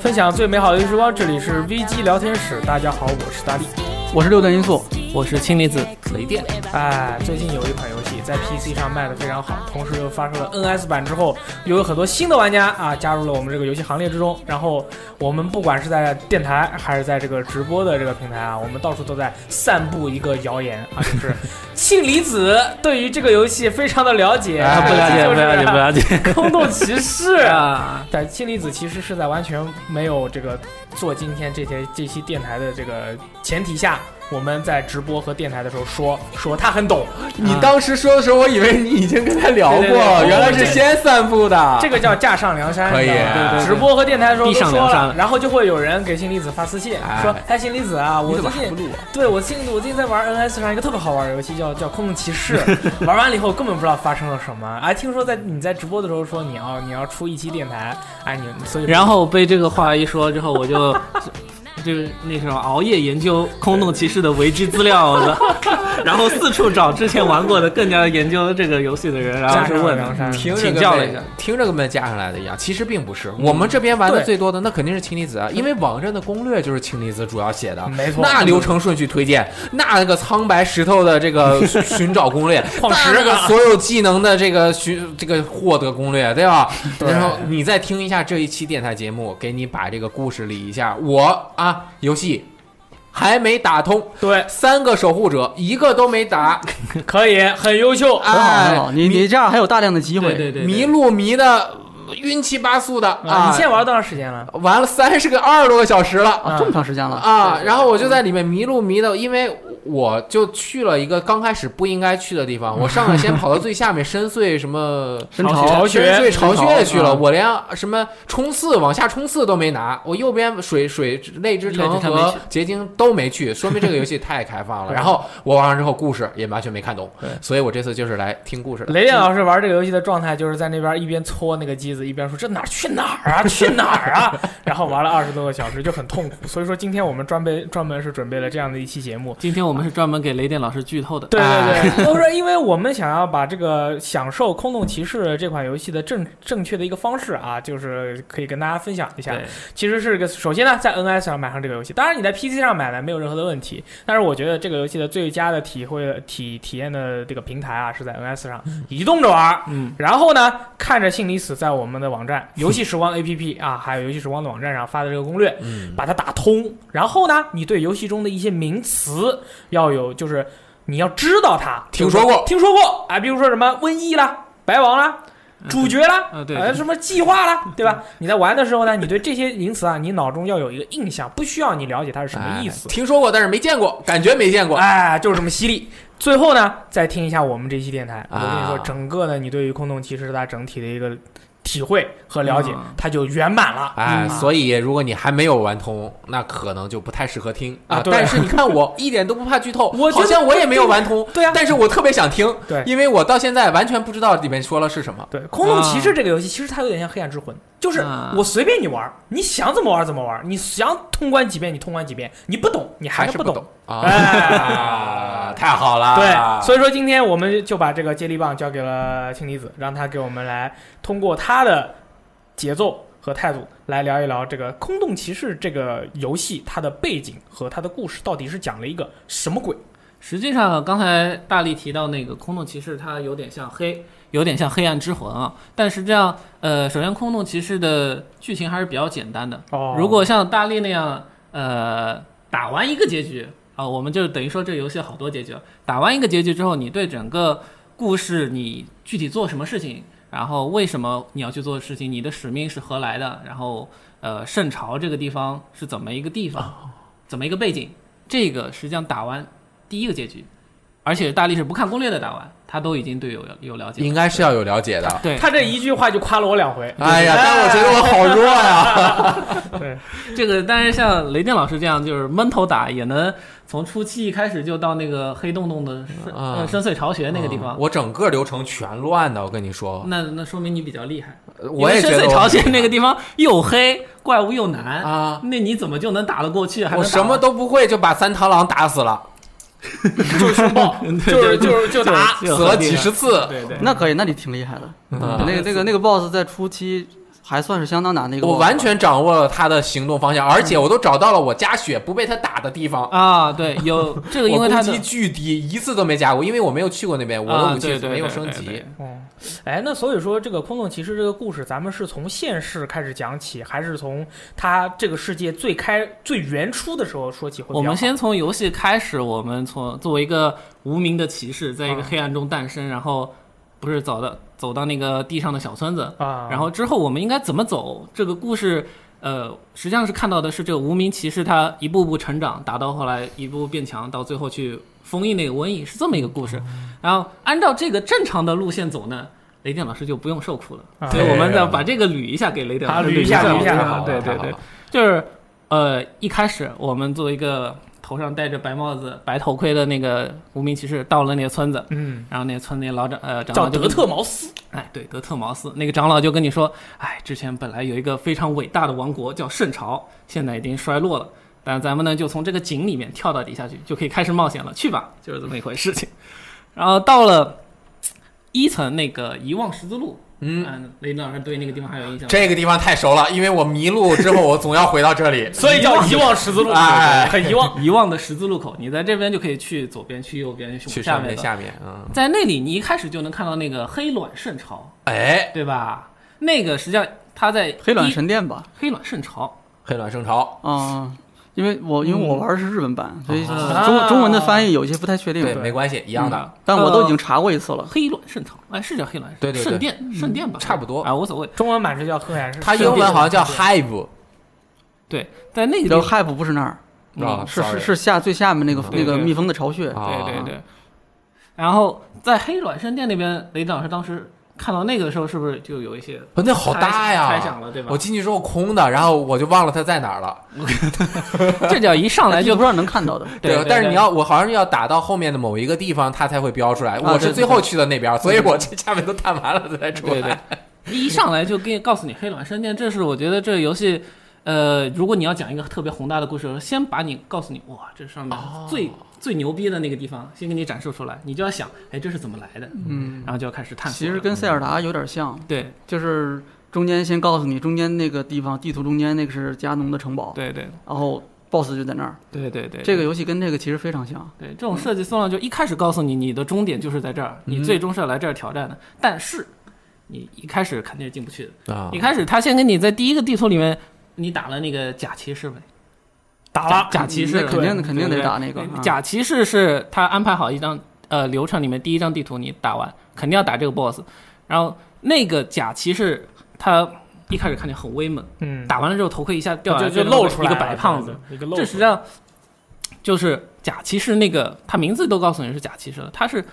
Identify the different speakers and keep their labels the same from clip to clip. Speaker 1: 分享最美好的时光，这里是 VG 聊天室。大家好，我是大力。
Speaker 2: 我是六段音速，
Speaker 3: 我是氢离子雷电，
Speaker 1: 哎，最近有一款游戏在 PC 上卖的非常好，同时又发售了 NS 版之后，又有很多新的玩家啊加入了我们这个游戏行列之中。然后我们不管是在电台还是在这个直播的这个平台啊，我们到处都在散布一个谣言啊，就是 氢离子对于这个游戏非常的了解，
Speaker 2: 哎
Speaker 3: 啊不 了解，不了解， 不了解
Speaker 1: 解，空洞骑士
Speaker 3: 啊！
Speaker 1: 但氢离子其实是在完全没有这个做今天这些这期电台的这个前提下，我们在直播和电台的时候说说他很懂，
Speaker 2: 你当时说的时候，我以为你已经跟他聊过，
Speaker 1: 对对对
Speaker 2: 原来是先散步的。
Speaker 1: 这个叫架上梁山，
Speaker 2: 啊 可以
Speaker 1: 你知道吗
Speaker 2: 对对对
Speaker 1: 直播和电台的时候都
Speaker 3: 地上
Speaker 1: 说
Speaker 3: 梁
Speaker 1: 了，
Speaker 3: 山
Speaker 1: 然后就会有人给氢离子发私信
Speaker 2: 哎
Speaker 1: 说：“哎，氢离子啊，我
Speaker 2: 你怎
Speaker 1: 最
Speaker 2: 么还不
Speaker 1: 近
Speaker 2: 录啊？
Speaker 1: 对我最近我最近在玩 NS 上一个特别好玩的游戏，叫叫空洞骑 士，玩完了以后根本不知道发生了什么。哎，听说在你在直播的时候说你要你要出一期电台，哎，你所以
Speaker 3: 然后被这个话一说之后，我就 就是那时候熬夜研究空洞骑士的维基资料的， 然后四处找之前玩过的更加研究这个游戏的人，然后就问
Speaker 1: 梁山
Speaker 3: 请
Speaker 2: 听着跟
Speaker 3: 教了一下，
Speaker 2: 听着跟被架上来的一样，其实并不是。我们这边玩的
Speaker 1: 对
Speaker 2: 最多的那肯定是氢离子，啊，因为网站的攻略就是氢离子主要写的，
Speaker 1: 没错
Speaker 2: 那流程顺序推荐，那个苍白石头的这个寻找攻略，
Speaker 1: 矿石
Speaker 2: 那个
Speaker 1: 啊
Speaker 2: 所有技能的这个寻这个获得攻略，对吧？
Speaker 1: 对
Speaker 2: 然后你再听一下这一期电台节目，给你把这个故事理一下。我啊，游戏还没打通，
Speaker 1: 对
Speaker 2: 三个守护者一个都没打，
Speaker 1: 可以很优秀，
Speaker 2: 哎
Speaker 4: 很好很好，你你这样还有大量的机会。
Speaker 3: 啊对对对，
Speaker 2: 迷路迷的晕七八素的
Speaker 1: 啊，
Speaker 2: 啊！
Speaker 1: 你现在玩多长时间了？
Speaker 2: 玩了三十个二十多个小时了
Speaker 4: 啊，这么长时间了，
Speaker 2: 啊！然后我就在里面迷路迷的，因为我就去了一个刚开始不应该去的地方，我上来先跑到最下面深邃什么。
Speaker 4: 深
Speaker 1: 好潮
Speaker 4: 潮
Speaker 1: 嗯
Speaker 2: 深
Speaker 1: 学
Speaker 2: 邃巢穴去了，
Speaker 4: 啊
Speaker 2: 我连什么冲刺往下冲刺都没拿，我右边水水泪之
Speaker 3: 泪
Speaker 2: 城
Speaker 3: 之城没
Speaker 2: 和
Speaker 3: 去
Speaker 2: 结晶都没去，说明这个游戏太开放了。然后我玩完之后，故事也完全没看懂，所以我这次就是来听故事的。
Speaker 1: 雷电老师玩这个游戏的状态就是在那边一边搓那个机子，一边说这哪儿去哪儿啊，去哪儿啊， 然后玩了二十多个小时就很痛苦。所以说今天我们专门专门是准备了这样的一期节目。
Speaker 3: 今天我们是专门给雷电老师剧透的，
Speaker 1: 对对
Speaker 2: 哎
Speaker 1: 对，都是因为我们想要把这个享受《空洞骑士》这款游戏的正正确的一个方式啊，就是可以跟大家分享一下。
Speaker 3: 对
Speaker 1: 其实是个首先呢，在 NS 上买上这个游戏，当然你在 PC 上买呢没有任何的问题，但是我觉得这个游戏的最佳的体会体体验的这个平台啊是在 NS 上移动着玩儿，
Speaker 3: 嗯，
Speaker 1: 然后呢看着信离死在我们的网站游戏时光 APP 啊，还有游戏时光的网站上发的这个攻略，
Speaker 2: 嗯，
Speaker 1: 把它打通，然后呢你对游戏中的一些名词要有就是你要知道它，
Speaker 2: 听说过
Speaker 1: 听说过啊，比如说什么瘟疫啦、白王啦、
Speaker 2: 嗯
Speaker 1: 主角啦。
Speaker 3: 啊对，
Speaker 1: 呃，什么计划啦，对吧？你在玩的时候呢，你对这些名词啊，你脑中要有一个印象，不需要你了解它是什么意思
Speaker 2: 哎。听说过，但是没见过，感觉没见过。
Speaker 1: 哎，就是这么犀利。最后呢，再听一下我们这期电台，我跟你说，
Speaker 2: 啊
Speaker 1: 整个呢，你对于空洞骑士它整体的一个体会和了解
Speaker 3: 嗯，
Speaker 1: 它就圆满了。
Speaker 2: 啊哎，
Speaker 1: 嗯
Speaker 2: 所以如果你还没有玩通，那可能就不太适合听
Speaker 1: 啊对
Speaker 2: 但是你看我 一点都不怕剧透，
Speaker 1: 我觉
Speaker 2: 好
Speaker 1: 得
Speaker 2: 像我也没有玩通，
Speaker 1: 对啊
Speaker 2: 但是我特别想听，
Speaker 1: 对
Speaker 2: 因为我到现在完全不知道里面说了是什么。
Speaker 1: 对，空洞骑士这个游戏其实它有点像黑暗之魂，就是
Speaker 3: 啊
Speaker 1: 我随便你玩，你想怎么玩怎么玩，你想通关几遍你通关几遍，你不懂你还
Speaker 2: 是
Speaker 1: 不
Speaker 2: 懂。啊、
Speaker 1: 哎
Speaker 2: 太好了！
Speaker 1: 对，所以说今天我们就把这个接力棒交给了氢离子，让他给我们来通过他的节奏和态度来聊一聊这个《空洞骑士》这个游戏它的背景和它的故事到底是讲了一个什么鬼？
Speaker 3: 实际上，刚才大力提到那个空洞骑士，它有点像黑，有点像黑暗之魂啊。但实际上，呃，首先空洞骑士的剧情还是比较简单的。
Speaker 1: 哦
Speaker 3: 如果像大力那样，呃，打完一个结局啊、我们就等于说这个游戏有好多结局，打完一个结局之后，你对整个故事你具体做什么事情，然后为什么你要去做的事情，你的使命是何来的，然后呃，圣朝这个地方是怎么一个地方，怎么一个背景，这个实际上打完第一个结局，而且大力是不看攻略的打完，他都已经对有有了解了。
Speaker 2: 应该是要有了解的。
Speaker 3: 对，
Speaker 1: 他这一句话就夸了我两回，
Speaker 2: 哎呀，但我觉得我好弱呀！
Speaker 1: 对，
Speaker 3: 这个，但是像雷电老师这样，就是闷头打，也能从初期一开始就到那个黑洞洞的深、
Speaker 2: 啊
Speaker 3: 呃深邃巢穴那个地方，
Speaker 2: 嗯我整个流程全乱的，我跟你说，
Speaker 3: 那那说明你比较厉害。
Speaker 2: 我也
Speaker 3: 因
Speaker 2: 觉
Speaker 3: 为深
Speaker 2: 得
Speaker 3: 邃
Speaker 2: 我
Speaker 3: 巢穴那个地方又黑，怪物又难，
Speaker 2: 啊，
Speaker 3: 那你怎么就能打得过去？还能
Speaker 2: 我
Speaker 3: 打
Speaker 2: 什么都不会就把三螳螂打死了，
Speaker 1: 就是凶 暴，就是就是就打。
Speaker 3: 就
Speaker 2: 死了几十次。
Speaker 3: 对对，
Speaker 4: 那可以，那你挺厉害的。
Speaker 2: 嗯
Speaker 4: 那个那个那个 boss 在初期还算是相当难的一个 BOSS
Speaker 2: 我
Speaker 4: 吧。
Speaker 2: 完全掌握了他的行动方向，而且我都找到了我加血不被他打的地方。
Speaker 3: 啊，对，有这个，因为
Speaker 2: 我
Speaker 3: 它
Speaker 2: 攻
Speaker 3: 的
Speaker 2: 击巨低，一次都没加过，因为我没有去过那边，我
Speaker 3: 啊
Speaker 2: 的武器
Speaker 3: 对对
Speaker 2: 没有
Speaker 3: 对
Speaker 2: 升
Speaker 3: 对
Speaker 2: 级。
Speaker 3: 对
Speaker 1: 哦，哎，那所以说这个空洞骑士这个故事，咱们是从现世开始讲起，还是从他这个世界最开最原初的时候说起会比较好？
Speaker 3: 我们先从游戏开始，我们从作为一个无名的骑士，在一个
Speaker 1: 啊
Speaker 3: 黑暗中诞生，然后不是走到走到那个地上的小村子，
Speaker 1: 啊，
Speaker 3: 然后之后我们应该怎么走？这个故事，呃，实际上是看到的是这个无名骑士他一步步成长，打到后来一步步变强，到最后去封印那个瘟疫，是这么一个故事。
Speaker 1: 嗯
Speaker 3: 然后按照这个正常的路线走呢，雷电老师就不用受苦了。
Speaker 1: 啊
Speaker 3: 所以我们再把这个捋一下给雷电老师
Speaker 1: 啊捋一
Speaker 3: 一
Speaker 1: 下捋一下
Speaker 3: 捋
Speaker 1: 啊
Speaker 3: 好，对
Speaker 2: 太
Speaker 3: 对
Speaker 2: 好
Speaker 3: 对
Speaker 2: 了，
Speaker 3: 就是呃，一开始我们作为一个头上戴着白帽子、白头盔的那个无名骑士，到了那个村子。
Speaker 1: 嗯，
Speaker 3: 然后那个村里老长呃长
Speaker 1: 叫
Speaker 3: 老就
Speaker 1: 德
Speaker 3: 跟
Speaker 1: 特茅斯。
Speaker 3: 哎，对，德特茅斯那个长老就跟你说，哎，之前本来有一个非常伟大的王国叫圣朝，现在已经衰落了。但咱们呢，就从这个井里面跳到底下去，就可以开始冒险了，去吧，就是这么一回事情。然后到了一层那个遗忘十字路，
Speaker 2: 嗯，
Speaker 3: 嗯，雷顿老师对那个地方还有印象吗？
Speaker 2: 这个地方太熟了，因为我迷路之后，我总要回到这里
Speaker 1: 所以叫遗忘十字路，
Speaker 2: 哎
Speaker 1: 很遗忘。
Speaker 3: 遗忘的十字路口，你在这边就可以去左边，去右边，
Speaker 2: 去
Speaker 3: 下
Speaker 2: 上
Speaker 3: 面
Speaker 2: 面
Speaker 3: 的。
Speaker 2: 下面，嗯，
Speaker 3: 在那里，你一开始就能看到那个黑卵圣朝，
Speaker 2: 哎，
Speaker 3: 对吧？那个实际上它在
Speaker 4: 黑卵
Speaker 3: 一
Speaker 4: 神殿吧，
Speaker 3: 黑卵圣朝，
Speaker 2: 黑卵圣朝，
Speaker 4: 啊，因为我因为我玩的是日文版，所以
Speaker 3: 嗯
Speaker 1: 啊
Speaker 4: 中中文的翻译有些不太确
Speaker 2: 对，
Speaker 4: 定，
Speaker 2: 没关系，一样的，
Speaker 4: 但我都已
Speaker 3: 呃
Speaker 4: 经查过一次了。
Speaker 3: 黑卵圣朝，哎，是叫黑卵，
Speaker 2: 对对对
Speaker 3: 圣殿，圣殿吧，
Speaker 2: 差不多
Speaker 3: 啊，无所谓。
Speaker 1: 中文版是叫黑暗是
Speaker 2: 它英文好像叫 Hive，
Speaker 3: 对，在那个地
Speaker 4: 然后
Speaker 3: 方，
Speaker 4: hype 不是那儿，嗯
Speaker 3: 嗯
Speaker 2: 啊，
Speaker 4: 是
Speaker 2: sorry
Speaker 4: 是是下最下面那个
Speaker 2: 对
Speaker 4: 那个
Speaker 3: 对
Speaker 4: 蜜蜂的巢穴。哎
Speaker 2: 啊，
Speaker 3: 对对对。然后在黑卵圣殿那边，雷老师当时看到那个的时候，是不是就有一些
Speaker 2: 哦那好大呀！
Speaker 3: 猜猜想了对吧
Speaker 2: 我进去之后空的，然后我就忘了它在哪儿了。
Speaker 3: 这叫一上来
Speaker 4: 地
Speaker 3: 就
Speaker 4: 图上能看 到的，
Speaker 3: 对对
Speaker 2: 但是
Speaker 3: 对
Speaker 2: 你要我好像要打到后面的某一个地方，它才会标出来。
Speaker 4: 啊
Speaker 2: 我是
Speaker 4: 对
Speaker 2: 最后去的那边，所以我这下面都探完了才出来。
Speaker 3: 对对，一上来就给告诉你黑卵圣殿， 这是我觉得这游戏。呃，如果你要讲一个特别宏大的故事，先把你告诉你，哇，这上面
Speaker 4: 哦
Speaker 3: 最、最牛逼的那个地方，先给你展示出来，你就要想，哎，这是怎么来的，
Speaker 4: 嗯，
Speaker 3: 然后就要开始探索
Speaker 4: 其
Speaker 3: 了。
Speaker 4: 实跟塞尔达有点像，
Speaker 3: 对
Speaker 4: 就是中间先告诉你中间那个地方，地图中间那个是加农的城堡，
Speaker 3: 对对
Speaker 4: 然后 BOSS 就在那儿。
Speaker 3: 对对对，
Speaker 4: 哦这个游戏跟这个其实非常像，
Speaker 3: 对，这种设计送上就一开始告诉你你的终点就是在这儿，
Speaker 4: 嗯
Speaker 3: 你最终是要来这儿挑战的，但是你一开始肯定是进不去的。
Speaker 2: 啊
Speaker 4: 哦
Speaker 3: 一，开始他先给你在第一个地图里面，你打了那个假骑士呗，
Speaker 1: 打
Speaker 3: 假
Speaker 1: 了，
Speaker 3: 假骑士
Speaker 4: 那肯定
Speaker 3: 对
Speaker 4: 肯定
Speaker 3: 对
Speaker 4: 得
Speaker 3: 对
Speaker 4: 打那个啊
Speaker 3: 假骑士是他安排好一张呃流程里面第一张地图，你打完肯定要打这个 boss，然后那个假骑士他一开始看起来很威猛，
Speaker 1: 嗯，
Speaker 3: 打完了之后头盔一下掉
Speaker 1: 就
Speaker 3: 下来，
Speaker 1: 就
Speaker 3: 变成
Speaker 1: 露出来
Speaker 3: 一
Speaker 1: 了
Speaker 3: 个白胖子，，
Speaker 1: 对一个露出
Speaker 3: 这
Speaker 1: 来，
Speaker 3: 实际上就是假骑士那个，他名字都告诉你是假骑士了，他是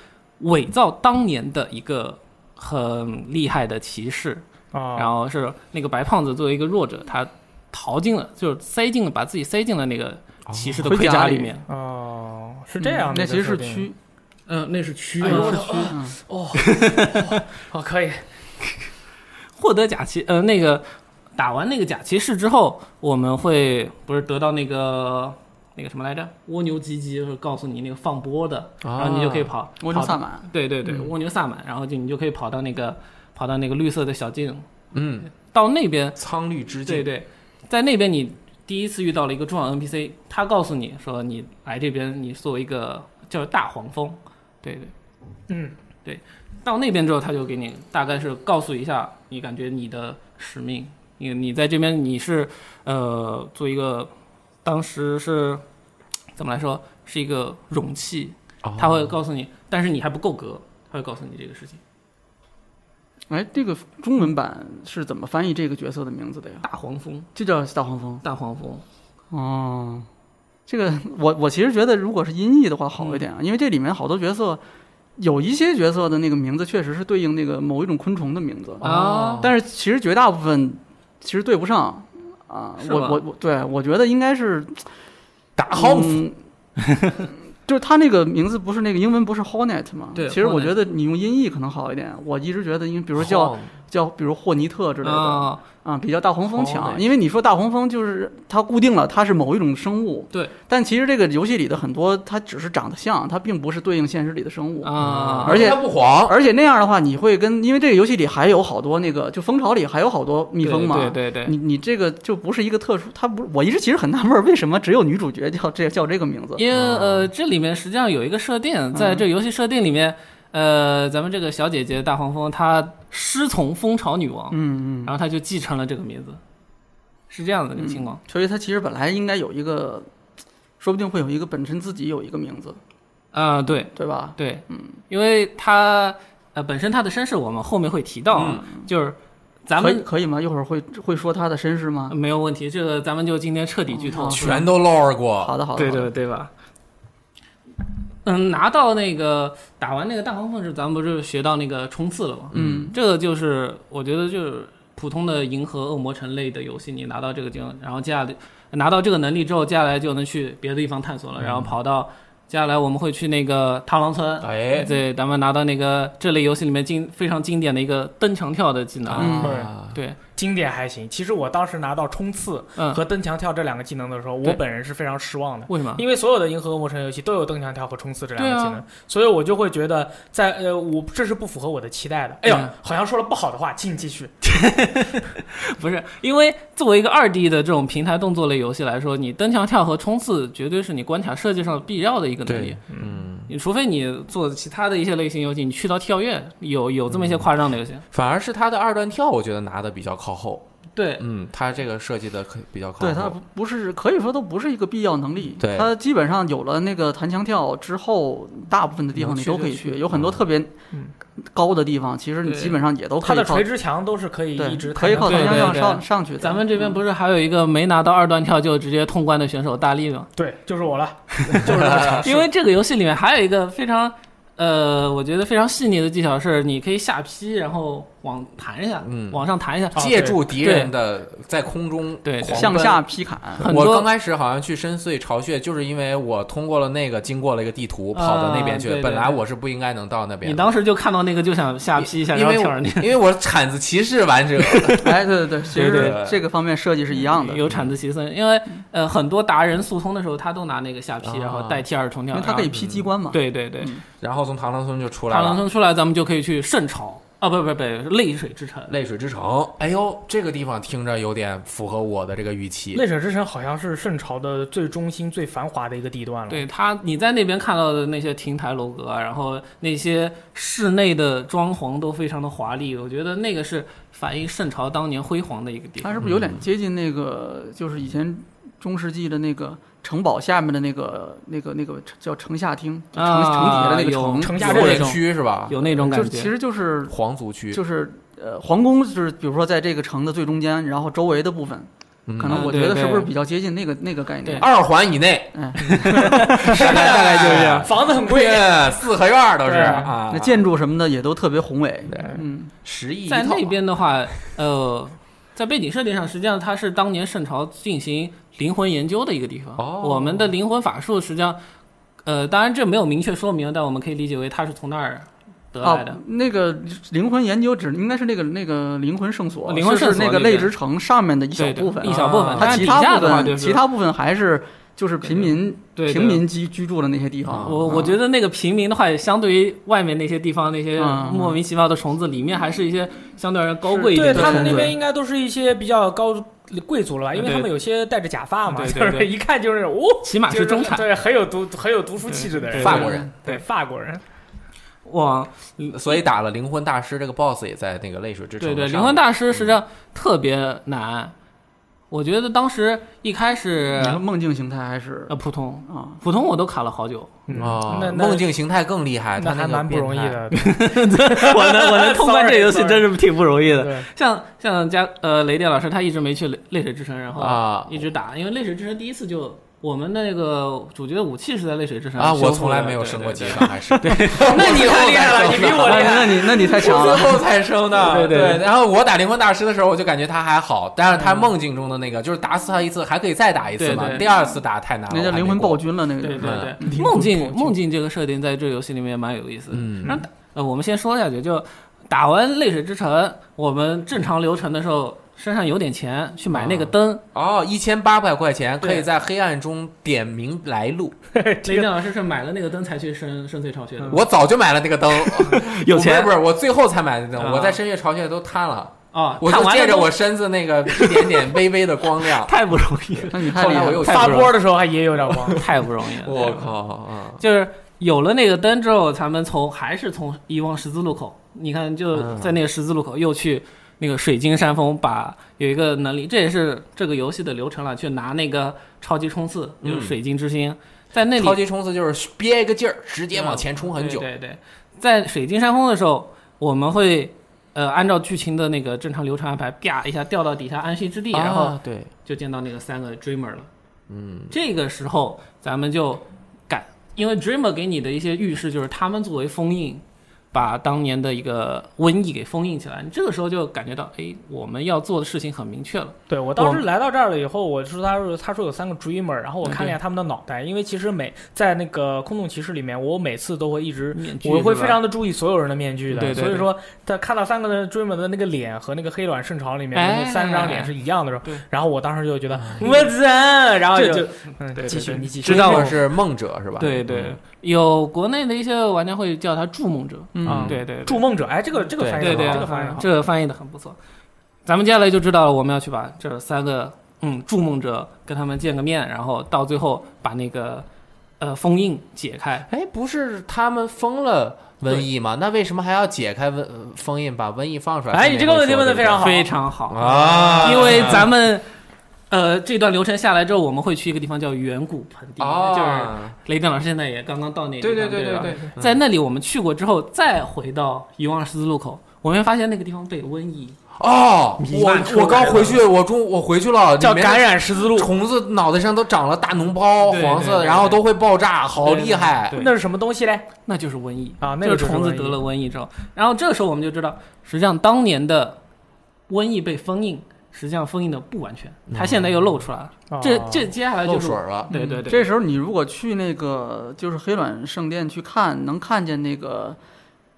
Speaker 3: 伪造当年的一个很厉害的骑士，
Speaker 4: 哦
Speaker 1: 啊，
Speaker 3: 然后是那个白胖子作为一个弱者，他逃进了，就是塞进了，把自己塞进了那个
Speaker 2: 哦
Speaker 3: 骑士的盔
Speaker 4: 盔甲
Speaker 3: 啊里
Speaker 4: 里
Speaker 3: 面。
Speaker 1: 哦，是这样的
Speaker 4: 那
Speaker 1: 一个
Speaker 4: 其实
Speaker 1: 设
Speaker 4: 是
Speaker 1: 定，
Speaker 4: 区，
Speaker 3: 嗯、那是区
Speaker 4: 哎呦
Speaker 3: 啊
Speaker 4: 是区，嗯
Speaker 1: 哦，哦，可以，
Speaker 3: 获得假骑，呃，那个打完那个假骑士之后，我们会不是得到那个。那个什么来着，蜗牛吉吉就是告诉你那个放波的，然后你就可以跑。
Speaker 4: 蜗牛
Speaker 3: 跑
Speaker 4: 萨满，
Speaker 3: 对对对，
Speaker 1: 嗯
Speaker 3: 蜗牛萨满，然后就你就可以跑到那个跑到那个绿色的小径，
Speaker 2: 嗯，
Speaker 3: 到那边，
Speaker 2: 苍绿之
Speaker 3: 对
Speaker 2: 境，
Speaker 3: 对，在那边你第一次遇到了一个重要 NPC，他告诉你说你来这边，你作为一个叫大黄蜂，对对，
Speaker 1: 嗯，
Speaker 3: 到那边之后他就给你大概是告诉一下，你感觉你的使命，你你在这边你是呃做一个，当时是怎么来说是一个容器，
Speaker 2: 哦
Speaker 3: 他会告诉你，但是你还不够格，他会告诉你这个事情。
Speaker 4: 哎，这个中文版是怎么翻译这个角色的名字的呀？
Speaker 3: 大黄蜂，
Speaker 4: 就叫大黄蜂。
Speaker 3: 大黄蜂，
Speaker 4: 哦，这个我我其实觉得，如果是音译的话好一点啊，因为这里面好多角色，有一些角色的那个名字确实是对应那个某一种昆虫的名字，
Speaker 3: 啊
Speaker 4: 但是其实绝大部分其实对不上啊。
Speaker 3: 是
Speaker 4: 我
Speaker 3: 吧
Speaker 4: 我我，对我觉得应该是
Speaker 2: 打耗子，
Speaker 4: 嗯就是他那个名字不是那个英文不是 Hornet 吗？
Speaker 3: 对
Speaker 4: 其实我
Speaker 3: Hornet
Speaker 4: 觉得你用音译可能好一点。我一直觉得应，比如说叫叫比如霍尼特之类的啊、
Speaker 3: 啊，
Speaker 4: 比较大黄蜂
Speaker 2: 哦
Speaker 4: 强。
Speaker 2: 对
Speaker 4: 因为你说大黄蜂就是它固定了它是某一种生物，
Speaker 3: 对，
Speaker 4: 但其实这个游戏里的很多它只是长得像，它并不是对应现实里的生物
Speaker 3: 啊
Speaker 4: 而且
Speaker 2: 它不黄，
Speaker 4: 而且那样的话，你会跟因为这个游戏里还有好多那个，就蜂巢里还有好多蜜蜂嘛。
Speaker 3: 对对对，对
Speaker 4: 你你这个就不是一个特殊，它不，我一直其实很纳闷儿，为什么只有女主角叫这叫这个名字？
Speaker 3: 因为呃，这里面实际上有一个设
Speaker 4: 嗯
Speaker 3: 定，在这个游戏设定里面，呃，咱们这个小姐姐大黄蜂她师从蜂巢女王，
Speaker 4: 嗯嗯，
Speaker 3: 然后她就继承了这个名字，是这样的一个情况。
Speaker 4: 所以它其实本来应该有一个，说不定会有一个本身自己有一个名字，嗯
Speaker 3: 啊，对，
Speaker 4: 对吧？
Speaker 3: 对，因为他呃本身他的身世我们后面会提到啊，就是咱
Speaker 4: 嗯可以
Speaker 3: 们
Speaker 4: 可以吗？一会儿会会说她的身世吗？
Speaker 3: 没有问题，这个咱们就今天彻底剧透
Speaker 4: 哦，
Speaker 2: 全都露过。
Speaker 4: 好的好的，
Speaker 3: 对
Speaker 4: 好的
Speaker 3: 对对吧？嗯，拿到那个打完那个大黄蜂时，咱们不是学到那个冲刺了吗？
Speaker 4: 嗯，
Speaker 3: 这个就是我觉得就是普通的银河恶魔城类的游戏，你拿到这个经，然后接下来拿到这个能力之后，接下来就能去别的地方探索
Speaker 2: 嗯
Speaker 3: 了，然后跑到接下来我们会去那个螳螂村，
Speaker 2: 哎，
Speaker 3: 对，咱们拿到那个这类游戏里面经非常经典的一个蹬墙跳的技能，
Speaker 4: 嗯
Speaker 2: 啊
Speaker 3: 对，
Speaker 1: 经典还行。其实我当时拿到冲刺
Speaker 3: 嗯，
Speaker 1: 和蹬墙跳这两个技能的时候，我
Speaker 3: 对
Speaker 1: 本人是非常失望的。
Speaker 3: 为什么？
Speaker 1: 因为所有的银河恶魔城游戏都有蹬墙跳和冲刺这两个技
Speaker 3: 对啊
Speaker 1: 能，所以我就会觉得在呃，我这是不符合我的期待的。哎呦
Speaker 3: 嗯，
Speaker 1: 好像说了不好的话，请你继续。
Speaker 3: 不是因为作为一个二 D 的这种平台动作类游戏来说，你蹬墙跳和冲刺绝对是你关卡设计上必要的一个能力
Speaker 2: 对。嗯，
Speaker 3: 你除非你做其他的一些类型游戏，你去到跳跃，有有这么一
Speaker 2: 嗯
Speaker 3: 些夸张的游戏。
Speaker 2: 反而是他的二段跳，我觉得拿的比较靠后。
Speaker 3: 对，
Speaker 2: 嗯，他这个设计的可比较靠后。
Speaker 4: 对，它不不是可以说都不是一个必要能力。
Speaker 2: 对
Speaker 4: 它基本上有了那个弹墙跳之后，大部分的地方
Speaker 2: 能
Speaker 4: 你
Speaker 2: 去
Speaker 4: 都
Speaker 2: 就
Speaker 4: 可以
Speaker 2: 去
Speaker 4: 去，有很多
Speaker 2: 嗯
Speaker 4: 特别
Speaker 1: 嗯
Speaker 4: 高的地方，其实你
Speaker 3: 对
Speaker 4: 基本上也都可
Speaker 1: 它
Speaker 4: 以
Speaker 1: 的
Speaker 4: 靠
Speaker 1: 垂直墙都是可以
Speaker 4: 对，
Speaker 1: 一直
Speaker 4: 可以靠
Speaker 3: 对
Speaker 4: 弹
Speaker 1: 弹
Speaker 4: 墙
Speaker 1: 的
Speaker 4: 跳
Speaker 3: 对
Speaker 4: 上上去的。
Speaker 3: 咱们这边不是还有一个没拿到二段跳就直接通关的选手大力吗？
Speaker 1: 对，就是我了。
Speaker 2: 啊
Speaker 3: 因为这个游戏里面还有一个非常，呃，我觉得非常细腻的技巧是，你可以下劈，然后往弹一下，
Speaker 2: 嗯
Speaker 3: 往上弹一下。
Speaker 1: 啊
Speaker 2: 借助敌人的在空中
Speaker 3: 对对
Speaker 2: 狂
Speaker 4: 向
Speaker 2: 奔
Speaker 4: 下劈砍，
Speaker 3: 很
Speaker 2: 我
Speaker 3: 多
Speaker 2: 刚开始好像去深邃巢穴，就是因为我通过了那个，经过了一个地图，
Speaker 3: 啊
Speaker 2: 跑到那边去。
Speaker 3: 对对对
Speaker 2: 本来我是不应该能到那边
Speaker 3: 你
Speaker 2: 的，
Speaker 3: 当时就看到那个就想下劈一下，
Speaker 2: 因
Speaker 3: 然后
Speaker 2: 为
Speaker 3: 跳
Speaker 2: 我
Speaker 3: 上去，
Speaker 2: 因为我铲子骑士完整，
Speaker 4: 哎，对对对，其
Speaker 3: 对
Speaker 2: 对
Speaker 4: 实
Speaker 2: 对
Speaker 4: 这个方面设计是一样的，因
Speaker 3: 有
Speaker 2: 嗯
Speaker 3: 铲子骑僧。因为呃，很多达人速通的时候，他都拿那个下劈，
Speaker 2: 啊
Speaker 3: 然后代替二重跳，
Speaker 4: 为它可
Speaker 3: 然
Speaker 4: 以
Speaker 3: 后
Speaker 4: 劈机关嘛。
Speaker 3: 对对对，
Speaker 2: 然后从螳螂村就嗯出来
Speaker 3: 螳螂
Speaker 2: 了。
Speaker 3: 村出来，咱们就可以去圣朝啊，不不不，泪水之城。
Speaker 2: 泪水之城，哎呦，这个地方听着有点符合我的这个预期。
Speaker 1: 泪水之城好像是圣朝的最中心、最繁华的一个地段了。
Speaker 3: 对他，你在那边看到的那些亭台楼阁啊，然后那些室内的装潢都非常的华丽，我觉得那个是反映圣朝当年辉煌的一个地
Speaker 4: 它
Speaker 3: 方。
Speaker 4: 是不是有点接近那个，就是以前中世纪的那个城堡下面的那个、那个、那个叫城下町，就城
Speaker 3: 啊
Speaker 4: 城底下的那个
Speaker 3: 有
Speaker 4: 城，
Speaker 1: 城下
Speaker 2: 有
Speaker 1: 镇
Speaker 2: 人
Speaker 1: 那种
Speaker 2: 区是吧？
Speaker 3: 有那种感
Speaker 4: 啊就
Speaker 3: 觉，
Speaker 4: 是其实就是
Speaker 2: 皇族区，
Speaker 4: 就是呃皇宫，就是比如说在这个城的最中间，然后周围的部分，
Speaker 2: 嗯
Speaker 4: 可能我
Speaker 3: 啊对
Speaker 4: 觉得
Speaker 3: 对
Speaker 4: 是不是比较接近那个那个概念？
Speaker 2: 二环以内，
Speaker 4: 嗯
Speaker 2: 大概大概就是这啊样。
Speaker 1: 房子很贵。
Speaker 2: 对，四合院儿都是
Speaker 1: 对
Speaker 2: 啊
Speaker 4: 那，建筑什么的也都特别宏伟，
Speaker 2: 对
Speaker 4: 嗯，
Speaker 2: 十亿一
Speaker 3: 在
Speaker 2: 套
Speaker 3: 那边的话，呃，在背景设定上，实际上它是当年圣朝进行灵魂研究的一个地方。
Speaker 2: 哦
Speaker 3: 我们的灵魂法术实际上，呃，当然这没有明确说明，但我们可以理解为它是从那儿得来的。
Speaker 4: 哦，那个灵魂研究指应该是那个那个灵魂圣所，
Speaker 3: 啊灵魂圣所
Speaker 4: 是那个
Speaker 3: 那边
Speaker 4: 泪之城上面的一小
Speaker 3: 对对
Speaker 4: 部分，
Speaker 3: 一小部分
Speaker 2: 啊，
Speaker 4: 它
Speaker 3: 但是
Speaker 4: 其
Speaker 3: 底
Speaker 4: 他
Speaker 3: 下
Speaker 4: 部
Speaker 3: 的话就
Speaker 4: 分
Speaker 3: 是
Speaker 4: 其他部分还是就是平民
Speaker 3: 对对
Speaker 4: 平民居居住的那些地方。
Speaker 3: 我我觉得那个平民的话，相对于外面那些地方那些
Speaker 4: 嗯
Speaker 3: 莫名其妙的虫子，里面还是一些相对而言高贵一
Speaker 1: 对
Speaker 3: 点的
Speaker 1: 他
Speaker 3: 虫
Speaker 1: 们
Speaker 3: 子。
Speaker 1: 那边应该都是一些比较高贵族了吧？因为
Speaker 3: 对
Speaker 1: 他们有些戴着假发嘛，
Speaker 3: 对
Speaker 1: 就
Speaker 3: 对
Speaker 1: 是
Speaker 3: 对
Speaker 1: 一看就是哦，
Speaker 3: 起码
Speaker 1: 就是
Speaker 3: 中产。
Speaker 1: 对，很有读很有读书气质的人，
Speaker 3: 对
Speaker 2: 法国人，
Speaker 1: 对法国人，
Speaker 3: 往
Speaker 2: 所以打了灵魂大师这个 boss 也在那个泪水之城
Speaker 3: 对
Speaker 2: 的上面。
Speaker 3: 对，灵魂大师实际上
Speaker 1: 嗯
Speaker 3: 特别难。我觉得当时一开始
Speaker 4: 你说梦境形态还是
Speaker 3: 呃普通
Speaker 4: 啊，
Speaker 3: 普通我都卡了好久，
Speaker 1: 嗯
Speaker 2: 哦
Speaker 1: 那，那
Speaker 2: 梦境形态更厉害，
Speaker 1: 那
Speaker 2: 他
Speaker 1: 还
Speaker 2: 个
Speaker 1: 蛮不容易
Speaker 2: 变态。
Speaker 1: 的。
Speaker 3: 我能我能通关这个游戏
Speaker 1: Sorry，
Speaker 3: 真是挺不容易的。
Speaker 1: 对，
Speaker 3: 像像加呃雷电老师他一直没去泪泪水之城，然后
Speaker 2: 啊
Speaker 3: 一直打，因为泪水之城第一次就我们那个主角的武器是在泪水之城
Speaker 2: 啊！
Speaker 3: 修复的
Speaker 2: 我从来没有
Speaker 3: 对
Speaker 2: 升过级
Speaker 3: 对对
Speaker 2: 伤害是
Speaker 1: 那你太厉害了，你比我 厉
Speaker 4: 那
Speaker 1: 害。
Speaker 4: 你那你太强
Speaker 2: 最
Speaker 4: 了，
Speaker 2: 后才升的。
Speaker 3: 对对对
Speaker 2: 然后我打灵魂大师的时候，我就感觉他还好，但是他梦境中的那个，就是打死他一次还可以再打一次嘛
Speaker 3: 对，对
Speaker 2: 第二次打太难了。
Speaker 4: 那叫
Speaker 2: 我还没
Speaker 4: 灵魂
Speaker 2: 过
Speaker 4: 暴。君了，那个
Speaker 3: 对
Speaker 4: 就
Speaker 3: 对
Speaker 4: 是
Speaker 3: 对
Speaker 1: 嗯
Speaker 3: 梦境梦境这个设定在这个游戏里面蛮有意思的。
Speaker 2: 嗯
Speaker 3: 然后呃，我们先说下去，就打完《泪水之城》，我们正常流程的时候，身上有点钱去买那个灯。
Speaker 2: 哦，一千八百块钱
Speaker 3: 对
Speaker 2: 可以在黑暗中点明来路。
Speaker 3: 雷电老师是买了那个灯才去深深邃巢穴的。
Speaker 2: 我早就买了那个灯，
Speaker 4: 有钱
Speaker 2: 不是不是，我最后才买的灯。
Speaker 3: 啊
Speaker 2: 我在深夜巢穴都贪了，
Speaker 3: 哦，
Speaker 2: 我
Speaker 3: 看
Speaker 2: 就
Speaker 3: 完了
Speaker 2: 借着
Speaker 3: 都。
Speaker 2: 我身子那个一点点微微的光亮
Speaker 3: 太不容易了，
Speaker 4: 那你太
Speaker 2: 后
Speaker 4: 厉
Speaker 2: 来
Speaker 4: 害
Speaker 2: 我
Speaker 4: 了。
Speaker 2: 又
Speaker 1: 发波的时候还也有点慌。
Speaker 3: 太不容易了。
Speaker 2: 我靠啊！
Speaker 3: 就是有了那个灯之后，咱们从还是从以往十字路口，你看就
Speaker 2: 嗯
Speaker 3: 在那个十字路口又去那个水晶山峰，把有一个能力，这也是这个游戏的流程了，去拿那个超级冲刺，
Speaker 2: 嗯
Speaker 3: 就是水晶之星，在那
Speaker 2: 超
Speaker 3: 里嗯
Speaker 2: 级冲刺就是憋一个劲儿，直接往前冲很久。
Speaker 3: 对对对，在水晶山峰的时候，我们会呃按照剧情的那个正常流程安排，啪一下掉到底下安息之地，然后
Speaker 2: 啊对，
Speaker 3: 就见到那个三个 dreamer 了。嗯，这个时候咱们就赶，因为 dreamer 给你的一些预示就是他们作为封印，把当年的一个瘟疫给封印起来。你这个时候就感觉到，哎，我们要做的事情很明确了。
Speaker 1: 对我当时来到这儿了以后，我说他说他说有三个 dreamer，然后我看了一下他们的脑袋，因为其实每在那个空洞骑士里面，我每次都会一直。
Speaker 3: 面具
Speaker 1: 我会
Speaker 3: 是吧
Speaker 1: 非常的注意所有人的面具的，
Speaker 3: 对对对
Speaker 1: 所以说他看到三个的 dreamer 的那个脸和那个黑卵圣巢里面、
Speaker 3: 哎
Speaker 1: 那三张脸是一样的时候，
Speaker 3: 对嗯
Speaker 1: 然后我当时就觉得我操，然后
Speaker 3: 这
Speaker 1: 就
Speaker 3: 就
Speaker 1: 嗯
Speaker 3: 对对
Speaker 1: 继续
Speaker 3: 对
Speaker 1: 你继续
Speaker 3: 知道
Speaker 2: 我
Speaker 3: 我
Speaker 2: 是梦者是吧？嗯
Speaker 3: 对对，有国内的一些玩家会叫他筑梦者。
Speaker 4: 嗯
Speaker 1: 啊
Speaker 3: 对对对。
Speaker 1: 筑梦者，哎，这个这个
Speaker 2: 对
Speaker 1: 翻译
Speaker 3: 对
Speaker 1: 好
Speaker 3: 对，嗯
Speaker 1: 这个翻译好，
Speaker 3: 这个翻译的很不错。咱们接下来就知道了，我们要去把这三个嗯筑梦者跟他们见个面，然后到最后把那个呃封印解开。
Speaker 2: 哎，不是他们封了瘟疫吗？那为什么还要解开瘟呃封印，把瘟疫放出来？
Speaker 1: 哎你这个问题问得非常好
Speaker 3: 非常好，
Speaker 2: 啊，
Speaker 3: 因为咱们呃这段流程下来之后，我们会去一个地方叫远古盆地，就是
Speaker 2: 啊，
Speaker 3: 雷电老师现在也刚刚到那个地
Speaker 2: 对
Speaker 3: 方，
Speaker 2: 对
Speaker 3: 对
Speaker 2: 对
Speaker 3: 吧
Speaker 2: 对，
Speaker 3: 在那里我们去过之后，再回到遗忘十字路口，我们会发现那个地方被瘟疫
Speaker 2: 哦，
Speaker 3: 弥漫出
Speaker 2: 我
Speaker 3: 来
Speaker 2: 我刚
Speaker 3: 了
Speaker 2: 回去，我中我回去了，
Speaker 1: 叫
Speaker 2: 里面
Speaker 1: 感染十字路，
Speaker 2: 虫子脑袋上都长了大脓包，
Speaker 3: 对
Speaker 2: 黄
Speaker 3: 对
Speaker 2: 色的，
Speaker 3: 对
Speaker 2: 然后都会爆炸，好
Speaker 3: 对
Speaker 2: 厉害！
Speaker 3: 对
Speaker 1: 那是什么东西嘞？
Speaker 3: 那就是瘟疫
Speaker 1: 啊那
Speaker 3: 就
Speaker 1: 个
Speaker 3: 是虫
Speaker 1: 就是瘟疫
Speaker 3: 子得了瘟疫之后，然后这个时候我们就知道，实际上当年的瘟疫被封印，实际上封印的不完全，它现在又露出来了。
Speaker 1: 哦
Speaker 3: 这这接下来
Speaker 2: 漏
Speaker 3: 就是
Speaker 2: 嗯水了，
Speaker 3: 对对对，
Speaker 4: 嗯这时候你如果去那个就是黑卵圣殿去看，能看见那个。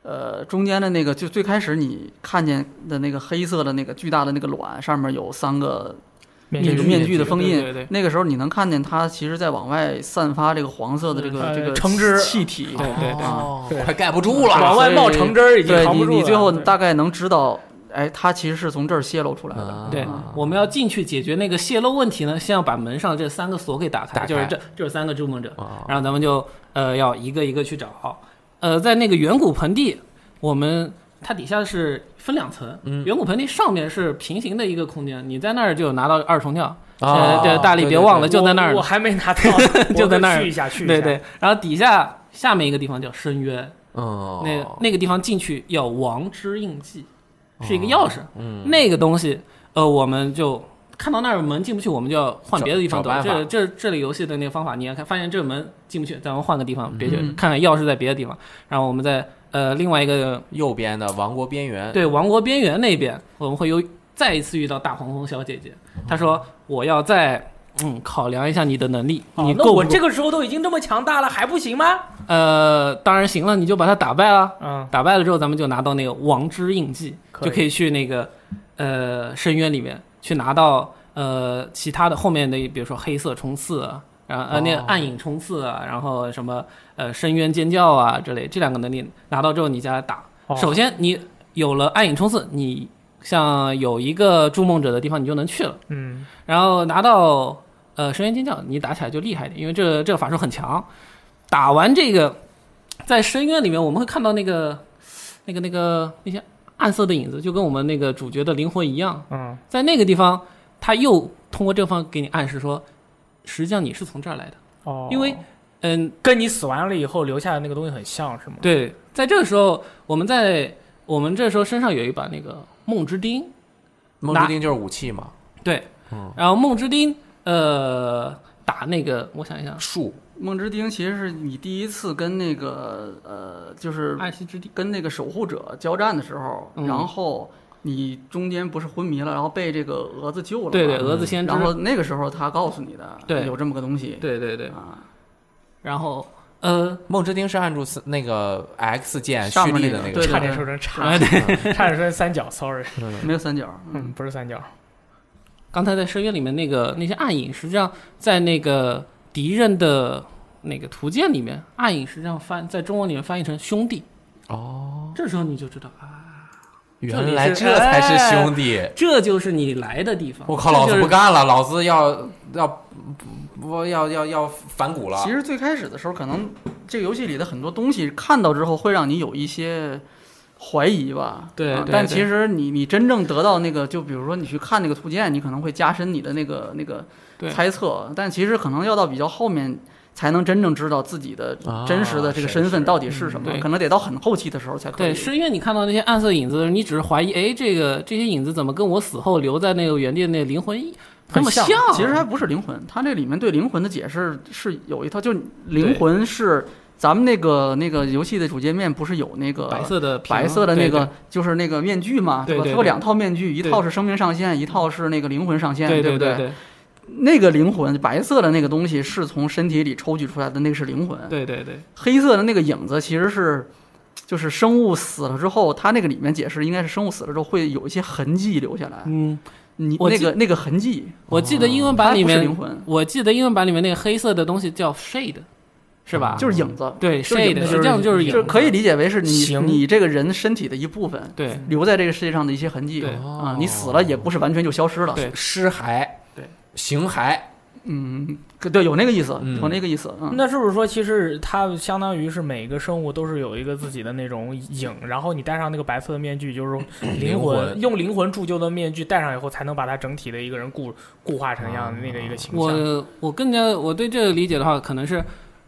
Speaker 4: 呃，中间的那个就最开始你看见的那个黑色的那个巨大的那个卵，上面有三个
Speaker 1: 面
Speaker 4: 这
Speaker 1: 具
Speaker 4: 个
Speaker 3: 面
Speaker 4: 面
Speaker 3: 具
Speaker 4: 具的封印，
Speaker 3: 对对对
Speaker 4: 那个时候你能看见它其实在往外散发这个黄色的这个、
Speaker 1: 呃
Speaker 4: 这个
Speaker 1: 橙汁
Speaker 4: 气体，
Speaker 3: 对对对
Speaker 2: 哦
Speaker 1: 对
Speaker 2: 快盖不住
Speaker 1: 往
Speaker 2: 了。
Speaker 1: 外冒橙汁儿已经
Speaker 4: 对
Speaker 1: 扛
Speaker 4: 你
Speaker 1: 不住了。
Speaker 4: 你最后
Speaker 1: 对
Speaker 4: 大概能知道，哎，它其实是从这儿泄露出来的。
Speaker 2: 啊
Speaker 3: 对，我们要进去解决那个泄漏问题呢，先要把门上这三个锁给打开，
Speaker 2: 打开
Speaker 3: 就是这就是三个筑梦者，
Speaker 2: 哦
Speaker 3: 然后咱们就呃要一个一个去找。呃，在那个远古盆地，我们它底下是分两层，
Speaker 2: 嗯
Speaker 3: 远古盆地上面是平行的一个空间，你在那儿就拿到二重跳，
Speaker 2: 啊
Speaker 3: 呃，对，大力别忘了，就在那儿
Speaker 1: 我
Speaker 3: 呢
Speaker 1: 我。还没 拿到，
Speaker 3: 就在那儿
Speaker 1: 我得去一下，去一下。
Speaker 3: 对对，然后底下下面一个地方叫深渊，
Speaker 2: 哦，
Speaker 3: 那那个地方进去要王之印记，是一个钥匙，
Speaker 2: 嗯
Speaker 3: 那个东西，呃，我们就看到那儿门进不去，我们就要换别的地方走
Speaker 2: 找。找办
Speaker 3: 这
Speaker 2: 法
Speaker 3: 这这里游戏的那个方法，你也看发现这门进不去，咱们换个地方，别去
Speaker 4: 嗯
Speaker 3: 看看钥匙在别的地方，然后我们在呃另外一个
Speaker 2: 右边的王国边缘，
Speaker 3: 对王国边缘那边，我们会有再一次遇到大黄蜂小姐姐，她说我要再嗯考量一下你的能力，
Speaker 1: 哦
Speaker 3: 你
Speaker 1: 那
Speaker 3: 够不
Speaker 1: 我
Speaker 3: 够
Speaker 1: 这个时候都已经这么强大了，还不行吗？
Speaker 3: 呃，当然行了，你就把它打败了。
Speaker 1: 嗯，
Speaker 3: 打败了之后，咱们就拿到那个王之印记，
Speaker 1: 可以
Speaker 3: 就可以去那个呃深渊里面去拿到呃其他的后面的，比如说黑色冲刺啊，然后呃
Speaker 2: 哦
Speaker 3: 那个暗影冲刺啊，然后什么呃深渊尖叫啊之类，这两个能力拿到之后，你再来打。
Speaker 1: 哦
Speaker 3: 首先你有了暗影冲刺，你像有一个筑梦者的地方，你就能去了。
Speaker 1: 嗯，
Speaker 3: 然后拿到呃深渊尖叫，你打起来就厉害一点，因为这个这个法术很强。打完这个，在深渊里面我们会看到那个那个那个那些暗色的影子，就跟我们那个主角的灵魂一样，
Speaker 1: 嗯，
Speaker 3: 在那个地方，他又通过这方给你暗示说，实际上你是从这儿来的，
Speaker 1: 哦，
Speaker 3: 因为嗯，
Speaker 1: 跟你死完了以后留下的那个东西很像， 是吗？
Speaker 3: 对，在这个时候我们在我们这时候身上有一把那个梦之钉，
Speaker 2: 梦
Speaker 3: 拿
Speaker 2: 之钉就是武器嘛，
Speaker 3: 对，
Speaker 2: 嗯
Speaker 3: 然后梦之钉呃打那个我想一想，
Speaker 2: 树
Speaker 4: 梦之钉其实是你第一次跟那个呃，就是
Speaker 3: 爱惜之地。
Speaker 4: 跟那个守护者交战的时候，
Speaker 3: 嗯
Speaker 4: 然后你中间不是昏迷了，然后被这个蛾子救了嘛，
Speaker 3: 对对，蛾子先知。
Speaker 4: 然后那个时候他告诉你的，
Speaker 3: 对
Speaker 4: 有这么个东西，
Speaker 3: 对对对，
Speaker 4: 啊，
Speaker 3: 然后呃，
Speaker 2: 梦之钉是按住四那个 X
Speaker 3: 哎
Speaker 2: 键
Speaker 4: 上
Speaker 2: 蓄
Speaker 4: 面
Speaker 2: 力
Speaker 4: 那
Speaker 2: 的
Speaker 4: 个
Speaker 2: 那
Speaker 4: 对啊
Speaker 2: 个，
Speaker 1: 差点说成叉，
Speaker 3: 对
Speaker 1: 差点说成三角，sorry，
Speaker 4: 没有三角，
Speaker 1: 嗯， 不是三角，
Speaker 3: 刚才在深渊里面那个那些暗影，实际上在那个敌人的那个图鉴里面，暗影实际上翻在中文里面翻译成兄弟。
Speaker 2: 哦，
Speaker 3: 这时候你就知道啊，
Speaker 2: 原来这才是兄弟。
Speaker 3: 这就是你来的地方。
Speaker 2: 我靠，老
Speaker 3: 这
Speaker 2: 子
Speaker 3: 就是
Speaker 2: 不干了，老子要要我要要要反骨了
Speaker 4: 其。实最开始的时候，可能这个游戏里的很多东西看到之后，会让你有一些怀疑吧。
Speaker 3: 对
Speaker 4: 啊
Speaker 3: 对
Speaker 4: 但
Speaker 3: 对
Speaker 4: 其实你你真正得到那个，就比如说你去看那个图鉴，你可能会加深你的那个那个
Speaker 3: 对
Speaker 4: 猜测，但其实可能要到比较后面。才能真正知道自己的
Speaker 2: 啊
Speaker 4: 真实的这个
Speaker 2: 是
Speaker 4: 身份
Speaker 2: 是
Speaker 4: 到底是什
Speaker 3: 嗯
Speaker 4: 么，
Speaker 3: 对
Speaker 4: 可能得到很后期的时候才可以。
Speaker 3: 对，深渊你看到那些暗色影子，你只是怀疑，哎，这个这些影子怎么跟我死后留在那个原地的那个灵魂那么
Speaker 1: 很
Speaker 3: 啊
Speaker 1: 像
Speaker 4: 其实还不是灵魂，它这里面对灵魂的解释是有一套，就是灵魂是咱们那个那个游戏的主界面不是有那个
Speaker 3: 白色的屏
Speaker 4: 白色的那
Speaker 3: 对
Speaker 4: 个就是那个面具嘛，
Speaker 3: 对
Speaker 4: 吧？
Speaker 3: 对
Speaker 4: 它有
Speaker 3: 对
Speaker 4: 两套面具，一
Speaker 3: 对
Speaker 4: 套是生命上限，一套是那个灵魂上限，
Speaker 3: 对对
Speaker 4: 不对？
Speaker 3: 对
Speaker 4: 那个灵魂白色的那个东西是从身体里抽取出来的，那个是灵魂。
Speaker 3: 对对对，
Speaker 4: 黑色的那个影子其实是。就是生物死了之后，它那个里面解释应该是生物死了之后会有一些痕迹留下来。
Speaker 3: 嗯，
Speaker 4: 你
Speaker 3: 我
Speaker 4: 那
Speaker 3: 记
Speaker 4: 个那个痕迹，
Speaker 3: 我记得英文
Speaker 4: 哦它
Speaker 3: 版里
Speaker 4: 不是
Speaker 3: 面
Speaker 4: 灵，魂，
Speaker 3: 我记得英文版里面那个黑色的东西叫 shade，是吧？
Speaker 4: 就是影子，
Speaker 3: 对
Speaker 4: 就是影
Speaker 3: shade，
Speaker 4: 子
Speaker 3: 实际上就是影
Speaker 4: 就是
Speaker 3: 子，
Speaker 4: 可以理解为是你
Speaker 1: 形
Speaker 4: 你这个人身体的一部分，
Speaker 3: 对
Speaker 4: 留在这个世界上的一些痕迹
Speaker 3: 对哦
Speaker 4: 啊，你死了也不是完全就消失了。
Speaker 3: 对
Speaker 2: 尸骸，
Speaker 3: 对，
Speaker 2: 形骸，
Speaker 4: 嗯，对，有那个意思，
Speaker 2: 嗯
Speaker 4: 有那个意思，嗯，
Speaker 1: 那是不是说，其实它相当于是每个生物都是有一个自己的那种影，然后你戴上那个白色的面具，就是灵
Speaker 2: 灵魂
Speaker 1: 用灵魂铸就的面具戴上以后，才能把它整体的一个人固固化成样的那个一个形象。
Speaker 3: 我我更加我对这个理解的话，可能是，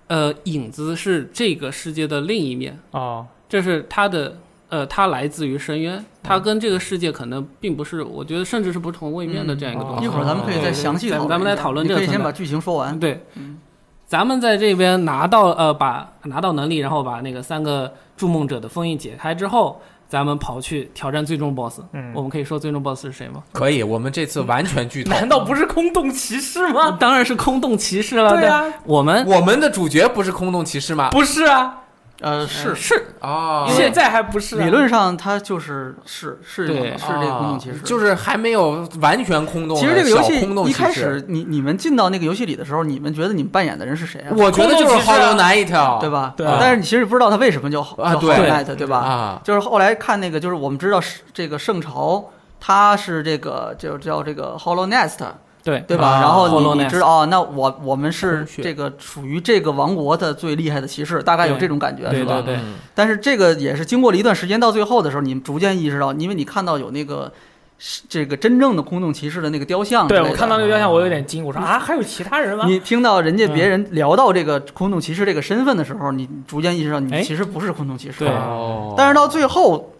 Speaker 3: 呃，影子是这个世界的另一面，
Speaker 1: 哦，
Speaker 3: 这是它的呃，它来自于深渊，它跟这个世界可能并不是，我觉得甚至是不同位面的这样一个
Speaker 1: 嗯
Speaker 3: 东
Speaker 1: 哦
Speaker 3: 西。
Speaker 4: 一会儿咱们可以再
Speaker 3: 对
Speaker 4: 详细讨
Speaker 3: 咱们
Speaker 4: 论一下，
Speaker 3: 咱们来讨论这个
Speaker 4: 你可以先
Speaker 3: 存在
Speaker 4: 把剧情说完。
Speaker 3: 对
Speaker 4: 嗯，
Speaker 3: 咱们在这边拿到呃，把拿到能力，然后把那个三个筑梦者的封印解开之后，咱们跑去挑战最终 BOSS。
Speaker 1: 嗯
Speaker 3: 我们可以说最终 BOSS 是谁吗？
Speaker 2: 可以，我们这次完全剧 透。
Speaker 1: 难道不是空洞骑士 吗？
Speaker 3: 当然是空洞骑士了。
Speaker 1: 对啊，
Speaker 3: 我们
Speaker 2: 我们的主角不是空洞骑士吗？
Speaker 1: 不是啊，
Speaker 4: 呃，是
Speaker 3: 是
Speaker 2: 哦，
Speaker 3: 因为
Speaker 1: 现在还不是啊
Speaker 4: 理论上它就是是是
Speaker 3: 对
Speaker 4: 是这个空洞骑士，
Speaker 2: 哦就是还没有完全空洞的。
Speaker 4: 其实这个游
Speaker 2: 小空洞
Speaker 4: 戏一
Speaker 2: 骑士
Speaker 4: 开始，你你们进到那个游戏里的时候，你们觉得你们扮演的人是谁啊？
Speaker 2: 我觉得就
Speaker 1: 空洞
Speaker 2: 是
Speaker 1: 骑士啊
Speaker 2: Hollow Knight，
Speaker 4: 对？吧？
Speaker 1: 对
Speaker 2: 啊
Speaker 4: 但是你其实不知道他为什么叫好
Speaker 2: 啊
Speaker 4: 叫
Speaker 2: 对
Speaker 4: Hollow Knight，对吧？
Speaker 2: 啊，
Speaker 4: 就是后来看那个，就是我们知道是这个圣朝，他是这个就叫这个 Hollow Nest，
Speaker 3: 对
Speaker 4: 对吧？
Speaker 2: 啊
Speaker 4: 然后你
Speaker 3: Hollow
Speaker 4: 你
Speaker 3: Nest
Speaker 4: 知道哦，那我我们是
Speaker 3: 红血
Speaker 4: 这个属于这个王国的最厉害的骑士，大概有
Speaker 3: 对
Speaker 4: 这种感觉，
Speaker 3: 对
Speaker 4: 是吧？
Speaker 3: 对对
Speaker 2: 嗯
Speaker 4: 但是这个也是经过了一段时间，到最后的时候，你逐渐意识到，因为你看到有那个是这个真正的空洞骑士的那个雕像之类
Speaker 1: 对
Speaker 4: 的，
Speaker 1: 我看到那个雕像，我有点惊，我说啊，还有其他人吗？
Speaker 4: 你听到人家别人聊到这个空洞骑士这个身份的时候，你逐渐意识到
Speaker 3: 哎
Speaker 4: 你其实不是空洞骑士，
Speaker 3: 对
Speaker 2: 哦
Speaker 4: 但是到最后，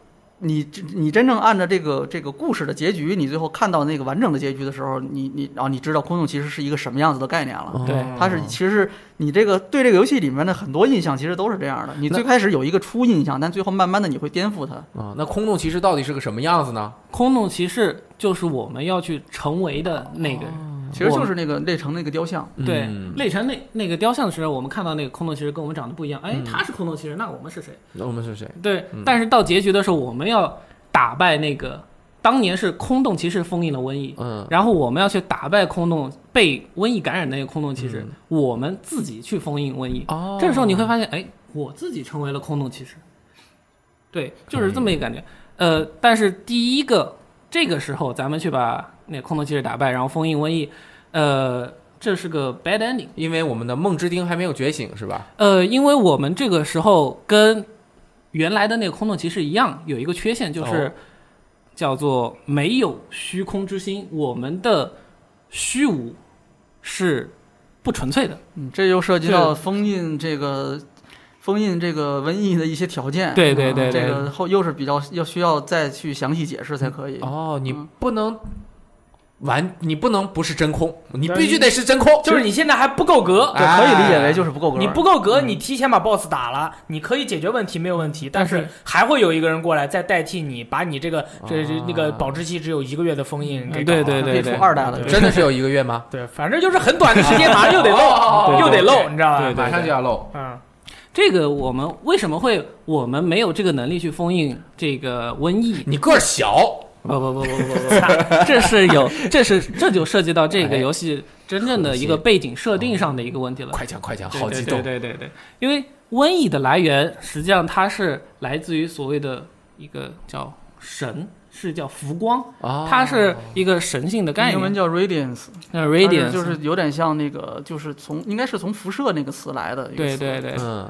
Speaker 4: 你真你真正按照这个这个故事的结局，你最后看到那个完整的结局的时候，你你啊，你知道空洞其实是一个什么样子的概念
Speaker 2: 哦
Speaker 4: 了。
Speaker 3: 对
Speaker 4: 它是其实是你这个对这个游戏里面的很多印象其实都是这样的。你最开始有一个初印象，但最后慢慢的你会颠覆它。
Speaker 2: 啊，那空洞骑士到底是个什么样子呢？
Speaker 3: 空洞骑士，就是我们要去成为的那个人。
Speaker 1: 哦
Speaker 4: 其实就是那个内城那个雕像，
Speaker 3: 对
Speaker 2: 嗯，
Speaker 3: 内城那那个雕像的时候，我们看到那个空洞骑士跟我们长得不一样。
Speaker 2: 嗯
Speaker 3: 哎，他是空洞骑士，那我们是谁？
Speaker 2: 那我们是谁？
Speaker 1: 嗯
Speaker 3: 对，但是到结局的时候，我们要打败那个当年是空洞骑士封印了瘟疫，
Speaker 2: 嗯，
Speaker 3: 然后我们要去打败空洞被瘟疫感染的那个空洞骑士，
Speaker 2: 嗯
Speaker 3: 我们自己去封印瘟疫。
Speaker 2: 哦
Speaker 3: 这时候你会发现，哎，我自己成为了空洞骑士。对，就是这么一个感觉。呃，但是第一个这个时候咱们去把那个空洞骑士打败，然后封印瘟疫，呃，这是个 bad ending。
Speaker 2: 因为我们的梦之钉还没有觉醒，是吧？
Speaker 3: 呃，因为我们这个时候跟原来的那个空洞骑士一样，有一个缺陷，就是
Speaker 2: 哦
Speaker 3: 叫做没有虚空之心。我们的虚无是不纯粹的，
Speaker 4: 嗯，这又涉及到
Speaker 3: 这
Speaker 4: 封印这个封印这个瘟疫的一些条件。
Speaker 3: 对对
Speaker 4: 啊
Speaker 3: 对对
Speaker 4: 这个后又是比较要需要再去详细解释才可以。
Speaker 2: 哦，你
Speaker 4: 嗯
Speaker 2: 不能完，你不能不是真空，你
Speaker 1: 对
Speaker 2: 必须得是真空，
Speaker 1: 就是你现在还不够格，
Speaker 4: 对，可以理解
Speaker 2: 哎
Speaker 4: 为就是不够格。
Speaker 1: 你不够格，你提前把 BOSS 打了，你可以解决问题，没有问题，但是
Speaker 3: 但是
Speaker 1: 还会有一个人过来再代替你，把你这个这这
Speaker 2: 啊
Speaker 1: 那个保质期只有一个月的封印给
Speaker 3: 嗯
Speaker 1: 搞了
Speaker 3: 对对对
Speaker 4: 可以出二代了，
Speaker 1: 对
Speaker 2: 真的是有一个 月吗？
Speaker 1: 对，反正就是很短的时间，马上又得漏，
Speaker 2: 哦
Speaker 1: 又得
Speaker 3: 对
Speaker 1: 漏，你知道吧？
Speaker 3: 对对
Speaker 2: 马上就要漏。
Speaker 1: 嗯，
Speaker 3: 这个我们为什么会我们没有这个能力去封印这个瘟疫？
Speaker 2: 你个儿小，
Speaker 3: 不不不不不不不，这是有这是这就涉及到这个游戏真正的一个背景设定上的一个问题了。
Speaker 2: 快讲快讲，
Speaker 3: 对
Speaker 2: 好激动。
Speaker 3: 对对对对对，因为瘟疫的来源实际上它是来自于所谓的一个叫神，是叫浮光，
Speaker 2: 啊
Speaker 3: 它是一个神性的概
Speaker 4: 英文
Speaker 3: 念。
Speaker 4: 叫 radiance，
Speaker 3: 那
Speaker 4: 但是
Speaker 3: radiance
Speaker 4: 就是有点像那个，就是从应该是从辐射那个词来的一个
Speaker 3: 对
Speaker 4: 词。
Speaker 3: 对对，
Speaker 2: 嗯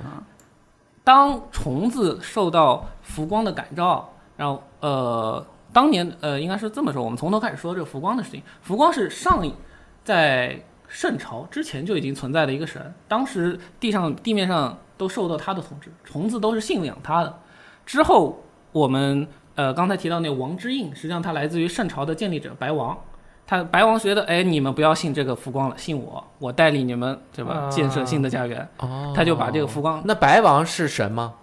Speaker 3: 当虫子受到浮光的感召，然后呃，当年呃，应该是这么说，我们从头开始说这个浮光的事情。浮光是上一在圣朝之前就已经存在的一个神，当时地上地面上都受到他的统治，虫子都是信仰他的。之后我们呃刚才提到那个王之印，实际上它来自于圣朝的建立者白王。他白王觉得，哎，你们不要信这个浮光了，信我，我带领你们，对吧？
Speaker 1: 啊
Speaker 3: 建设新的家园。
Speaker 2: 哦
Speaker 3: 他就把这个浮光
Speaker 2: 那白王是神吗？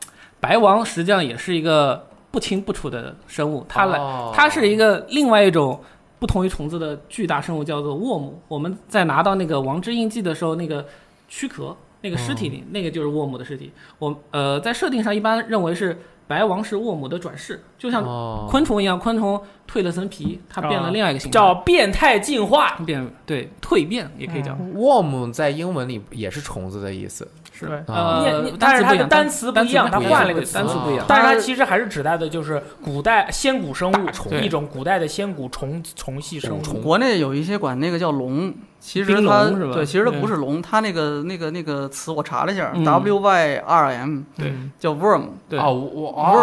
Speaker 3: 白王实际上也是一个不清不楚的生物，它来，
Speaker 2: 哦
Speaker 3: 它是一个另外一种不同于虫子的巨大生物，叫做沃姆。我们在拿到那个王之印记的时候，那个躯壳、那个尸体
Speaker 2: 哦
Speaker 3: 里，那个就是沃姆的尸体。我呃，在设定上一般认为是白王是沃姆的转世，就像
Speaker 2: 哦
Speaker 3: 昆虫一样，昆虫蜕了层皮，它变了另外一个形态，
Speaker 1: 叫变态进化，
Speaker 3: 变对蜕变也可以叫。
Speaker 2: 嗯 worm 在英文里也是虫子的意思。
Speaker 1: 是
Speaker 2: 啊
Speaker 1: 你也
Speaker 3: 呃
Speaker 1: 你，但是它
Speaker 3: 单词不一
Speaker 1: 的
Speaker 3: 样
Speaker 1: 单词不一样，它换
Speaker 3: 单词不一样
Speaker 1: 了一个词
Speaker 3: 单词不一样。
Speaker 1: 但是它其实还是指代的就是古代仙骨生物，
Speaker 3: 对
Speaker 1: 一种古代的仙骨虫虫系生物。
Speaker 2: 虫
Speaker 4: 国内有一些管那个叫龙，其实
Speaker 3: 冰
Speaker 4: 它
Speaker 3: 龙是吧
Speaker 4: 对，其实它
Speaker 3: 对
Speaker 4: 不是龙，它那个那个那个词我查了一下
Speaker 3: 嗯
Speaker 4: ，W Y R M
Speaker 3: 对
Speaker 4: 叫 worm，嗯
Speaker 3: 对
Speaker 2: 哦，我
Speaker 3: Worm，Worm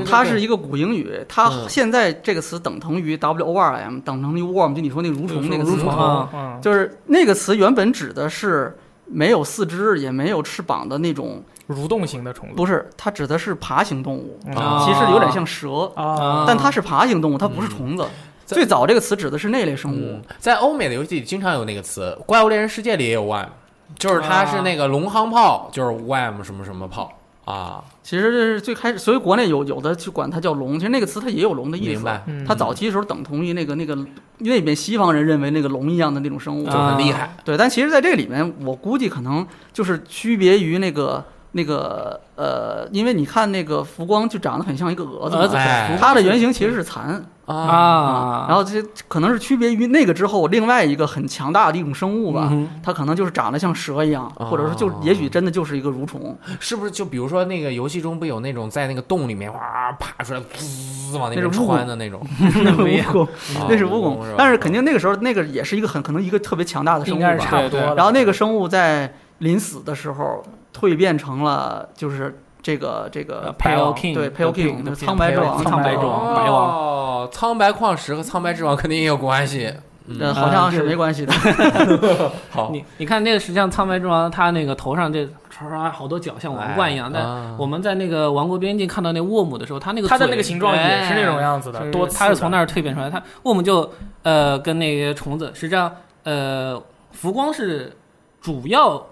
Speaker 2: 哦，
Speaker 4: 它是一个古英语，它
Speaker 2: 嗯
Speaker 4: 现在这个词等同于 W O R M，等同于 worm，就你说那蠕虫那个词，
Speaker 3: 蠕虫
Speaker 1: 啊
Speaker 3: 啊，
Speaker 1: 嗯
Speaker 4: 就是那个词原本指的是没有四肢也没有翅膀的那种，
Speaker 1: 蠕动型的
Speaker 3: 嗯
Speaker 1: 虫子
Speaker 4: 不是，它指的是爬行动物，
Speaker 1: 嗯
Speaker 2: 啊
Speaker 4: 其实有点像蛇，
Speaker 1: 啊，
Speaker 4: 但它是爬行动物，它不
Speaker 3: 嗯
Speaker 4: 是虫子。最早这个词指的是那类生物
Speaker 2: 嗯，，在欧美的游戏里经常有那个词，《怪物猎人世界》里也有 worm，就是它是那个龙航炮，就是 worm 什么什么炮啊。
Speaker 4: 其实这是最开始，所以国内有有的去管它叫龙，其实那个词它也有龙的意
Speaker 2: 明
Speaker 4: 思。
Speaker 2: 白，
Speaker 1: 嗯
Speaker 4: 它早期的时候等同于那个那个那边西方人认为那个龙一样的那种生物，啊
Speaker 2: 就很厉害。
Speaker 4: 对，但其实在这里面，我估计可能就是区别于那个那个呃，因为你看那个浮光就长得很像一个蛾子嘛，
Speaker 3: 蛾子
Speaker 2: 哎
Speaker 4: 它的原型其实是蚕
Speaker 2: 啊
Speaker 3: 啊，
Speaker 4: 然后这可能是区别于那个之后另外一个很强大的一种生物吧，
Speaker 3: 嗯哼
Speaker 4: 它可能就是长得像蛇一样，或者说就
Speaker 2: 哦
Speaker 4: 也许真的就是一个蠕虫，
Speaker 2: 啊是不是就比如说那个游戏中不有那种在那个洞里面哇爬出来，滋往那
Speaker 4: 那
Speaker 2: 边
Speaker 4: 是蜈蚣
Speaker 2: 穿的那种？
Speaker 4: 那是蜈蚣，那是
Speaker 2: 啊
Speaker 4: 蜈
Speaker 2: 蚣
Speaker 4: 蚣
Speaker 2: 是吧，
Speaker 4: 但是肯定那个时候那个也是一个很可能一个特别强大的生
Speaker 1: 应
Speaker 4: 物
Speaker 1: 该是
Speaker 4: 吧，
Speaker 1: 差不多
Speaker 3: 对
Speaker 1: 了。
Speaker 3: 对
Speaker 4: 然后那个生物在临死的时候蜕变成了就是这个这个
Speaker 3: 呃 Pale
Speaker 4: 白
Speaker 3: King，
Speaker 4: 对 Pale
Speaker 3: The
Speaker 4: King，
Speaker 3: Pink，
Speaker 4: 就是
Speaker 3: The
Speaker 4: 苍白之
Speaker 3: Pale
Speaker 4: 王，
Speaker 3: King，苍白之王白王
Speaker 2: 哦，啊苍白矿石和苍白之王肯定也有关系。
Speaker 4: 呃，
Speaker 2: 嗯，
Speaker 4: 好像是没关系的。
Speaker 2: 好，
Speaker 3: 你你看那个，实际上苍白之王他那个头上这唰唰好多角，像王冠一样。
Speaker 2: 哎
Speaker 3: 但
Speaker 2: 啊
Speaker 3: 我们在那个王国边境看到那沃姆的时候，他那个
Speaker 1: 嗯它的
Speaker 3: 嘴
Speaker 1: 那个形状也是那种样子
Speaker 3: 哎
Speaker 1: 的，
Speaker 3: 是
Speaker 1: 多刺的
Speaker 3: 他是从那儿蜕变出来。他沃姆就呃跟那个虫子，实际上呃浮光是主要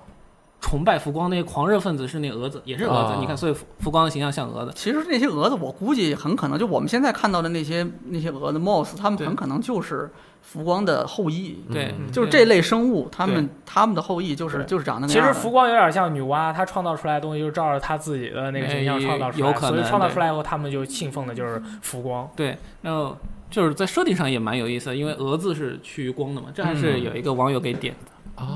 Speaker 3: 崇拜浮光那些狂热分子是那蛾子，也是蛾子。
Speaker 2: 哦
Speaker 3: 你看，所以浮浮光的形象像蛾子。
Speaker 4: 其实那些蛾子，我估计很可能就我们现在看到的那些那些蛾子 moss，它们
Speaker 3: 对
Speaker 4: 很可能就是浮光的后裔，
Speaker 3: 对，
Speaker 1: 嗯
Speaker 3: 嗯
Speaker 4: 就是
Speaker 3: 对
Speaker 4: 这类生物，它们它们的后裔就是就是长得那
Speaker 1: 其
Speaker 4: 样
Speaker 1: 实
Speaker 4: 的。
Speaker 1: 浮光有点像女娲，她创造出来的东西就是照着她自己的那个形象
Speaker 3: 哎
Speaker 1: 创造出
Speaker 3: 有
Speaker 1: 来，
Speaker 3: 可能
Speaker 1: 所以创造出来以后，他们就信奉的就是浮光。
Speaker 3: 对，然后就是在设定上也蛮有意思的，因为蛾子是趋于光的嘛，这还是
Speaker 2: 嗯
Speaker 3: 有一个网友给点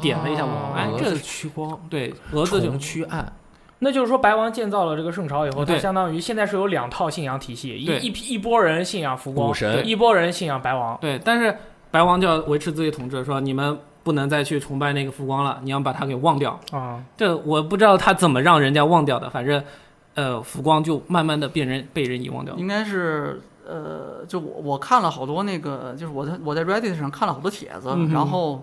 Speaker 3: 点了一下我，哎，这
Speaker 2: 啊是趋光，
Speaker 3: 对蛾子就
Speaker 2: 虫趋暗，
Speaker 1: 那就是说，白王建造了这个圣朝以后，
Speaker 3: 对
Speaker 1: 它相当于现在是有两套信仰体系，一
Speaker 3: 对
Speaker 1: 一批一波人信仰浮光
Speaker 2: 武，神
Speaker 1: 一波人信仰白王。
Speaker 3: 对，但是白王就要维持自己统治，说你们不能再去崇拜那个浮光了，你要把它给忘掉。
Speaker 1: 啊，
Speaker 3: 这我不知道他怎么让人家忘掉的，反正，呃，浮光就慢慢的被人被人遗忘掉了。
Speaker 4: 应该是呃，就我我看了好多那个，就是我在我在 Reddit 上看了好多帖子，
Speaker 3: 嗯哼
Speaker 4: 然后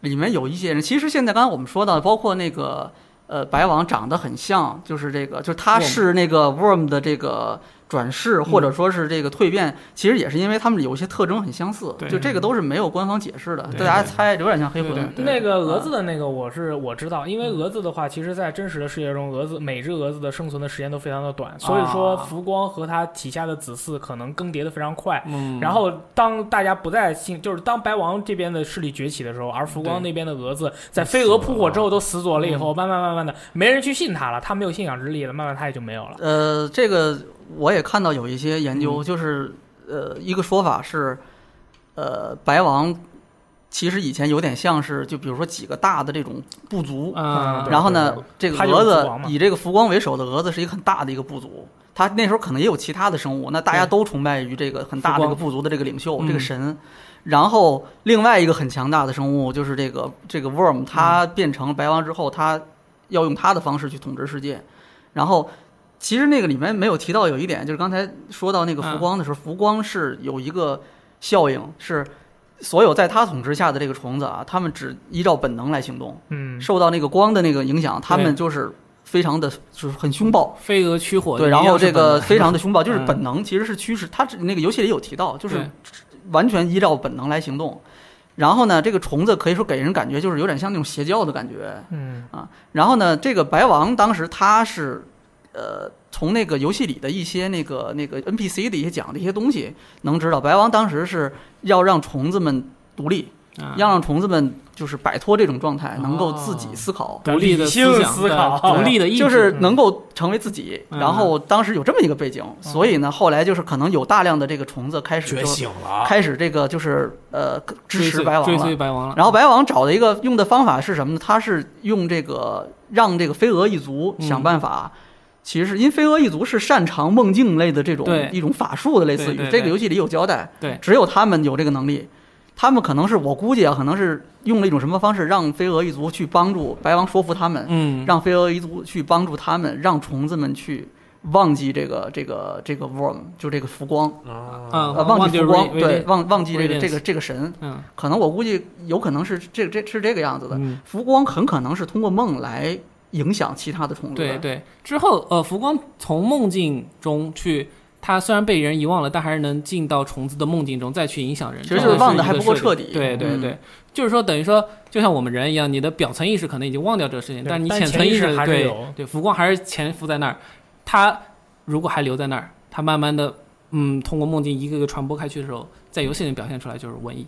Speaker 4: 里面有一些人，其实现在刚才我们说到，包括那个呃白王长得很像，就是这个，就是他
Speaker 3: ，Worm 嗯
Speaker 4: 是那个 Worm 的这个转世或者说是这个蜕变，其实也是因为他们有一些特征很相似
Speaker 3: 对，
Speaker 4: 就这个都是没有官方解释的，
Speaker 3: 对
Speaker 4: 大家猜有点像黑
Speaker 3: 对啊嗯
Speaker 4: 魂。
Speaker 1: 那个蛾子的那个我是我知道，因为蛾子的话，其实在真实的世界中，蛾子每只蛾子的生存的时间都非常的短，所以说
Speaker 3: 啊
Speaker 1: 浮光和它体下的子嗣可能更迭的非常快。
Speaker 3: 嗯，
Speaker 1: 然后当大家不再信，就是当白王这边的势力崛起的时候，而浮光
Speaker 3: 对嗯
Speaker 1: 那边的蛾子在飞蛾扑火之后都死左了以后，慢慢慢慢的没人去信他了，他没有信仰之力了，慢慢他也就没有了。
Speaker 4: 呃，这个我也看到有一些研究，就是呃，一个说法是，呃，白王其实以前有点像是，就比如说几个大的这种部族，
Speaker 3: 啊，
Speaker 1: 对
Speaker 4: 然后嗯呢，这个
Speaker 1: 它就是
Speaker 4: 蛾
Speaker 1: 蝠
Speaker 4: 子
Speaker 1: 王嘛
Speaker 4: 以这个浮光为首的蛾子是一个很大的一个部族，它那时候可能也有其他的生物，那大家都崇拜于这个很大
Speaker 3: 蝠
Speaker 4: 的这
Speaker 3: 光
Speaker 4: 个部族的这个领袖
Speaker 3: 嗯
Speaker 4: 这个神。然后另外一个很强大的生物就是这个这个
Speaker 1: 嗯
Speaker 4: worm，它变成白王之后，它要用它的方式去统治世界。然后其实那个里面没有提到有一点，就是刚才说到那
Speaker 1: 嗯
Speaker 4: 个浮光的时候，浮光是有一个效应是。所有在它统治下的这个虫子啊，它们只依照本能来行动，
Speaker 1: 嗯，
Speaker 4: 受到那个光的那个影响，他们就是非常的就是很凶暴，
Speaker 3: 飞蛾驱火，
Speaker 4: 对，
Speaker 3: 一
Speaker 4: 然
Speaker 3: 定
Speaker 4: 后
Speaker 3: 要是
Speaker 4: 这个
Speaker 3: 本能
Speaker 4: 非常的凶暴，就是
Speaker 3: 嗯
Speaker 4: 本能其实是驱使它只那个游戏里有提到，就是
Speaker 3: 对
Speaker 4: 完全依照本能来行动。然后呢，这个虫子可以说给人感觉就是有点像那种邪教的感觉
Speaker 1: 嗯
Speaker 4: 啊。然后呢，这个白王当时他是，呃，从那个游戏里的一些那个呃那个 NPC 的一些讲的一些东西，能知道白王当时是要让虫子们独立，
Speaker 3: 嗯
Speaker 4: 要让虫子们就是摆脱这种状态，能够自己
Speaker 2: 哦
Speaker 4: 思考。
Speaker 3: 独立的
Speaker 1: 理性
Speaker 3: 想
Speaker 1: 思考
Speaker 3: 对独立的意志，
Speaker 4: 就是能够成为自己。
Speaker 3: 嗯
Speaker 4: 然后当时有这么一个背景，所以呢，后来就是可能有大量的这个虫子开始
Speaker 2: 觉
Speaker 4: 就
Speaker 2: 醒了，
Speaker 4: 开始这个就是呃支
Speaker 3: 追
Speaker 4: 持
Speaker 3: 随
Speaker 4: 白王
Speaker 3: 追
Speaker 4: 了
Speaker 3: 随。白王了，
Speaker 4: 然后白王找的一个用的方法是什么呢？他是用这个让这个飞蛾一族
Speaker 3: 嗯
Speaker 4: 想办法。其实是，因为飞蛾一族是擅长梦境类的这种
Speaker 3: 对
Speaker 4: 一种法术的，类似
Speaker 3: 对
Speaker 4: 于
Speaker 3: 对对
Speaker 4: 这个游戏里有交代，
Speaker 3: 对
Speaker 4: 只有他们有这个能力。他们可能是我估计啊，可能是用了一种什么方式让飞蛾一族去帮助白王说服他们，
Speaker 3: 嗯，
Speaker 4: 让飞蛾一族去帮助他们，让虫子们去忘记这个这个这个 worm，就这个浮光，
Speaker 2: 啊，
Speaker 3: 嗯
Speaker 4: 呃，忘记浮光，
Speaker 3: 瑞
Speaker 4: 对，，忘忘记这个
Speaker 3: Radiance
Speaker 4: 这个这个神，
Speaker 3: 嗯
Speaker 4: 可能我估计有可能是这这是这个样子的。
Speaker 3: 嗯，
Speaker 4: 浮光很可能是通过梦来影响其他的虫子
Speaker 3: 对
Speaker 4: 的，
Speaker 3: 对。之后呃，浮光从梦境中去。他虽然被人遗忘了，但还是能进到虫子的梦境中，再去影响人。
Speaker 4: 其实
Speaker 3: 这
Speaker 4: 就是忘
Speaker 3: 一
Speaker 4: 得
Speaker 3: 个
Speaker 4: 还不够
Speaker 3: 设计
Speaker 4: 彻底
Speaker 3: 对对
Speaker 4: 嗯
Speaker 3: 对，就是说等于说，就像我们人一样，你的表层意识可能已经忘掉这个事情，
Speaker 1: 对
Speaker 3: 但是你
Speaker 1: 但
Speaker 3: 浅
Speaker 1: 潜
Speaker 3: 层
Speaker 1: 意识
Speaker 3: 识
Speaker 1: 还是
Speaker 3: 对
Speaker 1: 有
Speaker 3: 对，浮光还是潜伏在那儿。它如果还留在那儿，它慢慢的，嗯，通过梦境一个个传播开去的时候，在游戏里表现出来就是文艺，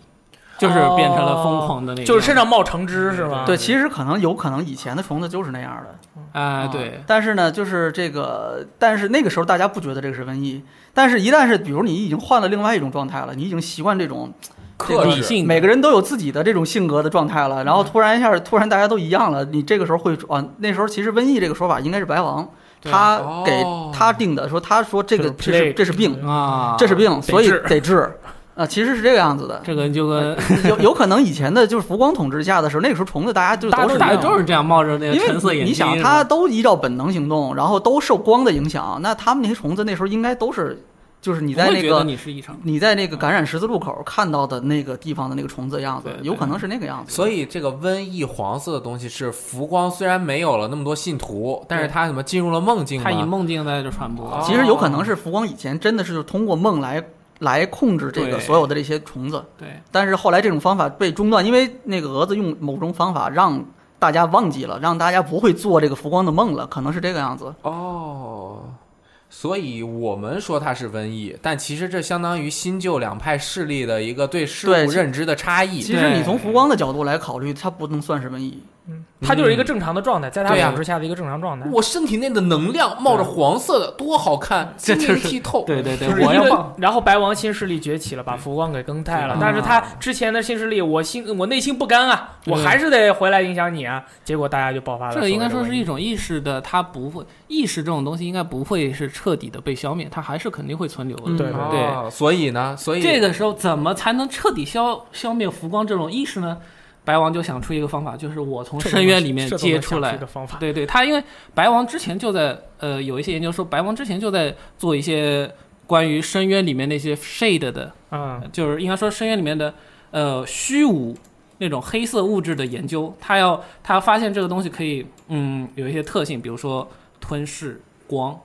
Speaker 3: 就是变成了疯狂的
Speaker 4: 哦
Speaker 3: 那个样子，
Speaker 1: 就是身上冒橙汁是吗？
Speaker 4: 对，其实可能有可能以前的虫子就是那样的，
Speaker 3: 啊，
Speaker 4: 啊
Speaker 3: 对，
Speaker 4: 但是呢，就是这个，但是那个时候大家不觉得这个是瘟疫，但是一旦是比如你已经换了另外一种状态了，你已经习惯这种这
Speaker 2: 克
Speaker 4: 个
Speaker 2: 制
Speaker 3: 理性的嗯
Speaker 4: 每个人都有自己的这种性格的状态了，然后突然一下，突然大家都一样了，你这个时候会啊，那时候其实瘟疫这个说法应该是白王
Speaker 3: 对
Speaker 4: 他给
Speaker 2: 哦
Speaker 4: 他定的，说他说这个
Speaker 1: 就是
Speaker 4: 这是
Speaker 1: plague
Speaker 4: 这是病，
Speaker 3: 啊，
Speaker 4: 这是病，所以
Speaker 1: 治
Speaker 4: 得治啊，其实是这个样子 的。
Speaker 3: 这个就跟
Speaker 4: 有有可能以前的就是浮光统治下的时候，那个时候虫子大家就
Speaker 3: 大
Speaker 4: 是
Speaker 3: 陆
Speaker 4: 那
Speaker 3: 打
Speaker 4: 样
Speaker 3: 的都是这样冒着那个
Speaker 4: 因为
Speaker 3: 橙色
Speaker 4: 你
Speaker 3: 眼睛，
Speaker 4: 你想，它都依照本能行动，然后都受光的影响，那他们那些虫子那时候应该都是，就是你
Speaker 3: 你
Speaker 4: 在那
Speaker 3: 觉得
Speaker 4: 个
Speaker 3: 你是异常，
Speaker 4: 你在那个感染十字路口看到的那个地方的那个虫子的样子
Speaker 3: 对，对
Speaker 4: 有可能是那个样子。
Speaker 2: 所以这个瘟疫黄色的东西是浮光，虽然没有了那么多信徒，但是他怎么进入了梦境
Speaker 3: 他以
Speaker 2: 吗？
Speaker 3: 梦境在这传播，
Speaker 2: 哦
Speaker 4: 其实有可能是浮光以前真的是就是通过梦来来控制这个
Speaker 3: 对
Speaker 4: 所有的这些虫子，
Speaker 3: 对
Speaker 4: 但是后来这种方法被中断，因为那个蛾子用某种方法让大家忘记了，让大家不会做这个浮光的梦了，可能是这个样子。
Speaker 2: 哦，所以我们说它是瘟疫，但其实这相当于新旧两派势力的一个对事
Speaker 4: 对
Speaker 2: 物
Speaker 4: 其
Speaker 2: 认知的差异。
Speaker 4: 其实你
Speaker 3: 对
Speaker 4: 从浮光的角度来考虑，它不能算是瘟疫。
Speaker 1: 它嗯就是一个正常的状态，在它
Speaker 2: 对呀
Speaker 1: 统治下的一个正常状态。
Speaker 3: 嗯
Speaker 2: 我身体内的能量冒着黄色的，多好看，
Speaker 3: 这
Speaker 2: 晶
Speaker 3: 就是
Speaker 2: 莹剔透。
Speaker 3: 对对对
Speaker 1: 就是，
Speaker 3: 我
Speaker 1: 一
Speaker 3: 要
Speaker 1: 个
Speaker 3: 放，
Speaker 1: 然后白王新势力崛起了，把浮光给更替了
Speaker 3: 嗯。
Speaker 1: 但是他之前的新势力，我心我内心不甘啊，我还是得回来影响你啊。结果大家就爆发了。
Speaker 3: 这个应该说是一
Speaker 1: 种
Speaker 3: 种意识的，它不会意识这种东西应该不会是彻底的被消灭，它还是肯定会存留的。
Speaker 4: 嗯
Speaker 1: 对
Speaker 3: 对
Speaker 2: 哦所以呢，所以
Speaker 3: 这个时候怎么才能彻底消消灭浮光这种意识呢？白王就想出一个方法，就是我从深渊里面接出来
Speaker 1: 这都能想一。个方法。
Speaker 3: 对对，他因为白王之前就在呃有一些研究说，白王之前就在做一些关于深渊里面那些 shade 的，
Speaker 1: 嗯，
Speaker 3: 就是应该说深渊里面的呃虚无那种黑色物质的研究。他要他发现这个东西可以嗯有一些特性，比如说吞噬光，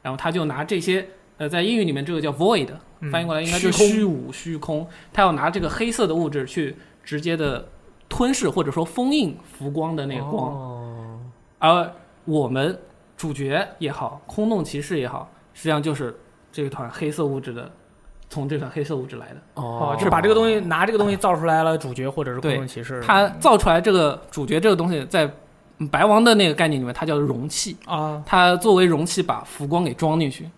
Speaker 3: 然后他就拿这些呃，在英语里面这个叫 void，
Speaker 1: 嗯
Speaker 3: 翻译过来应该是
Speaker 1: 虚空
Speaker 3: 虚无、虚空。它要拿这个黑色的物质去直接的吞噬或者说封印浮光的那个光。
Speaker 2: 哦，
Speaker 3: 而我们主角也好，空洞骑士也好，实际上就是这团黑色物质的，从这团黑色物质来的。
Speaker 1: 哦
Speaker 2: 哦，，
Speaker 1: 就是把这个东西拿这个东西造出来了，主角或者是空
Speaker 3: 对
Speaker 1: 洞骑士，
Speaker 3: 它造出来这个主角这个东西，在嗯白王的那个概念里面，它叫容器，
Speaker 1: 啊，
Speaker 3: 它作为容器把浮光给装进去。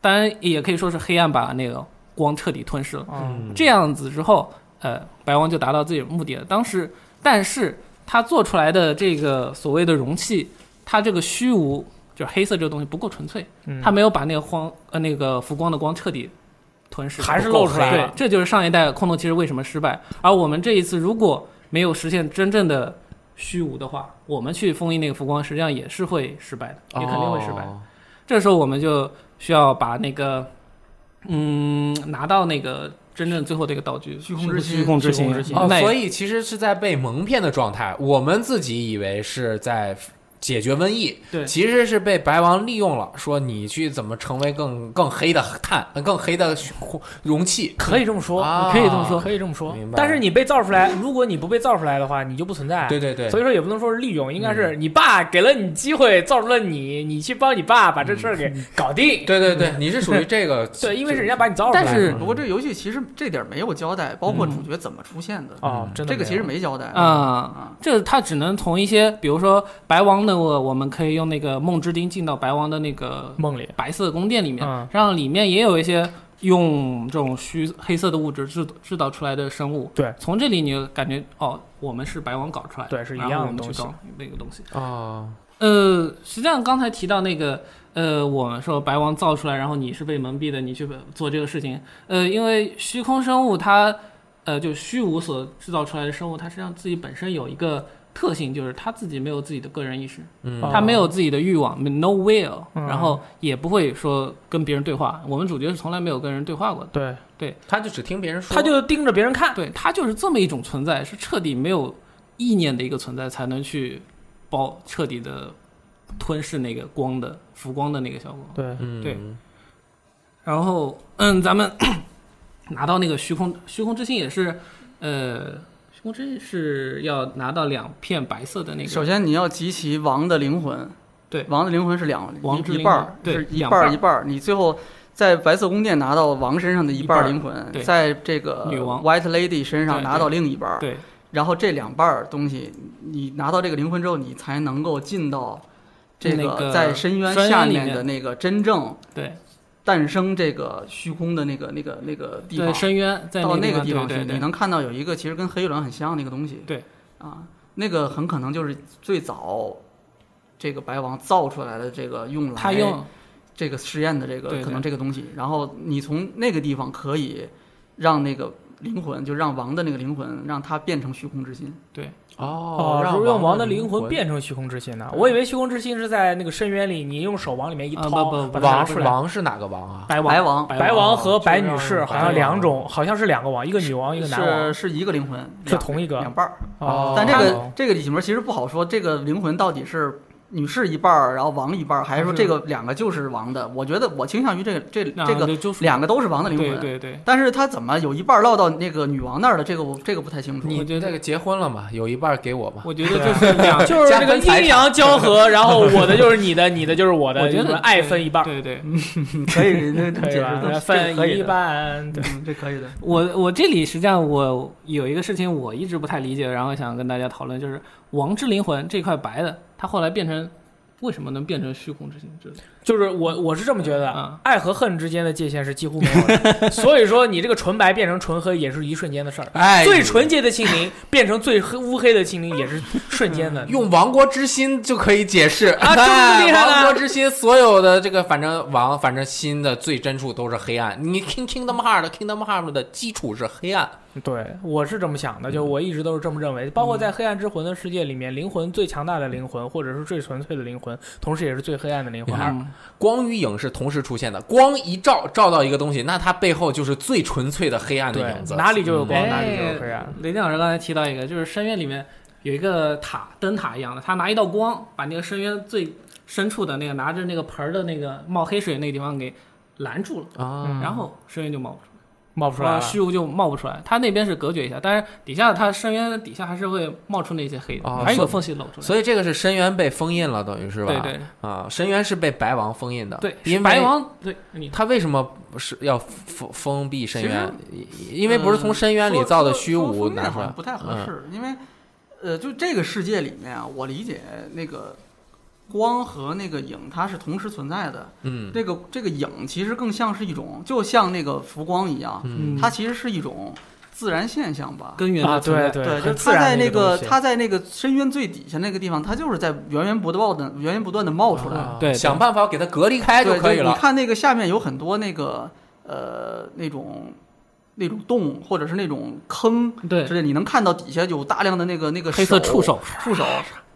Speaker 3: 当然，也可以说是黑暗把那个光彻底吞噬了。
Speaker 1: 嗯，
Speaker 3: 这样子之后，呃，白王就达到自己的目的了。当时，但是他做出来的这个所谓的容器，它这个虚无就是黑色这个东西不够纯粹，
Speaker 1: 嗯
Speaker 3: 它没有把那个光呃那个浮光的光彻底吞噬，
Speaker 1: 还是露出来
Speaker 3: 对
Speaker 1: 了，，
Speaker 3: 这就是上一代空洞骑士为什么失败。而我们这一次如果没有实现真正的虚无的话，我们去封印那个浮光，实际上也是会失败的，也肯定会失败的。
Speaker 2: 哦
Speaker 3: 这时候我们就需要把那个，嗯，拿到那个真正最后这个道具，
Speaker 4: 虚空之心
Speaker 3: 虚空之
Speaker 1: 虚
Speaker 3: 心
Speaker 1: 空之心，
Speaker 2: 哦，
Speaker 3: 那
Speaker 2: 所以其实是在被蒙骗的状态。我们自己以为是在解决瘟疫，
Speaker 3: 对
Speaker 2: 其实是被白王利用了，说你去怎么成为更更黑的碳、更黑的容器。
Speaker 1: 可以这么说，
Speaker 2: 啊
Speaker 1: 可以这么说，可以这么说
Speaker 2: 明白。了
Speaker 1: 但是你被造出来，如果你不被造出来的话，你就不存在。
Speaker 2: 对对对，
Speaker 1: 所以说也不能说是利用，应该是你爸给了你机会，造出了你，你去帮你爸把这事儿给搞定。
Speaker 2: 对对对，你是属于这个
Speaker 1: 嗯 对，因为是 人家把你造出来的。
Speaker 3: 但是
Speaker 4: 不过这个游戏其实这点儿没有交代，包
Speaker 3: 嗯
Speaker 4: 括主角怎么出现的，
Speaker 1: 哦，真的
Speaker 4: 这个其实
Speaker 1: 没
Speaker 4: 没交代。
Speaker 3: 啊、这它只能从一些，比如说白王的，我我们可以用那个梦之钉进到白王的那个
Speaker 1: 有梦里
Speaker 3: 白色宫殿里面，
Speaker 1: 嗯
Speaker 3: 让里面也有一些用这种虚黑色的物质制制造出来的生物。
Speaker 1: 对
Speaker 3: 从这里你就感觉哦，我们是白王搞出来的，
Speaker 1: 对是一
Speaker 3: 然后
Speaker 1: 样的
Speaker 3: 我们
Speaker 1: 东
Speaker 3: 去
Speaker 1: 西
Speaker 3: 搞那个东西。
Speaker 2: 啊，
Speaker 3: 呃，实际上刚才提到那个，呃，我们说白王造出来，然后你是被蒙蔽的，你去做这个事情。呃，因为虚空生物它，呃，就虚无所制造出来的生物，它实际上自己本身有一个特性，就是它自己没有自己的个人意识，
Speaker 2: 嗯
Speaker 1: 哦
Speaker 3: 它没有自己的欲望，no will，
Speaker 1: 嗯
Speaker 3: 然后也不会说跟别人对话。我们主角是从来没有跟人对话过的，
Speaker 1: 对，
Speaker 2: 他就只听别人说，
Speaker 1: 他就盯着别人看。
Speaker 3: 对，它就是这么一种存在，是彻底没有意念的一个存在，才能去包彻底的吞噬那个光的浮光的那个效果。
Speaker 1: 对，
Speaker 2: 嗯
Speaker 3: 对然后，嗯，咱们 拿到那个虚空虚空之心也是，呃，虚空之心是要拿到两片白色的那个，
Speaker 4: 首先你要集齐王的灵魂，
Speaker 3: 对
Speaker 4: 王的灵魂是两
Speaker 3: 王之
Speaker 4: 一
Speaker 3: 灵
Speaker 4: 一半儿，
Speaker 3: 对
Speaker 4: 是一
Speaker 3: 两
Speaker 4: 半儿
Speaker 3: 半儿
Speaker 4: 一半儿。你最后在白色宫殿拿到王身上的一半儿灵魂
Speaker 3: 对，
Speaker 4: 在这个
Speaker 3: 女王
Speaker 4: White Lady 身上
Speaker 3: 对
Speaker 4: 拿到另一半儿，
Speaker 3: 对
Speaker 4: 然后这两半儿东西，你拿到这个灵魂之后，你才能够进到这
Speaker 3: 那个
Speaker 4: 个在深渊
Speaker 3: 深渊
Speaker 4: 下
Speaker 3: 里
Speaker 4: 面
Speaker 3: 面
Speaker 4: 的那个真正
Speaker 3: 对
Speaker 4: 诞生这个虚空的那个那个那个地
Speaker 3: 对，
Speaker 4: 方。
Speaker 3: 深渊在
Speaker 4: 到
Speaker 3: 那
Speaker 4: 个地方去，
Speaker 3: 对对
Speaker 4: 你
Speaker 3: 对，
Speaker 4: 能看到有一个其实跟黑卵很像的一个东西。
Speaker 3: 对，
Speaker 4: 啊，那个很可能就是最早这个白王造出来的这个用来
Speaker 3: 他用
Speaker 4: 这个实验的这个
Speaker 3: 对对
Speaker 4: 可能这个东西，然后你从那个地方可以让那个灵魂，就让王的那个灵魂，让它变成虚空之心。
Speaker 3: 对
Speaker 2: 哦，让
Speaker 1: 如果用王的灵
Speaker 2: 灵
Speaker 1: 魂变成虚空之心呢？我以为虚空之心是在那个深渊里，你用手往里面一
Speaker 3: 啊
Speaker 1: 掏，
Speaker 3: 不
Speaker 1: 把
Speaker 3: 不
Speaker 1: 它拿
Speaker 2: 王
Speaker 1: 出
Speaker 2: 是
Speaker 1: 来。
Speaker 2: 王是哪个王啊？
Speaker 3: 白
Speaker 4: 白
Speaker 3: 王
Speaker 4: 王
Speaker 1: 白王
Speaker 3: 哦
Speaker 1: 和白女
Speaker 2: 就
Speaker 1: 士
Speaker 2: 让
Speaker 1: 好像
Speaker 2: 白
Speaker 1: 两
Speaker 2: 王
Speaker 1: 种，好像是两个王，一个女王，一个男
Speaker 4: 是
Speaker 1: 王，
Speaker 4: 是一个灵魂，
Speaker 1: 是
Speaker 4: 两
Speaker 1: 同一
Speaker 4: 两
Speaker 1: 个。
Speaker 4: 半儿。
Speaker 1: 哦
Speaker 4: 但这
Speaker 1: 哦
Speaker 4: 个这个里面其实不好说，这个灵魂到底是女士一半儿，然后王一半儿，还是说
Speaker 3: 是
Speaker 4: 这个两个就是王的？我觉得我倾向于这个这
Speaker 3: 那
Speaker 4: 这个
Speaker 3: 就就是
Speaker 4: 两个都是王的灵魂。
Speaker 3: 对对 对，
Speaker 4: 但是他怎么有一半儿落到那个女王那儿了？这个我这个不太清楚。
Speaker 2: 你
Speaker 3: 我觉得
Speaker 2: 那个结婚了嘛，有一半给我嘛。
Speaker 3: 我觉得就是两，
Speaker 1: 就是
Speaker 2: 加
Speaker 1: 这个
Speaker 2: 分财
Speaker 1: 阴阳交合，然后我的就是你的，你的就是我的，
Speaker 3: 我觉
Speaker 1: 你
Speaker 3: 得
Speaker 1: 们爱分一半儿，
Speaker 3: 对 对，
Speaker 4: 可以，那这
Speaker 1: 可以
Speaker 4: 解
Speaker 1: 吧
Speaker 4: 释的
Speaker 1: 分
Speaker 4: 可
Speaker 1: 一
Speaker 4: 以的，
Speaker 1: 半，对，
Speaker 4: 嗯，这可以的。
Speaker 3: 我我这里实际上我有一个事情我一直不太理解，然后想跟大家讨论，就是王之灵魂这块白的，它后来变成为什么能变成虚空之心？就是
Speaker 1: 就是我我是这么觉得
Speaker 3: 嗯，
Speaker 1: 爱和恨之间的界限是几乎没有的，所以说你这个纯白变成纯黑也是一瞬间的事儿，
Speaker 2: 哎，
Speaker 1: 最纯洁的心灵变成最黑乌黑的心灵也是瞬间的，
Speaker 2: 用亡国之心就可以解释
Speaker 1: 啊这么厉害了
Speaker 2: 亡国之心，所有的这个反正王，反正心的最深处都是黑暗。你 King Kingdom Heart Kingdom Heart 的基础是黑暗。
Speaker 1: 对，我是这么想的，就我一直都是这么认为。包括在黑暗之魂的世界里面，灵魂最强大的灵魂，或者是最纯粹的灵魂，同时也是最黑暗的灵魂。而
Speaker 3: 嗯
Speaker 2: 光与影是同时出现的，光一照照到一个东西，那它背后就是最纯粹的黑暗的
Speaker 1: 对
Speaker 2: 影子。，
Speaker 1: 哪里就有光，
Speaker 3: 嗯
Speaker 1: 哪里就有黑暗。
Speaker 3: 雷电老师刚才提到一个，就是深渊里面有一个塔，灯塔一样的，他拿一道光把那个深渊最深处的那个拿着那个盆儿的那个冒黑水那个地方给拦住了，
Speaker 2: 啊，
Speaker 3: 然后深渊就冒不出来，
Speaker 1: 冒不出来
Speaker 3: 呃
Speaker 1: 了。
Speaker 3: 嗯虚无就冒不出来。它那边是隔绝一下，但是底下它深渊底下还是会冒出那些黑的，
Speaker 2: 哦
Speaker 3: 还有一
Speaker 2: 所
Speaker 3: 个
Speaker 2: 以
Speaker 3: 缝隙露出来。
Speaker 2: 所以这个是深渊被封印了，等于是吧？
Speaker 3: 对对
Speaker 2: 啊，深渊是被白王封
Speaker 1: 啊
Speaker 2: 印的，
Speaker 3: 对，
Speaker 2: 因为
Speaker 3: 白王对你
Speaker 2: 他为什么是要封封闭深渊？因因
Speaker 4: 因
Speaker 2: 为不是从深渊里造的虚无拿出
Speaker 4: 好
Speaker 2: 来
Speaker 4: 像，不太
Speaker 2: 嗯
Speaker 4: 合适，因为呃，就这个世界里面啊，我理解那个光和那个影它是同时存在的。
Speaker 2: 嗯。嗯
Speaker 4: 这个这个影其实更像是一种，就像那个浮光一样，
Speaker 2: 嗯
Speaker 4: 它其实是一种自然现象吧。
Speaker 3: 根源
Speaker 1: 啊，
Speaker 3: 的存在
Speaker 1: 对对，
Speaker 4: 对，
Speaker 1: 很
Speaker 4: 就
Speaker 1: 自
Speaker 4: 它在
Speaker 1: 然
Speaker 4: 那
Speaker 1: 个
Speaker 4: 个
Speaker 1: 东西
Speaker 4: 它在那个深渊最底下那个地方，它就是在源源不断的源源不断的冒出来。
Speaker 2: 啊
Speaker 3: 对对
Speaker 2: 想办法给它隔离开就
Speaker 4: 对，
Speaker 2: 可以
Speaker 4: 你
Speaker 2: 了。
Speaker 4: 看那个下面有很多那个呃那种那种洞或者是那种坑
Speaker 3: 对
Speaker 4: 之类，你能看到底下有大量的那个那个
Speaker 3: 黑色触手，
Speaker 4: 触手，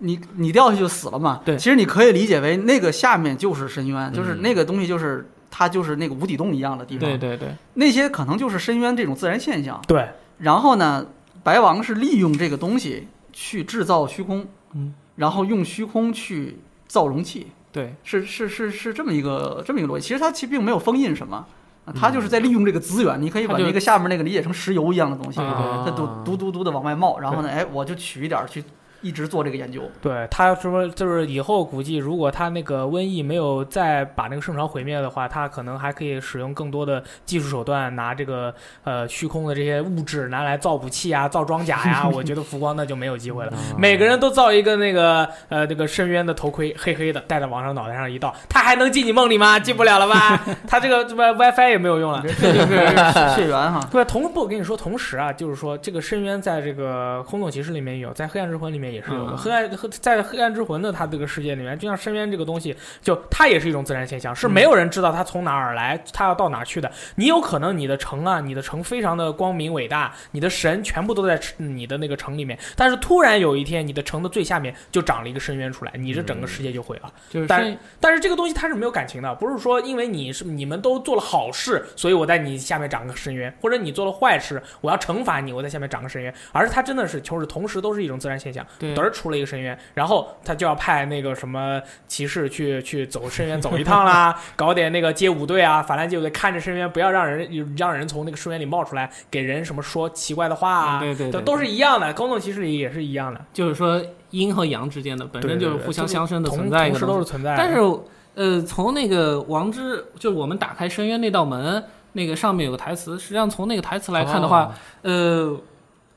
Speaker 4: 你你掉下去就死了嘛。
Speaker 3: 对
Speaker 4: 其实你可以理解为那个下面就是深渊，就是
Speaker 2: 嗯
Speaker 4: 那个东西就是它就是那个无底洞一样的地方。
Speaker 3: 对对对，
Speaker 4: 那些可能就是深渊这种自然现象。
Speaker 1: 对，
Speaker 4: 然后呢，白王是利用这个东西去制造虚空，
Speaker 3: 嗯，
Speaker 4: 然后用虚空去造容器。
Speaker 3: 对，
Speaker 4: 是是是是这么一个这么一个逻辑。其实它其实并没有封印什么，啊它就是在利用这个资源。你可以
Speaker 3: 嗯
Speaker 4: 把
Speaker 3: 它就
Speaker 4: 那个下面那个理解成石油一样的东西，
Speaker 3: 对
Speaker 2: 啊
Speaker 4: 它嘟嘟嘟嘟的往外冒，然后呢，哎，我就取一点儿去一直做这个研究。
Speaker 1: 对他说，就是以后估计，如果他那个瘟疫没有再把那个圣朝毁灭的话，他可能还可以使用更多的技术手段，拿这个呃虚空的这些物质拿来造武器啊、造装甲呀、我觉得浮光那就没有机会了。每个人都造一个那个呃那个深渊的头盔，黑黑的，戴在往上脑袋上一倒，他还能进你梦里吗？进不了了吧？ 他这个什么 WiFi 也没有用了。
Speaker 4: 这 就是血缘
Speaker 3: 啊
Speaker 4: 哈。
Speaker 1: 对，啊同步我跟你说，同时啊，就是说这个深渊在这个《空洞骑士》里面有，在《黑暗之魂》里面也是有的。
Speaker 3: 嗯
Speaker 1: 黑暗和在《黑暗之魂》的它这个世界里面，就像深渊这个东西，就它也是一种自然现象，
Speaker 3: 嗯
Speaker 1: 是没有人知道它从哪儿来，它要到哪儿去的。你有可能你的城啊，你的城非常的光明伟大，你的神全部都在你的那个城里面，但是突然有一天，你的城的最下面就长了一个深渊出来，你这整个
Speaker 3: 嗯
Speaker 1: 世界就毁了。
Speaker 3: 就是
Speaker 1: 但
Speaker 3: 深
Speaker 1: 但是这个东西它是没有感情的，不是说因为你是你们都做了好事，所以我在你下面长个深渊，或者你做了坏事，我要惩罚你，我在下面长个深渊，而是它真的是就是同时都是一种自然现象，
Speaker 3: 对
Speaker 1: 嘚儿出了一个深渊，然后他就要派那个什么骑士去去走深渊走一趟啦，搞点那个街舞队啊，法兰街舞队看着深渊，不要让人让人从那个深渊里冒出来，给人什么说奇怪的话啊，
Speaker 3: 嗯对对对
Speaker 1: 都
Speaker 3: 对
Speaker 1: 都是一样的，公众骑士里也是一样的，
Speaker 3: 就是说阴和阳之间的本身
Speaker 1: 对
Speaker 3: 就
Speaker 1: 对
Speaker 3: 是
Speaker 1: 对
Speaker 3: 互相
Speaker 1: 就是
Speaker 3: 相生的
Speaker 1: 同
Speaker 3: 存在一
Speaker 1: 同
Speaker 3: 个
Speaker 1: 时
Speaker 3: 东
Speaker 1: 都
Speaker 3: 西
Speaker 1: 是存在的，
Speaker 3: 但是呃，从那个王之，就是我们打开深渊那道门，那个上面有个台词，实际上从那个台词来看的话，
Speaker 2: 哦，
Speaker 3: 呃。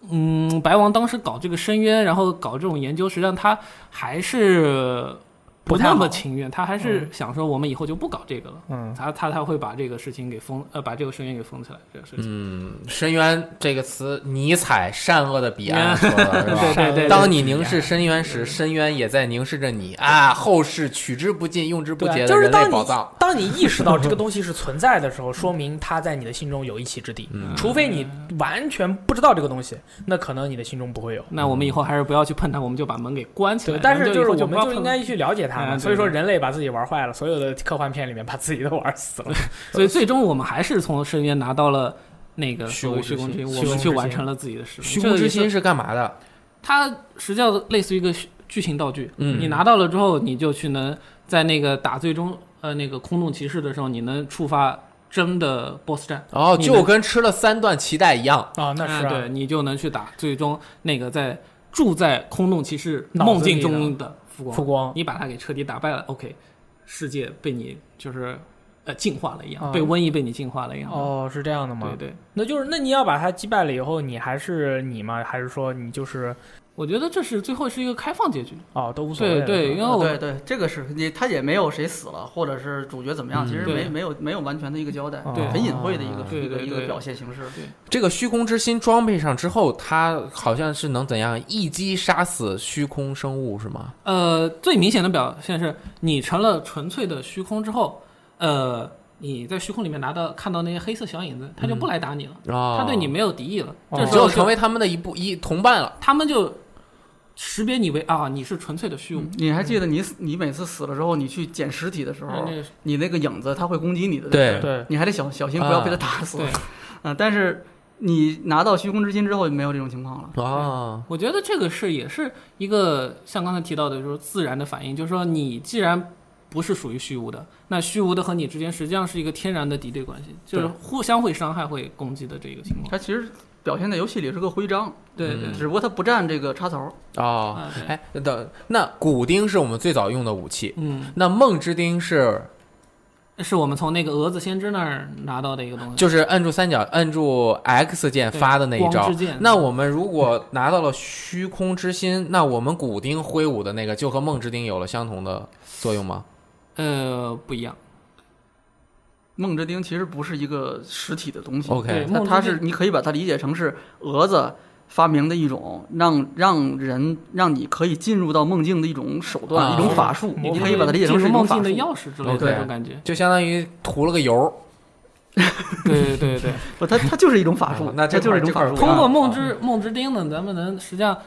Speaker 3: 嗯，白王当时搞这个深渊，然后搞这种研究，实际上他还是
Speaker 1: 不
Speaker 3: 不
Speaker 1: 太好
Speaker 3: 那么情愿，他还是想说我们以后就不搞这个了。
Speaker 1: 嗯。
Speaker 3: 他他他会把这个事情给封，呃，把这个深渊给封起来，这个事情。
Speaker 2: 嗯，深渊这个词，尼采善恶的彼岸说的是吧？
Speaker 1: 啊
Speaker 3: 对对对
Speaker 2: 当你凝视深渊时，深渊也在凝视着你啊！后世取之不尽、用之不
Speaker 1: 对啊，
Speaker 2: 竭
Speaker 1: 就
Speaker 2: 的
Speaker 1: 是
Speaker 2: 人
Speaker 1: 当
Speaker 2: 类
Speaker 1: 你
Speaker 2: 宝藏。
Speaker 1: 当你意识到这个东西是存在的时候，说明它在你的心中有一席之
Speaker 3: 嗯
Speaker 1: 地。
Speaker 2: 嗯
Speaker 1: 除非你完全不知道这个东西，那可能你的心中不会有。
Speaker 3: 那我们以后还是不要去碰它，我们就把门给关起来
Speaker 1: 对，。但是
Speaker 3: 就
Speaker 1: 就是
Speaker 3: 以
Speaker 1: 我
Speaker 3: 后不
Speaker 1: 们
Speaker 3: 要
Speaker 1: 就
Speaker 3: 碰
Speaker 1: 应该去了解它嘛。
Speaker 3: 嗯
Speaker 1: 所以说，
Speaker 3: 对对
Speaker 1: 人类把自己玩坏了，所有的科幻片里面把自己都玩死了。
Speaker 3: 所以最终我们还是从深渊拿到了那个所谓虚
Speaker 2: 虚无
Speaker 3: 空
Speaker 2: 之
Speaker 3: 之
Speaker 2: 心
Speaker 3: 心，
Speaker 1: 虚无
Speaker 3: 我们
Speaker 1: 之
Speaker 3: 去
Speaker 1: 心
Speaker 3: 完成了自己的使命。
Speaker 2: 虚无之
Speaker 3: 这
Speaker 2: 心
Speaker 3: 也是，
Speaker 2: 是干嘛的？
Speaker 3: 它实际上类似于一个剧情道具。
Speaker 2: 嗯
Speaker 3: 你拿到了之后，你就去能在那个打最终呃那个空洞骑士的时候，你能触发真的 BOSS 战。
Speaker 2: 哦，
Speaker 3: 你
Speaker 2: 就
Speaker 3: 们
Speaker 2: 跟吃了三段脐带一样。
Speaker 1: 啊，那是
Speaker 3: 啊对
Speaker 1: 啊，
Speaker 3: 你就能去打最终那个在住在空洞骑士梦境中的浮光。
Speaker 1: 复光
Speaker 3: 你把它给彻底打败了，OK，世界被你就是呃净化了一样，
Speaker 1: 啊
Speaker 3: 被瘟疫被你净化了一样。
Speaker 1: 哦，是这样的吗
Speaker 3: 嗯对？对。
Speaker 1: 那就是，那你要把它击败了以后，你还是你吗？还是说你就是
Speaker 3: 我觉得这是最后是一个开放结局。
Speaker 1: 哦，都无所谓了？
Speaker 3: 对对
Speaker 1: 是吧
Speaker 3: 因为我
Speaker 4: 对对，这个是你，他也没有谁死了，或者是主角怎么样，
Speaker 2: 嗯
Speaker 4: 其实
Speaker 3: 对哦
Speaker 4: 没没有没有完全的一个交代，
Speaker 1: 对
Speaker 4: 很隐晦的一个
Speaker 3: 对
Speaker 4: 一个
Speaker 3: 对
Speaker 4: 一个
Speaker 3: 对
Speaker 4: 表现形式。
Speaker 2: 这个虚空之心装备上之后，它好像是能怎样一击杀死虚空生物是吗？
Speaker 3: 呃，最明显的表现是你成了纯粹的虚空之后，呃，你在虚空里面拿到看到那些黑色小影子，他就不来打你了，
Speaker 2: 啊，
Speaker 3: 他对你没有敌意了，
Speaker 1: 哦
Speaker 3: 这
Speaker 2: 你
Speaker 3: 时
Speaker 2: 就
Speaker 3: 候
Speaker 2: 成为他们的一部一同伴了。
Speaker 3: 他们就识别你为啊，你是纯粹的虚无。
Speaker 2: 嗯
Speaker 4: 你还记得你死你每次死了之后，你去捡尸体的时
Speaker 2: 哦
Speaker 3: 嗯
Speaker 4: 候
Speaker 3: 那，个是
Speaker 4: 你那个影子它会攻击你的，
Speaker 2: 对
Speaker 1: 对，
Speaker 4: 你还得小小心不要被它打死。
Speaker 3: 对，
Speaker 4: 啊，但是你拿到虚空之心之后就没有这种情况了。
Speaker 2: 啊，
Speaker 3: 我觉得这个是也是一个像刚才提到的，就是自然的反应，就是说你既然不是属于虚无的。那虚无的和你之间实际上是一个天然的敌对关系，就是
Speaker 1: 对
Speaker 3: 互相会伤害、会攻击的这个情况。
Speaker 4: 它其实表现在游戏里是个徽章，
Speaker 3: 对对对
Speaker 2: 嗯
Speaker 4: 只不过它不占这个插头。
Speaker 2: 哦
Speaker 3: 啊，对
Speaker 2: 哎，等那骨钉是我们最早用的武器，
Speaker 3: 嗯，
Speaker 2: 那梦之钉是
Speaker 3: 是我们从那个蛾子先知那儿拿到的一个东西，
Speaker 2: 就是摁住三角、摁住 X 键
Speaker 3: 对
Speaker 2: 发的那一招
Speaker 3: 光之。剑
Speaker 2: 那我们如果拿到了虚空之心，那我们骨钉挥舞的那个就和梦之钉有了相同的作用吗？
Speaker 3: 呃不一样。
Speaker 4: 梦之钉其实不是一个实体的东西
Speaker 2: OK
Speaker 3: 对
Speaker 4: 它
Speaker 3: 哦梦之
Speaker 4: 它是
Speaker 3: 钉
Speaker 4: 你可以把它理解成是蛾子发明的一种让让人让你可以进入到梦境的一种手段，
Speaker 2: 啊
Speaker 4: 一种法术，
Speaker 1: 你
Speaker 4: 你
Speaker 1: 可
Speaker 4: 可以把它理解成
Speaker 3: 进
Speaker 4: 是
Speaker 3: 入
Speaker 4: 一
Speaker 3: 梦
Speaker 4: 种法
Speaker 3: 境
Speaker 4: 术
Speaker 3: 的。钥匙之类的
Speaker 2: OK
Speaker 3: 这种感觉。
Speaker 2: 就相当于涂了个油儿。
Speaker 3: 对对对对，
Speaker 4: 不，它它就是一种法术
Speaker 2: 啊，那这
Speaker 4: 它就是一
Speaker 2: 块儿
Speaker 4: 种
Speaker 2: 这
Speaker 4: 法术。
Speaker 2: 块儿
Speaker 3: 通过梦之梦之钉呢，咱们能实际上，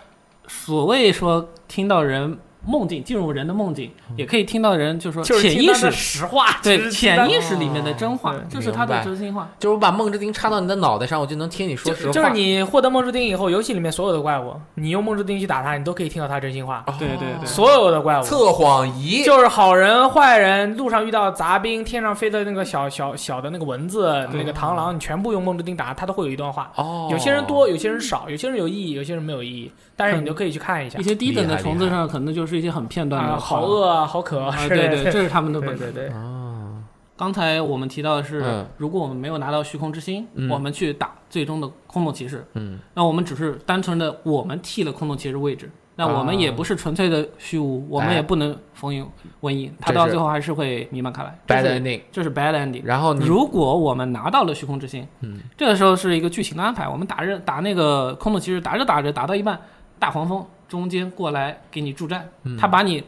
Speaker 3: 所谓说听到人梦境，进入人的梦境，也可以听到人就是
Speaker 1: 就
Speaker 3: 说
Speaker 1: 是
Speaker 3: 潜
Speaker 1: 听
Speaker 3: 意
Speaker 1: 他的
Speaker 3: 识，
Speaker 1: 实话，
Speaker 3: 对潜意
Speaker 1: 识
Speaker 3: 识里面的真话
Speaker 1: 哦，
Speaker 3: 这是他
Speaker 2: 明
Speaker 3: 的
Speaker 2: 白
Speaker 3: 真心话。
Speaker 2: 就是我把梦之钉插到你的脑袋上，我就能听你说
Speaker 1: 就
Speaker 2: 实话。
Speaker 1: 就是你获得梦之钉以后，游戏里面所有的怪物，你用梦之钉去打它，你都可以听到它真心话。
Speaker 2: 哦，
Speaker 3: 对对对
Speaker 1: 所有的怪物，
Speaker 2: 测谎仪
Speaker 1: 就是好人、坏人，路上遇到杂兵，天上飞的那个小小小的那个蚊子、那个螳螂，你全部用梦之钉打，它都会有一段话。
Speaker 2: 哦，
Speaker 1: 有些人多，有些人少，有些人有意义，有些人没有意义。但是你都可以去看一下
Speaker 3: 一，些低等
Speaker 2: 厉
Speaker 3: 的
Speaker 2: 害
Speaker 3: 虫子上可能就是一些很片段
Speaker 1: 啊，
Speaker 3: 的话，
Speaker 1: 好饿啊，好渴
Speaker 3: 啊，
Speaker 1: 之类
Speaker 3: 对对，
Speaker 1: 的
Speaker 3: 这是他们的
Speaker 1: 对
Speaker 3: 本
Speaker 1: 对
Speaker 3: 质。
Speaker 1: 对。
Speaker 2: 哦，
Speaker 3: 刚才我们提到的是
Speaker 2: 嗯，
Speaker 3: 如果我们没有拿到虚空之心
Speaker 2: 嗯，
Speaker 3: 我们去打最终的空洞骑士，
Speaker 2: 嗯，
Speaker 3: 那我们只是单纯的我们替了空洞骑士位置，那我们也不是纯粹的虚无，我们
Speaker 2: 啊
Speaker 3: 也不能逢迎瘟疫，它到最后还是会弥漫开来。
Speaker 2: 哎 bad
Speaker 3: 这是
Speaker 2: ending。
Speaker 3: 这是 bad ending。
Speaker 2: 然后你
Speaker 3: 如果我们拿到了虚空之心，
Speaker 2: 嗯，
Speaker 3: 这个时候是一个剧情的安排，我们打着打那个空洞骑士，打着打着打到一半，大黄蜂中间过来给你助战，
Speaker 2: 嗯
Speaker 3: 他把你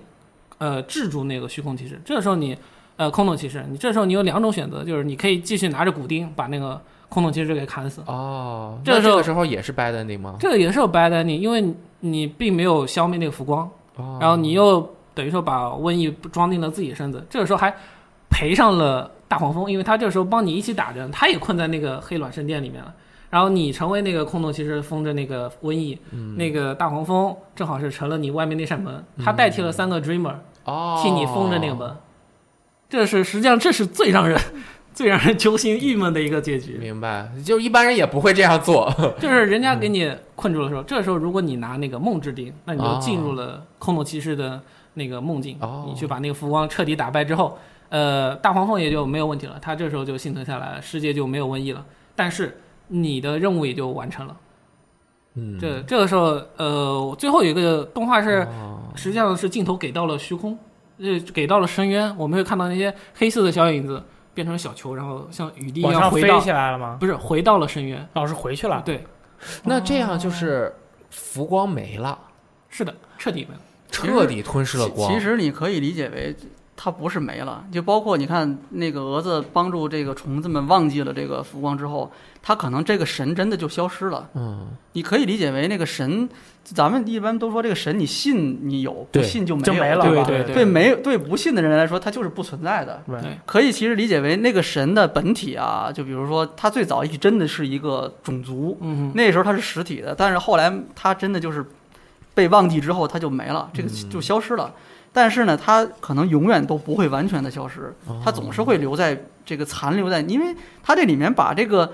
Speaker 3: 呃制住那个虚空骑士，这个时候你呃空洞骑士，你这时候你有两种选择，就是你可以继续拿着骨钉把那个空洞骑士给砍死，
Speaker 2: 哦，
Speaker 3: 这
Speaker 2: 那
Speaker 3: 个时候
Speaker 2: 个时候也是 bad ending 吗？
Speaker 3: 这个也是有 bad ending，因为你你并没有消灭那个浮光，
Speaker 2: 哦
Speaker 3: 然后你又等于说把瘟疫装进了自己身子，这个时候还赔上了大黄蜂，因为他这时候帮你一起打着，他也困在那个黑卵圣殿里面了。然后你成为那个空洞骑士，封着那个瘟疫，那个大黄蜂正好是成了你外面那扇门，他代替了三个 dreamer，、
Speaker 2: 哦，
Speaker 3: 替你封着那个门。这是实际上这是最让人最让人揪心郁闷的一个结局。
Speaker 2: 明白，就是一般人也不会这样做。
Speaker 3: 就是人家给你困住的时候，这时候如果你拿那个梦之钉，那你就进入了空洞骑士的那个梦境，
Speaker 2: 哦
Speaker 3: 你去把那个浮光彻底打败之后，呃，大黄蜂也就没有问题了，它这时候就幸存下来了，世界就没有瘟疫了，但是你的任务也就完成了。
Speaker 2: 嗯，
Speaker 3: 这这个时候，呃，最后有一个动画是，
Speaker 2: 哦
Speaker 3: 实际上是镜头给到了虚空，呃，给到了深渊，我们会看到那些黑色的小影子变成小球，然后像雨滴一
Speaker 1: 往
Speaker 3: 样
Speaker 1: 上
Speaker 3: 回
Speaker 1: 飞
Speaker 3: 到，
Speaker 1: 起来了吗？
Speaker 3: 不是回到了深渊，
Speaker 1: 老师回去了，
Speaker 3: 对，
Speaker 2: 那这样就是浮光没了，
Speaker 3: 是的，彻底没了。
Speaker 4: 其实
Speaker 2: 彻底吞噬了
Speaker 4: 其
Speaker 2: 光。
Speaker 4: 其实你可以理解为它不是没了，就包括你看那个蛾子帮助这个虫子们忘记了这个浮光之后，它可能这个神真的就消失了。
Speaker 2: 嗯，
Speaker 4: 你可以理解为那个神，咱们一般都说这个神，你信你有，不
Speaker 2: 对
Speaker 4: 信就没有，
Speaker 1: 就没了
Speaker 4: 对吧？
Speaker 1: 对
Speaker 3: 对
Speaker 4: 对没对不信的人来说，它就是不存在的。
Speaker 1: 对
Speaker 3: 对
Speaker 4: 可以其实理解为那个神的本体啊，就比如说它最早也真的是一个种族，
Speaker 3: 嗯哼，
Speaker 4: 那时候它是实体的，但是后来它真的就是被忘记之后，它就没了，这个
Speaker 1: 嗯
Speaker 4: 就消失了。但是呢，它可能永远都不会完全的消失，
Speaker 2: 哦
Speaker 1: 哦
Speaker 4: 它总是会留在这个残留在，因为它这里面把这个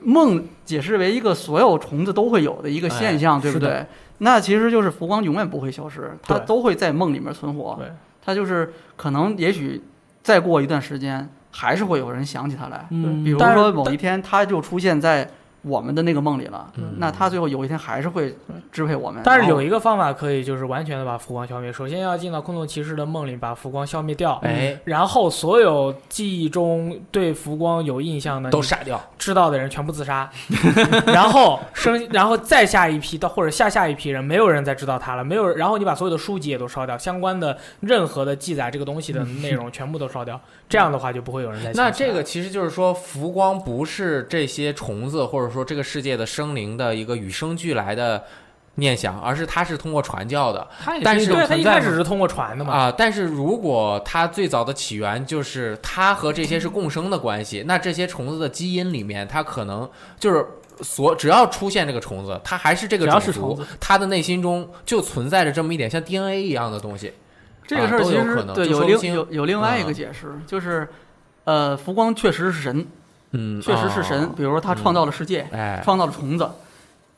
Speaker 4: 梦解释为一个所有虫子都会有的一个现象，对不
Speaker 1: 哎是的
Speaker 4: 对？那其实就是浮光永远不会消失，它
Speaker 1: 对
Speaker 4: 都会在梦里面存活。
Speaker 1: 对
Speaker 4: 它就是可能也许再过一段时间，还是会有人想起它来。
Speaker 3: 嗯
Speaker 4: 比如
Speaker 1: 但是
Speaker 4: 说某一天它就出现在我们的那个梦里了，
Speaker 2: 嗯
Speaker 4: 那它最后有一天还是会支配我们。
Speaker 1: 但是有
Speaker 4: 然后
Speaker 1: 一个方法可以，就是完全的把浮光消灭。首先要进到空洞骑士的梦里，把浮光消灭掉。
Speaker 2: 哎，
Speaker 1: 然后所有记忆中对浮光有印象的、
Speaker 2: 都
Speaker 1: 你
Speaker 2: 杀掉。
Speaker 1: 知道的人全部自杀， 然后生，然后再下一批到或者下下一批人，没有人再知道他了，没有人。然后你把所有的书籍也都烧掉，相关的任何的记载这个东 西的内容全部都烧掉。这样的话就不会有人再想起来。
Speaker 2: 那这个其实就是说，浮光不是这些虫子或者说这个世界的生灵的一个与生俱来的念想，而是它是通过传教的。
Speaker 3: 它也
Speaker 2: 但
Speaker 3: 是
Speaker 2: 是
Speaker 3: 一种
Speaker 1: 对他一
Speaker 3: 存
Speaker 1: 开
Speaker 3: 在
Speaker 1: 始
Speaker 3: 嘛
Speaker 1: 是通过传的嘛？
Speaker 2: 啊、但是如果它最早的起源就是它和这些是共生的关系，那这些虫子的基因里面，它可能就是所只要出现这个虫子，它还是这个
Speaker 3: 只要是
Speaker 2: 种
Speaker 3: 虫
Speaker 2: 族
Speaker 3: 子
Speaker 2: 它的内心中就存在着这么一点像 DNA 一样的东西。
Speaker 4: 这个事儿
Speaker 2: 啊都
Speaker 4: 其
Speaker 2: 有
Speaker 4: 实、
Speaker 2: 可能
Speaker 4: 对
Speaker 2: 就
Speaker 4: 有
Speaker 2: 说不
Speaker 4: 另
Speaker 2: 清
Speaker 4: 有有另外
Speaker 2: 啊
Speaker 4: 一个解释，就是，呃，浮光确实是神，
Speaker 2: 嗯，
Speaker 4: 确实是神。
Speaker 2: 哦
Speaker 4: 比如说他创造了世界，
Speaker 2: 哎，
Speaker 4: 创造了虫子，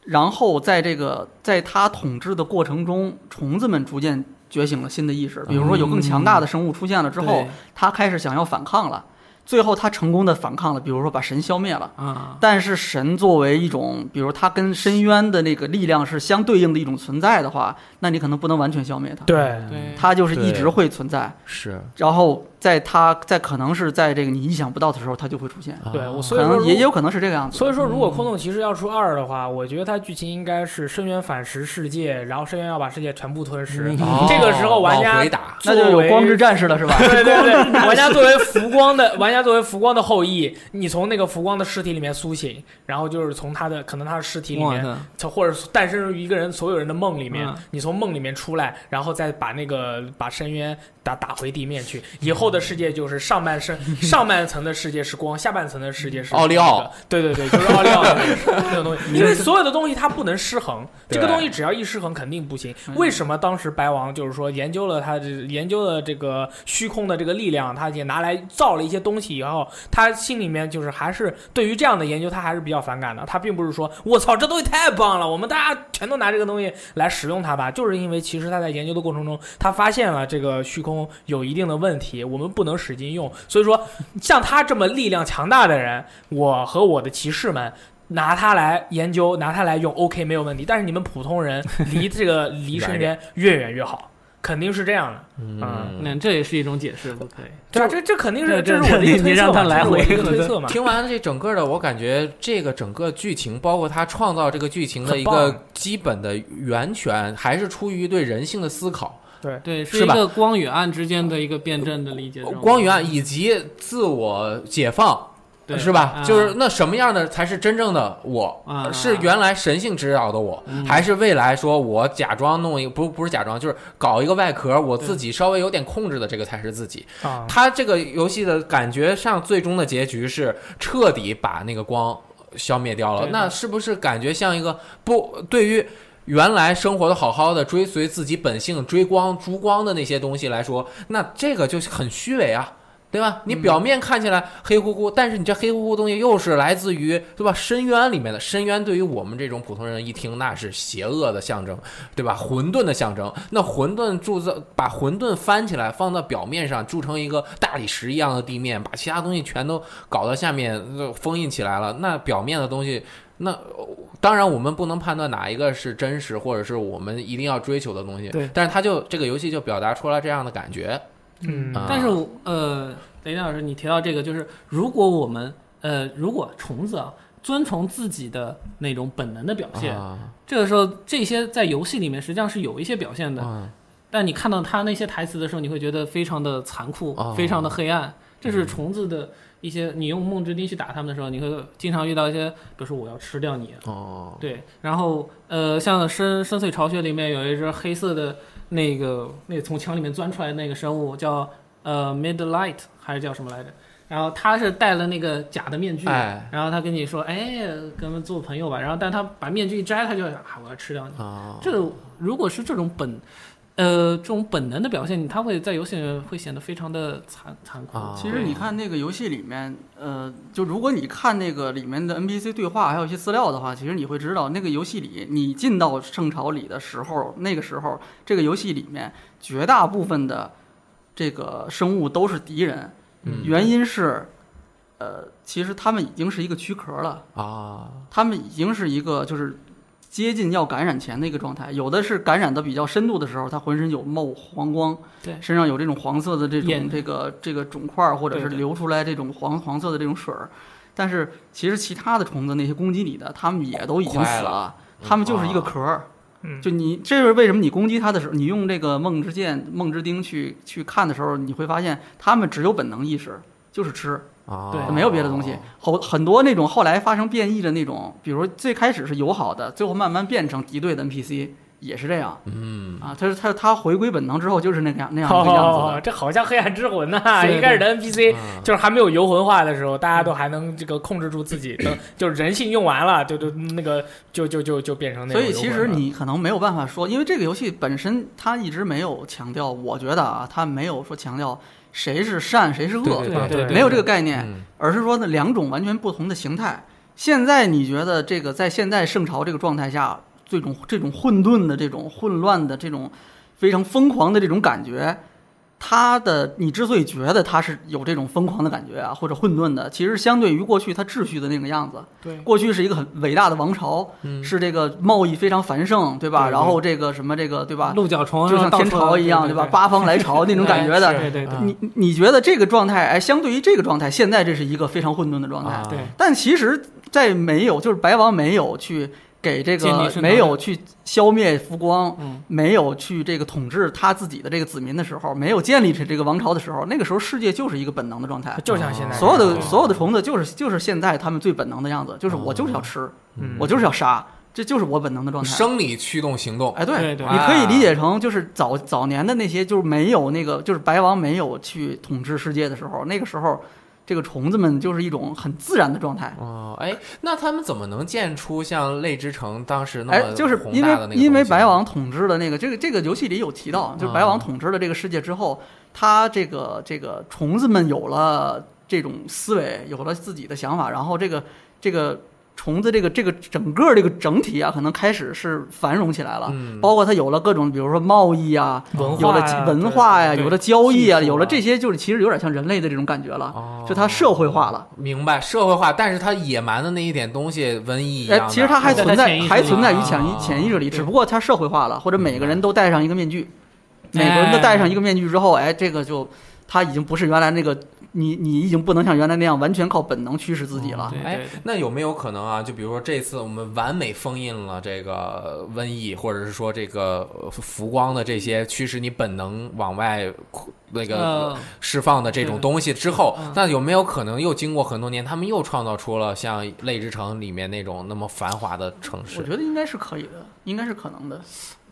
Speaker 4: 然后在这个在他统治的过程中，虫子们逐渐觉醒了新的意识。比如说有更强
Speaker 2: 嗯
Speaker 4: 大的生物出现了之后
Speaker 3: 对，
Speaker 4: 他开始想要反抗了，最后他成功的反抗了，比如说把神消灭了。
Speaker 3: 啊，
Speaker 4: 但是神作为一种，比如它跟深渊的那个力量是相对应的一种存在的话，那你可能不能完全消灭它，
Speaker 1: 对，
Speaker 2: 嗯啊
Speaker 3: 对，
Speaker 4: 它就是
Speaker 2: 对
Speaker 4: 一直会存在。
Speaker 2: 是
Speaker 4: 然后在它在可能是在这个你意想不到的时候，它就会出现，
Speaker 2: 啊
Speaker 1: 对我
Speaker 4: 可
Speaker 1: 所以说
Speaker 4: 能
Speaker 1: 如
Speaker 4: 也有可能是这个样子。
Speaker 1: 所以说，如果空洞骑士要出二的话，我觉得它剧情应该是深渊反食世界，然后深渊要把世界全部吞噬。
Speaker 4: 嗯
Speaker 2: 哦
Speaker 1: 这个时候玩
Speaker 2: 往
Speaker 1: 家
Speaker 2: 回打，
Speaker 4: 那就
Speaker 1: 作
Speaker 4: 有
Speaker 1: 为
Speaker 4: 光之战士了，是吧？
Speaker 1: 对对对，玩家作为浮光的玩家作为浮光的后裔，你从那个浮光的尸体里面苏醒，然后就是从他的可能他的尸体里
Speaker 3: 我
Speaker 1: 面，
Speaker 3: 的
Speaker 1: 从或者是诞生于一个人所有人的梦里面
Speaker 3: 嗯，
Speaker 1: 你从梦里面出来，然后再把那个把深渊打打回地面去。以后的世界就是上半身上半层的世界是光，下半层的世界是
Speaker 2: 奥利奥
Speaker 1: 那个，对对对，就是奥利奥的 那种东西，就是所有的东西它不能失衡，
Speaker 2: 对
Speaker 1: 这个东西只要一失衡肯定不行。为什么当时白王就是说研究了他这研究了这个虚空的这个力量，他也拿来造了一些东西以后，他心里面就是还是对于这样的研究他还是比较反感的。他并不是说我操这东西太棒了，我们大家全都拿这个东西来使用它吧，就是因为其实他在研究的过程中，他发现了这个虚空有一定的问题，我们不能使劲用。所以说，像他这么力量强大的人，我和我的骑士们。拿它来研究，拿它来用，OK 没有问题。但是你们普通 人离这个离深渊越远越好，肯定是这样的。
Speaker 2: 嗯，
Speaker 3: 那这也是一种解释，不可以。
Speaker 1: 对啊，这这肯定是
Speaker 3: 对
Speaker 1: 这
Speaker 3: 对
Speaker 1: 是我的一个
Speaker 3: 对
Speaker 1: 推
Speaker 3: 你
Speaker 1: 测
Speaker 3: 让
Speaker 1: 嘛，
Speaker 3: 他
Speaker 1: 这
Speaker 3: 来
Speaker 1: 是我的
Speaker 3: 回
Speaker 1: 一个
Speaker 3: 对
Speaker 1: 推
Speaker 3: 对
Speaker 1: 测 嘛。
Speaker 2: 听完这整个的，我感觉这个整个剧情，包括他创造这个剧情的一
Speaker 1: 很
Speaker 2: 个基本的源泉，还是出于对人性的思考。
Speaker 1: 对，
Speaker 3: 对，
Speaker 2: 是
Speaker 3: 一
Speaker 2: 吧
Speaker 3: 个光与暗之间的一个辩证的理解。
Speaker 2: 光与暗以及自我解放，
Speaker 3: 对
Speaker 2: 是吧？
Speaker 3: 啊
Speaker 2: 就是那什么样的才是真正的我？
Speaker 3: 啊
Speaker 2: 是原来神性指导的我，
Speaker 3: 嗯
Speaker 2: 还是未来说我假装弄一个不不是假装，就是搞一个外壳，我自己稍微有点控制的这个才是自己。
Speaker 1: 啊，
Speaker 2: 他这个游戏的感觉上，最终的结局是彻底把那个光消灭掉了
Speaker 3: 对。的
Speaker 2: 那是不是感觉像一个不对于？原来生活的好好的，追随自己本性、追光、逐光的那些东西来说，那这个就是很虚伪啊，对吧？
Speaker 3: 嗯
Speaker 2: 你表面看起来黑乎乎，但是你这黑乎乎东西又是来自于对吧深渊里面的深渊，对于我们这种普通人一听，那是邪恶的象征，对吧？混沌的象征。那混沌铸造，把混沌翻起来放到表面上，铸成一个大理石一样的地面，把其他东西全都搞到下面呃封印起来了。那表面的东西。那呃当然，我们不能判断哪一个是真实，或者是我们一定要追求的东西。
Speaker 1: 对
Speaker 2: 但是它就这个游戏就表达出了这样的感觉。
Speaker 1: 嗯
Speaker 2: 啊
Speaker 3: 但是我呃，雷电老师，你提到这个，就是如果我们呃，如果虫子啊遵从自己的那种本能的表现，
Speaker 2: 啊
Speaker 3: 这个时候这些在游戏里面实际上是有一些表现的，
Speaker 2: 嗯
Speaker 3: 但你看到他那些台词的时候，你会觉得非常的残酷，
Speaker 2: 哦嗯
Speaker 3: 非常的黑暗。这是虫子的一些，你用梦之钉去打他们的时候，你会经常遇到一些，比如说我要吃掉你，
Speaker 2: 哦，
Speaker 3: 对，然后呃，像深深邃巢穴里面有一只黑色的那个那从墙里面钻出来的那个生物叫呃 Midlight 还是叫什么来着？然后它是戴了那个假的面具，
Speaker 2: 哎
Speaker 3: 然后他跟你说，哎，跟我们做朋友吧。然后但他把面具一摘，他就想啊，我要吃掉你。
Speaker 2: 啊，
Speaker 3: 这个如果是这种本，呃，这种本能的表现，它会在游戏里面会显得非常的残残酷。
Speaker 2: 啊
Speaker 4: 其实你看那个游戏里面，呃，就如果你看那个里面的 NPC 对话，还有一些资料的话，其实你会知道，那个游戏里你进到圣朝里的时候，那个时候这个游戏里面绝大部分的这个生物都是敌人，
Speaker 2: 嗯
Speaker 4: 原因是，呃，其实他们已经是一个躯壳了，
Speaker 2: 啊，
Speaker 4: 他们已经是一个就是接近要感染前的一个状态，有的是感染的比较深度的时候，他浑身有冒黄光，
Speaker 3: 对
Speaker 4: 身上有这种黄色的这种
Speaker 3: 眼
Speaker 4: 这个这个肿块儿，或者是
Speaker 3: 对的
Speaker 4: 流出来这种黄黄色的这种水儿。但是其实其他的虫子那些攻击你的，它们也都已经
Speaker 2: 快
Speaker 4: 死
Speaker 2: 了
Speaker 4: 了，它们就是一个壳儿。
Speaker 1: 嗯
Speaker 4: 就你，这是为什么你攻击它的时候，你用这个梦之剑、梦之钉去去看的时候，你会发现它们只有本能意识，就是吃，
Speaker 2: 啊，
Speaker 3: 对
Speaker 4: 没有别的东西。后很多那种后来发生变异的那种，比如最开始是友好的，最后慢慢变成敌对的 NPC，也是这样
Speaker 2: 嗯，
Speaker 4: 啊。他是他他回归本能之后就是那个样 那样一个样子
Speaker 1: 哦
Speaker 4: 的，，
Speaker 1: 这好像黑暗之魂呐、
Speaker 4: 对
Speaker 1: 一开始的 NPC
Speaker 2: 啊
Speaker 1: 就是还没有游魂化的时候，大家都还能这个控制住自己，等就是人性用完了，就就那个就就就就变成那
Speaker 4: 所
Speaker 1: 种
Speaker 4: 以
Speaker 1: 游魂
Speaker 4: 其
Speaker 1: 了。
Speaker 4: 实你可能没有办法说，因为这个游戏本身它一直没有强调，我觉得啊，它没有说强调谁是善谁是恶，
Speaker 2: 对
Speaker 1: 啊
Speaker 2: 对
Speaker 1: 对
Speaker 2: 对，
Speaker 4: 没有这个概念，
Speaker 2: 嗯
Speaker 4: 而是说呢两种完全不同的形态。现在你觉得这个在现在圣朝这个状态下，这种这种混沌的、这种混乱的、这种非常疯狂的这种感觉，它的你之所以觉得它是有这种疯狂的感觉啊，或者混沌的，其实相对于过去它秩序的那个样子，
Speaker 1: 对
Speaker 4: 过去是一个很伟大的王朝，
Speaker 2: 嗯
Speaker 4: 是这个贸易非常繁盛，对吧？
Speaker 1: 对对
Speaker 4: 然后这个什么这个对吧，
Speaker 3: 鹿角虫
Speaker 4: 就像天朝一样，
Speaker 3: 对
Speaker 4: 对吧？八方来朝那种感觉的，
Speaker 1: 哎
Speaker 3: 对对对，
Speaker 2: 啊
Speaker 4: 你你觉得这个状态，哎，相对于这个状态，现在这是一个非常混沌的状态。
Speaker 2: 啊
Speaker 1: 对
Speaker 4: 但其实，在没有，就是白王没有去给这
Speaker 3: 建立
Speaker 4: 个
Speaker 3: 圣堂
Speaker 4: 没有去消灭福光，
Speaker 3: 嗯，
Speaker 4: 没有去这个统治他自己的这个子民的时候，没有建立起这个王朝的时候，那个时候世界就是一个本能的状态。
Speaker 1: 就像现在
Speaker 4: 所有
Speaker 2: 哦
Speaker 4: 的所有的虫子就是就是现在他们最本能的样子，就是我就是要吃，
Speaker 1: 嗯
Speaker 4: 我就是要杀，这就是我本能的状态。
Speaker 2: 生啊理驱动行动，
Speaker 4: 哎，对，
Speaker 3: 对对
Speaker 4: 你可以理解成就是早早年的那些，就是没有那个，就是白王没有去统治世界的时候，那个时候，这个虫子们就是一种很自然的状态。
Speaker 2: 哦，哎，那他们怎么能建出像《泪之城》当时那
Speaker 4: 哎，
Speaker 2: 么
Speaker 4: 就是
Speaker 2: 宏
Speaker 4: 因
Speaker 2: 大的那个
Speaker 4: 为
Speaker 2: 东西呢啊
Speaker 4: 因为白王统治的那个这个这个游戏里有提到，就是白王统治了这个世界之后，他这个这个虫子们有了这种思维，有了自己的想法，然后这个这个虫子这个这个整个这个整体啊，可能开始是繁荣起来了，
Speaker 2: 嗯
Speaker 4: 包括它有了各种，比如说贸易啊，
Speaker 1: 文
Speaker 4: 有
Speaker 1: 化呀
Speaker 4: 了文化呀，
Speaker 1: 对对
Speaker 4: 有了交易啊，
Speaker 1: 技术啊
Speaker 4: 有了这些，就是其实有点像人类的这种感觉了，
Speaker 2: 哦
Speaker 4: 就它社会化了。
Speaker 2: 明白社会化，但是它野蛮的那一点东西，瘟疫一样
Speaker 4: 哎
Speaker 2: 的，，
Speaker 4: 其实它还
Speaker 3: 在
Speaker 4: 存在
Speaker 3: 潜意识，里
Speaker 4: 还存在于
Speaker 2: 啊
Speaker 4: 潜意潜意识里，只不过它社会化了，或者每个人都戴上一个面具，
Speaker 3: 哎
Speaker 4: 每个人都戴上一个面具之后，哎，这个就它已经不是原来那个你你已经不能像原来那样完全靠本能驱使自己了。
Speaker 3: 对
Speaker 2: 哎，那有没有可能啊？就比如说这次我们完美封印了这个瘟疫，或者是说这个呃浮光的这些驱使你本能往外哭那个
Speaker 3: 呃
Speaker 2: 释放的这种东西之后
Speaker 3: 嗯，
Speaker 2: 那有没有可能又经过很多年，他们又创造出了像《泪之城》里面那种那么繁华的城
Speaker 4: 我
Speaker 2: 市？
Speaker 4: 觉得应该是可以的，应该是可能的。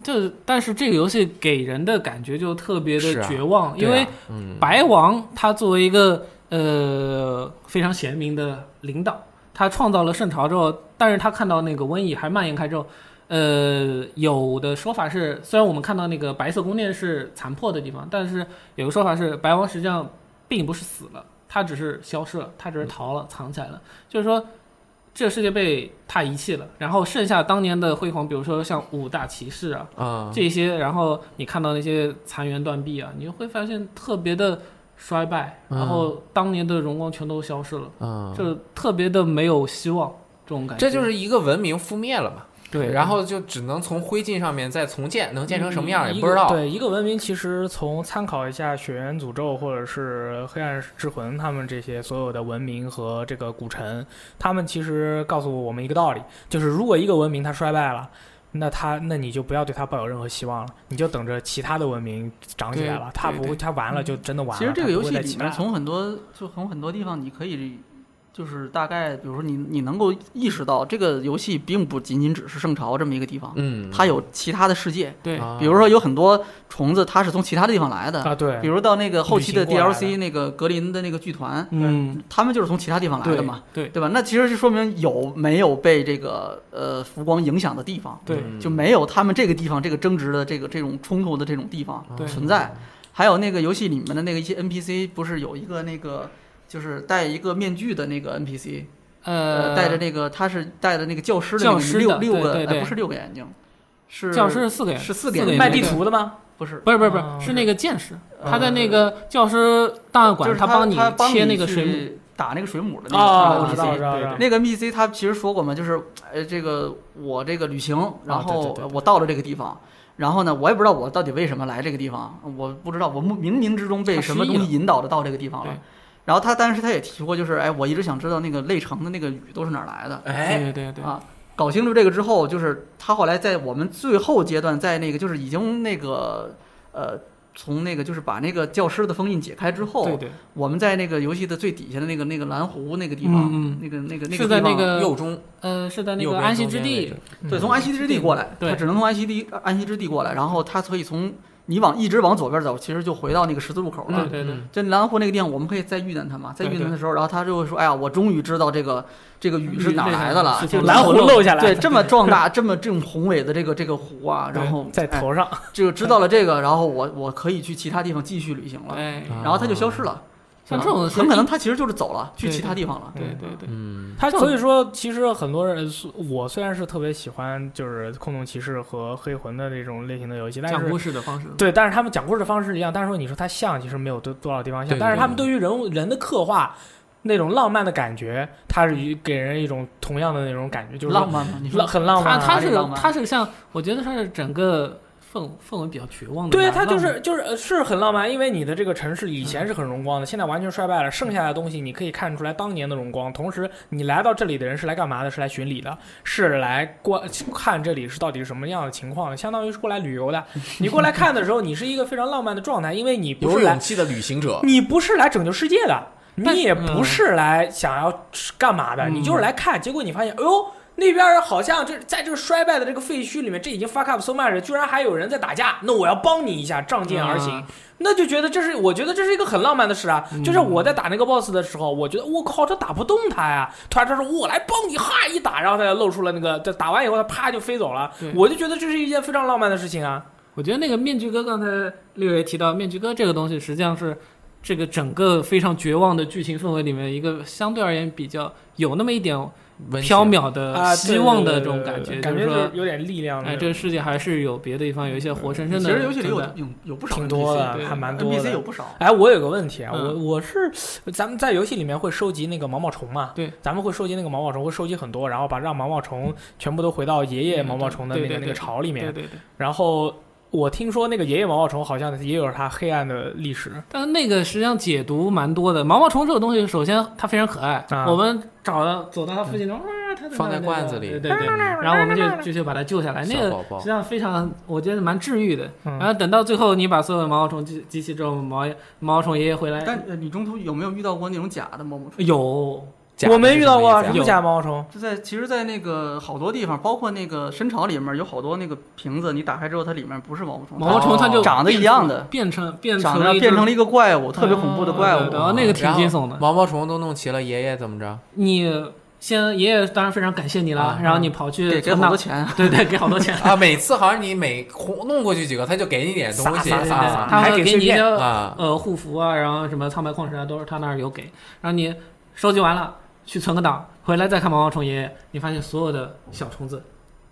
Speaker 3: 就但是这个游戏给人的感觉就特别
Speaker 2: 是
Speaker 3: 的
Speaker 2: 啊
Speaker 3: 绝望，因
Speaker 2: 对
Speaker 3: 为
Speaker 2: 啊嗯，
Speaker 3: 白王他作为一个呃非常贤明的领导，他创造了圣朝之后，但是他看到那个瘟疫还蔓延开之后，呃，有的说法是，虽然我们看到那个白色宫殿是残破的地方，但是有个说法是，白王实际上并不是死了，他只是消失了，他只是逃了，藏起来了，就是说。这个世界被他遗弃了，然后剩下当年的辉煌，比如说像五大骑士啊，
Speaker 2: 啊，
Speaker 3: 这些，然后你看到那些残垣断壁啊，你就会发现特别的衰败，
Speaker 2: 嗯
Speaker 3: 然后当年的荣光全都消失了，
Speaker 2: 嗯，
Speaker 3: 就特别的没有希望，这种感觉。
Speaker 2: 这就是一个文明覆灭了嘛。
Speaker 3: 对，
Speaker 2: 然
Speaker 3: 后
Speaker 2: 后就只能从灰烬上面再重建，能建成什么样也不
Speaker 1: 嗯
Speaker 2: 知
Speaker 1: 一
Speaker 2: 道
Speaker 1: 个。对，一个文明其实从参考一下《血源诅咒》或者是《黑暗之魂》他们这些所有的文明和这个古城，他们其实告诉我们一个道理，就是如果一个文明它衰败了。那它，那你就不要对它抱有任何希望了，你就等着其他的文明长起来了
Speaker 2: 对。
Speaker 1: 它不
Speaker 2: 对
Speaker 1: 会，它完了就真的完了。
Speaker 4: 其实这个
Speaker 1: 它
Speaker 4: 游
Speaker 1: 不会
Speaker 4: 戏
Speaker 1: 再
Speaker 4: 里
Speaker 1: 起来
Speaker 4: 面，
Speaker 1: 了
Speaker 4: 从很多就从很多地方，你可以就是大概，比如说你你能够意识到，这个游戏并不仅仅只是圣朝这么一个地方，
Speaker 2: 嗯，
Speaker 4: 它有其他的世界。
Speaker 3: 对嗯
Speaker 2: 啊，
Speaker 4: 比如说有很多虫子，它是从其他的地方来的，
Speaker 1: 啊，对，
Speaker 4: 比如到那个后期的
Speaker 1: 旅行过来的
Speaker 4: DLC 那个格林的那个剧团，
Speaker 3: 嗯，
Speaker 4: 他们就是从其他地方来
Speaker 3: 对
Speaker 4: 的嘛，
Speaker 3: 对
Speaker 4: 对吧？那其实就说明有没有被这个呃浮光影响的地方，
Speaker 3: 对
Speaker 2: 嗯
Speaker 4: 就没有他们这个地方这个争执的这个这种冲突的这种地方
Speaker 3: 对
Speaker 4: 存在。还有那个游戏里面的那个一些 NPC，不是有一个那个就是戴一个面具的那个 NPC，
Speaker 3: 呃，
Speaker 4: 戴着那个他是戴着那个教师的那
Speaker 3: 教
Speaker 4: 个
Speaker 3: 师
Speaker 4: 六
Speaker 3: 的
Speaker 4: 六个，
Speaker 3: 对对
Speaker 4: 哎
Speaker 3: 对
Speaker 4: 不是六个眼睛，是
Speaker 3: 教师是四个人，
Speaker 4: 是
Speaker 3: 四
Speaker 4: 四个
Speaker 3: 个
Speaker 4: 眼
Speaker 3: 人
Speaker 4: 睛
Speaker 1: 卖地图的吗？
Speaker 4: 不是
Speaker 3: 不是不是不
Speaker 1: 啊
Speaker 3: 是，是那个剑士，
Speaker 4: 呃
Speaker 3: 他在那个教师档案
Speaker 4: 就
Speaker 3: 馆，
Speaker 4: 是他
Speaker 3: 帮你
Speaker 4: 他帮
Speaker 3: 切那个
Speaker 4: 去
Speaker 3: 水母，
Speaker 4: 打那个水母的那个
Speaker 1: 啊，
Speaker 3: 个
Speaker 1: 我知道，我
Speaker 4: NPC
Speaker 1: 知道，我知
Speaker 3: 对
Speaker 1: 道。
Speaker 4: 那个 NPC 他其实说过嘛，就是呃，这个我这个旅行，然
Speaker 1: 啊对对
Speaker 4: 后
Speaker 1: 对对
Speaker 4: 我到了这个地方，然后呢，我也不知道我到底为什么来这个地方，我不知道我冥冥冥之中被
Speaker 3: 他
Speaker 4: 什么
Speaker 3: 失忆
Speaker 4: 东西
Speaker 3: 了
Speaker 4: 引导的到这个地方了
Speaker 3: 对。
Speaker 4: 然后他当时他也提过，就是哎，我一直想知道那个泪城的那个雨都是哪儿来的
Speaker 3: 对
Speaker 2: 哎，
Speaker 3: 对对对，
Speaker 4: 啊。搞清楚这个之后，就是他后来在我们最后阶段，在那个就是已经那个呃从那个就是把那个教师的封印解开之后，
Speaker 1: 对对，
Speaker 4: 我们在那个游戏的最底下的那个那个蓝湖那个地方，
Speaker 3: 嗯嗯
Speaker 4: 那个那个那个
Speaker 3: 是在
Speaker 4: 地方
Speaker 3: 那个
Speaker 2: 右中
Speaker 3: 呃，是在那
Speaker 2: 右
Speaker 3: 个
Speaker 2: 边
Speaker 3: 安息
Speaker 2: 中
Speaker 3: 之
Speaker 2: 间位
Speaker 3: 地
Speaker 2: 置，
Speaker 4: 对，从安息之地过来，
Speaker 3: 对
Speaker 4: 他只能从安息地安息之地过来，然后他可以从你往一直往左边走，其实就回到那个十字路口了。
Speaker 3: 对对对
Speaker 1: 嗯
Speaker 4: 这蓝湖那个地方，我们可以再遇见他嘛？在
Speaker 1: 对对
Speaker 4: 遇见他的时候，然后他就会说：“哎呀，我终于知道这个这个雨是哪儿来的了
Speaker 3: 是，从
Speaker 4: 就是
Speaker 1: 蓝湖漏下来，
Speaker 4: 对，这么壮大， 这么这种宏伟的这个这个湖啊，
Speaker 1: 对
Speaker 4: 然后
Speaker 1: 在
Speaker 4: 哎
Speaker 1: 头上，
Speaker 4: 就知道了这个，然后我我可以去其他地方继续旅行了，
Speaker 3: 哎，
Speaker 2: 啊
Speaker 4: 然后他就消失了。
Speaker 3: 像这种
Speaker 4: 啊很可能他其实就是走了，去其他地方了。
Speaker 3: 对对对，
Speaker 2: 嗯，
Speaker 1: 他
Speaker 3: 这种
Speaker 1: 所以说，其实很多人，我虽然是特别喜欢就是空洞骑士和黑魂的这种类型的游戏，但
Speaker 3: 讲
Speaker 1: 是
Speaker 3: 故事的方式，
Speaker 1: 对，但是他们讲故事的方式一样，但是说你说它像，其实没有多多少地方像，
Speaker 2: 对
Speaker 1: 但是他们
Speaker 2: 对
Speaker 1: 对于人物人的刻画，那种浪漫的感觉，它是给人一种同样的那种感觉，就是
Speaker 4: 浪
Speaker 1: 说
Speaker 4: 漫嘛，你说
Speaker 1: 浪很浪漫啊。
Speaker 3: 他他
Speaker 4: 哪
Speaker 3: 是
Speaker 4: 里浪漫
Speaker 3: 他是像，我觉得他是整个氛氛围比较绝望的
Speaker 1: 对
Speaker 3: 那种
Speaker 1: 它
Speaker 3: 浪漫，
Speaker 1: 就是就是呃是很浪漫，因为你的这个城市以前是很荣光的，现在完全衰败了。剩下的东西你可以看出来当年的荣光，同时你来到这里的人是来干嘛的？是来巡礼的，是来观看这里是到底是什么样的情况，相当于是过来旅游的。你过来看的时候，你是一个非常浪漫的状态，因为你不
Speaker 2: 有
Speaker 1: 是来
Speaker 2: 勇气的旅行 者，
Speaker 1: 你不是来拯救世界的，
Speaker 3: 但
Speaker 1: 你也不是来想要干嘛的，
Speaker 3: 嗯
Speaker 1: 你就是来看。结果你发现，哎呦，那边好像这在这个衰败的这个废墟里面，这已经 fuck up so much，居然还有人在打架，那我要帮你一下，仗剑而行。
Speaker 3: 啊
Speaker 1: 那就觉得这是，我觉得这是一个很浪漫的事啊。
Speaker 3: 嗯
Speaker 1: 就是我在打那个 boss 的时候，我觉得我靠，这打不动他呀。突然他说我来帮你，哈一打，然后他就露出了那个，就打完以后他啪就飞走了
Speaker 3: 对。
Speaker 1: 我就觉得这是一件非常浪漫的事情啊。
Speaker 3: 我觉得那个面具哥，刚才六爷提到面具哥这个东西，实际上是这个整个非常绝望的剧情氛围里面一个相对而言比较有那么一点
Speaker 2: 温
Speaker 3: 缥
Speaker 2: 情
Speaker 3: 缈的
Speaker 1: 啊，
Speaker 3: 呃希望的
Speaker 1: 对
Speaker 3: 这
Speaker 1: 对
Speaker 3: 种
Speaker 1: 对
Speaker 3: 感
Speaker 1: 对
Speaker 3: 觉，
Speaker 1: 对
Speaker 3: 就
Speaker 1: 感
Speaker 3: 是
Speaker 1: 觉就是嗯
Speaker 3: 说，
Speaker 1: 有点力量的那
Speaker 3: 哎，
Speaker 1: 种。
Speaker 3: 这个世界还是有别的地方有一些活生生
Speaker 4: 其
Speaker 3: 的。
Speaker 4: 实游戏里有
Speaker 3: 存在
Speaker 4: 有有不少
Speaker 1: 挺多的
Speaker 4: NPC 对
Speaker 1: 还蛮多的
Speaker 4: NPC 有不少。
Speaker 1: 哎，我有个问题啊，
Speaker 3: 嗯
Speaker 1: 我我是咱们在游戏里面会收集那个毛毛虫嘛？
Speaker 3: 对，
Speaker 1: 咱们会收集那个毛毛虫，会收集很多，然后把让毛毛虫全部都回到爷爷毛毛虫的那
Speaker 3: 对
Speaker 1: 个
Speaker 3: 对
Speaker 1: 那个
Speaker 3: 对
Speaker 1: 巢里
Speaker 3: 对
Speaker 1: 面。
Speaker 3: 对对，
Speaker 1: 然后我听说那个爷爷毛毛虫好像也有它黑暗的历史，
Speaker 3: 但是那个实际上解读蛮多的。毛毛虫这个东西，首先它非常可爱，
Speaker 1: 啊
Speaker 3: 我们找到走到它附近的时候，哇，它
Speaker 2: 放在
Speaker 3: 那个
Speaker 2: 罐子里
Speaker 3: 对对对，然后我们就就就把它救下来。那
Speaker 2: 小
Speaker 3: 个
Speaker 2: 宝宝
Speaker 3: 实际上非常，我觉得蛮治愈的。
Speaker 1: 嗯
Speaker 3: 然后等到最后，你把所有的毛毛虫机机器之后，毛毛毛虫爷爷回来，
Speaker 4: 但呃你中途有没有遇到过那种假的毛毛虫？
Speaker 3: 有
Speaker 2: 假的
Speaker 1: 我没遇到过
Speaker 2: 是
Speaker 1: 什
Speaker 2: 什么
Speaker 1: 么
Speaker 2: 意思啊
Speaker 3: 有
Speaker 1: 假毛毛虫。
Speaker 4: 就在其实，在那个好多地方，包括那个深潮里面，有好多那个瓶子，你打开之后，它里面不是毛毛虫，
Speaker 3: 毛毛虫，它就
Speaker 2: 哦
Speaker 4: 长得一样的
Speaker 3: 变成变
Speaker 4: 长
Speaker 3: 成
Speaker 4: 得
Speaker 3: 了一
Speaker 4: 变成
Speaker 3: 只哦
Speaker 4: 了一个怪物，特别恐怖的怪
Speaker 3: 对对对然
Speaker 4: 物。
Speaker 3: 后那个挺
Speaker 2: 啊然后
Speaker 3: 惊悚的
Speaker 2: 毛毛虫都弄齐了，爷爷怎么着？
Speaker 3: 你先爷爷当然非常感谢你了
Speaker 2: 啊，
Speaker 3: 然后你跑去
Speaker 4: 给给
Speaker 3: 从
Speaker 4: 好
Speaker 3: 那
Speaker 4: 多钱，
Speaker 3: 对对给好多钱，
Speaker 2: 啊，每次好像你每轰弄过去几个，他就给你点东西，
Speaker 1: 撒撒撒撒
Speaker 3: 他
Speaker 1: 还
Speaker 3: 会
Speaker 1: 给
Speaker 3: 给
Speaker 1: 碎
Speaker 3: 你一些
Speaker 1: 片
Speaker 2: 啊
Speaker 3: 呃护符啊，然后什么苍白矿石啊，都是他那儿有给。然后你收集完了，去存个档，回来再看毛毛虫爷爷，你发现所有的小虫子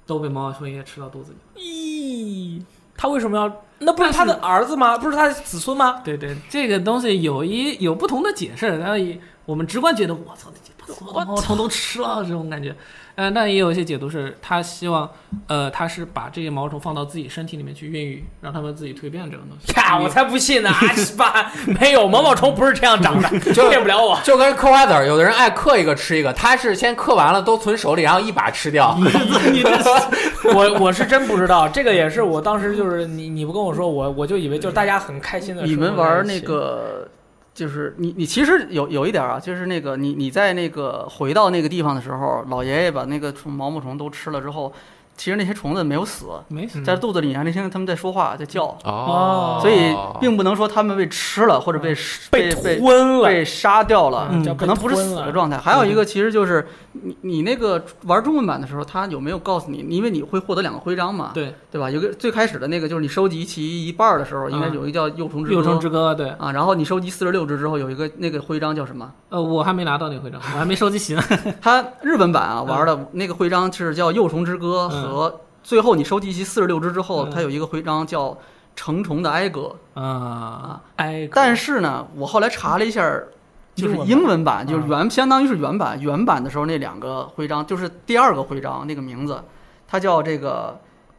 Speaker 3: 都被毛毛虫爷爷吃到肚子里。
Speaker 1: 咦，他为什么要？那不是他
Speaker 3: 但是
Speaker 1: 的儿子吗？不是他的子孙吗？
Speaker 3: 对对，这个东西有一有不同的解释，然后也我们直观觉得我操，把所有的毛虫都吃了这种感觉。嗯、但也有一些解读是，他希望，呃，他是把这些毛虫放到自己身体里面去孕育，让他们自己蜕变这种东 西。
Speaker 1: 呀，我才不信呢！啊，是吧？没有毛毛虫不是这样长的，
Speaker 2: 就
Speaker 1: 骗不了我。
Speaker 2: 就跟嗑瓜子儿，有的人爱嗑一个吃一个，他是先嗑完了都存手里，然后一把吃掉。
Speaker 3: 嗯你这
Speaker 1: 我我是真不知道，这个也是我当时就是你你不跟我说，我我就以为就是大家很开心的。
Speaker 4: 你们玩那，个，就是你你其实有有一点啊，就是那个你你在那个回到那个地方的时候，老爷爷把那个虫毛毛虫都吃了之后，其实那些虫子没有死，
Speaker 3: 没事，
Speaker 4: 在肚子里你还能听见他们在说话在叫，
Speaker 1: 哦
Speaker 3: 嗯
Speaker 4: 所以并不能说他们被吃了或者被
Speaker 1: 被
Speaker 4: 被
Speaker 1: 吞了，
Speaker 4: 被杀掉了。
Speaker 3: 嗯
Speaker 1: 叫被
Speaker 4: 可能不是
Speaker 1: 吞
Speaker 4: 死
Speaker 1: 了
Speaker 4: 的状态，还有一个其实就是你你那个玩中文版的时候，他有没有告诉你？因为你会获得两个徽章嘛，
Speaker 3: 对，
Speaker 4: 对吧？有个最开始的那个就是你收集齐一半儿的时候，应该
Speaker 3: 嗯
Speaker 4: 有一个叫幼虫之
Speaker 3: 六
Speaker 4: 歌
Speaker 3: 中之歌，对，
Speaker 4: 啊，然后你收集四十六只之后，有一个那个徽章叫什么？
Speaker 3: 呃，我还没拿到那徽章，我还没收集齐呢。
Speaker 4: 它日本版啊玩的那个徽章是叫《幼虫之歌》
Speaker 3: 嗯
Speaker 4: 和最后你收集齐四十六只之后，
Speaker 3: 嗯
Speaker 4: 它有一个徽章叫《成虫的哀歌
Speaker 3: 啊、》
Speaker 1: 哎，
Speaker 4: 但是呢，我后来查了一下儿，就是英文版，嗯
Speaker 3: 英
Speaker 4: 就
Speaker 3: 文版
Speaker 4: 是原相当于是原版，原版的时候那两个徽章就是第二个徽章那个名字，它叫这个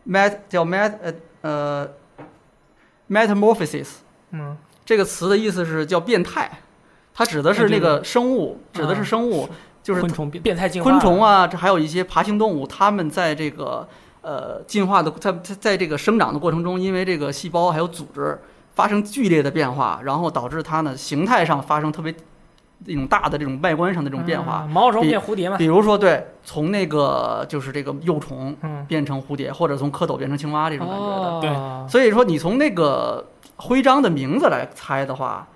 Speaker 4: met 叫 met 呃呃 metamorphosis。
Speaker 1: 嗯，
Speaker 4: 这个词的意思是叫变态，它指的是那个生物，指的是生物，就是
Speaker 3: 昆虫变
Speaker 1: 变态进化，
Speaker 4: 昆虫，啊，这还有一些爬行动物，它们在这个呃进化的在在在这个生长的过程中，因为这个细胞还有组织发生剧烈的变化，然后导致它呢形态上发生特别一种大的这种外观上的这种变
Speaker 1: 啊
Speaker 4: 化。
Speaker 1: 毛毛虫变蝴蝶嘛
Speaker 4: 比，如说，对，从那个就是这个幼虫
Speaker 1: 嗯，
Speaker 4: 变成蝴蝶，或者从蝌蚪变成青蛙这种感觉的。
Speaker 1: 哦，
Speaker 4: 所以说，你从那个徽章的名字来猜的话，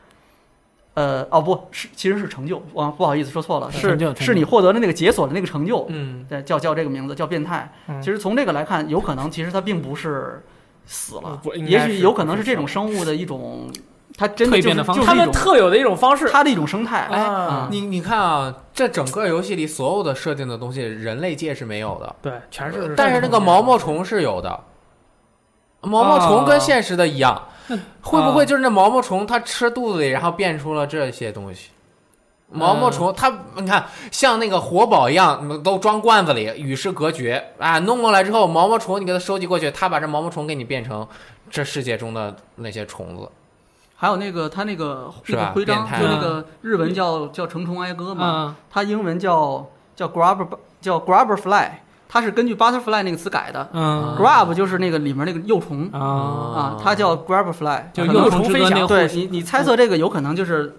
Speaker 4: 呃，哦不是，其实是成就，啊，不好意思说错了，
Speaker 3: 对
Speaker 4: 是
Speaker 3: 成就成就是
Speaker 4: 你获得的那个解锁的那个成就，
Speaker 2: 嗯，
Speaker 4: 对，叫叫这个名字叫变态。
Speaker 1: 嗯
Speaker 4: 其实从这个来看，有可能其实它并不是死了
Speaker 1: 不，
Speaker 3: 嗯
Speaker 1: 应该
Speaker 4: 啊也
Speaker 1: 是
Speaker 4: 许有可能
Speaker 1: 不
Speaker 4: 是
Speaker 1: 是
Speaker 4: 这种生物的一种，它真的
Speaker 3: 蜕
Speaker 4: 就
Speaker 3: 变
Speaker 4: 是
Speaker 3: 的方
Speaker 4: 就是
Speaker 1: 他
Speaker 4: 一
Speaker 1: 们
Speaker 4: 种
Speaker 1: 特有的一种方式
Speaker 4: 它的一种生态。
Speaker 2: 哎
Speaker 1: 啊
Speaker 4: 嗯，
Speaker 2: 你你看啊，这整个游戏里所有的设定的东西，人类界是没有的，
Speaker 1: 对，全
Speaker 3: 呃
Speaker 1: 是。
Speaker 2: 但是那个毛毛虫是有的。毛毛虫
Speaker 1: 啊
Speaker 2: 跟现实的一样，会不会就是那毛毛虫它吃肚子里，然后变出了这些东西？毛
Speaker 1: 嗯
Speaker 2: 毛虫它你看像那个活宝一样，嗯都装罐子里，与世隔绝啊！弄过来之后，毛毛虫你给它收集过去，它把这毛毛虫给你变成这世界中的那些虫子。
Speaker 4: 还有那个它那个
Speaker 2: 是
Speaker 4: 那
Speaker 2: 吧
Speaker 4: 个徽章，
Speaker 2: 变态啊
Speaker 4: 就那个日文叫叫成虫哀歌嘛，
Speaker 3: 嗯，
Speaker 4: 它英文叫叫 grubber 叫 grubber fly，它是根据 butterfly 那个词改的。
Speaker 3: 嗯
Speaker 4: grub 就是那个里面那个幼虫
Speaker 2: 嗯
Speaker 3: 啊，
Speaker 4: 啊，它叫 grubber fly，
Speaker 3: 就
Speaker 4: 可能
Speaker 3: 幼
Speaker 1: 虫
Speaker 3: 虫之
Speaker 1: 飞
Speaker 3: 歌
Speaker 1: 翔
Speaker 3: 那个
Speaker 4: 对
Speaker 3: 护士，
Speaker 4: 你你猜测这个有可能就是。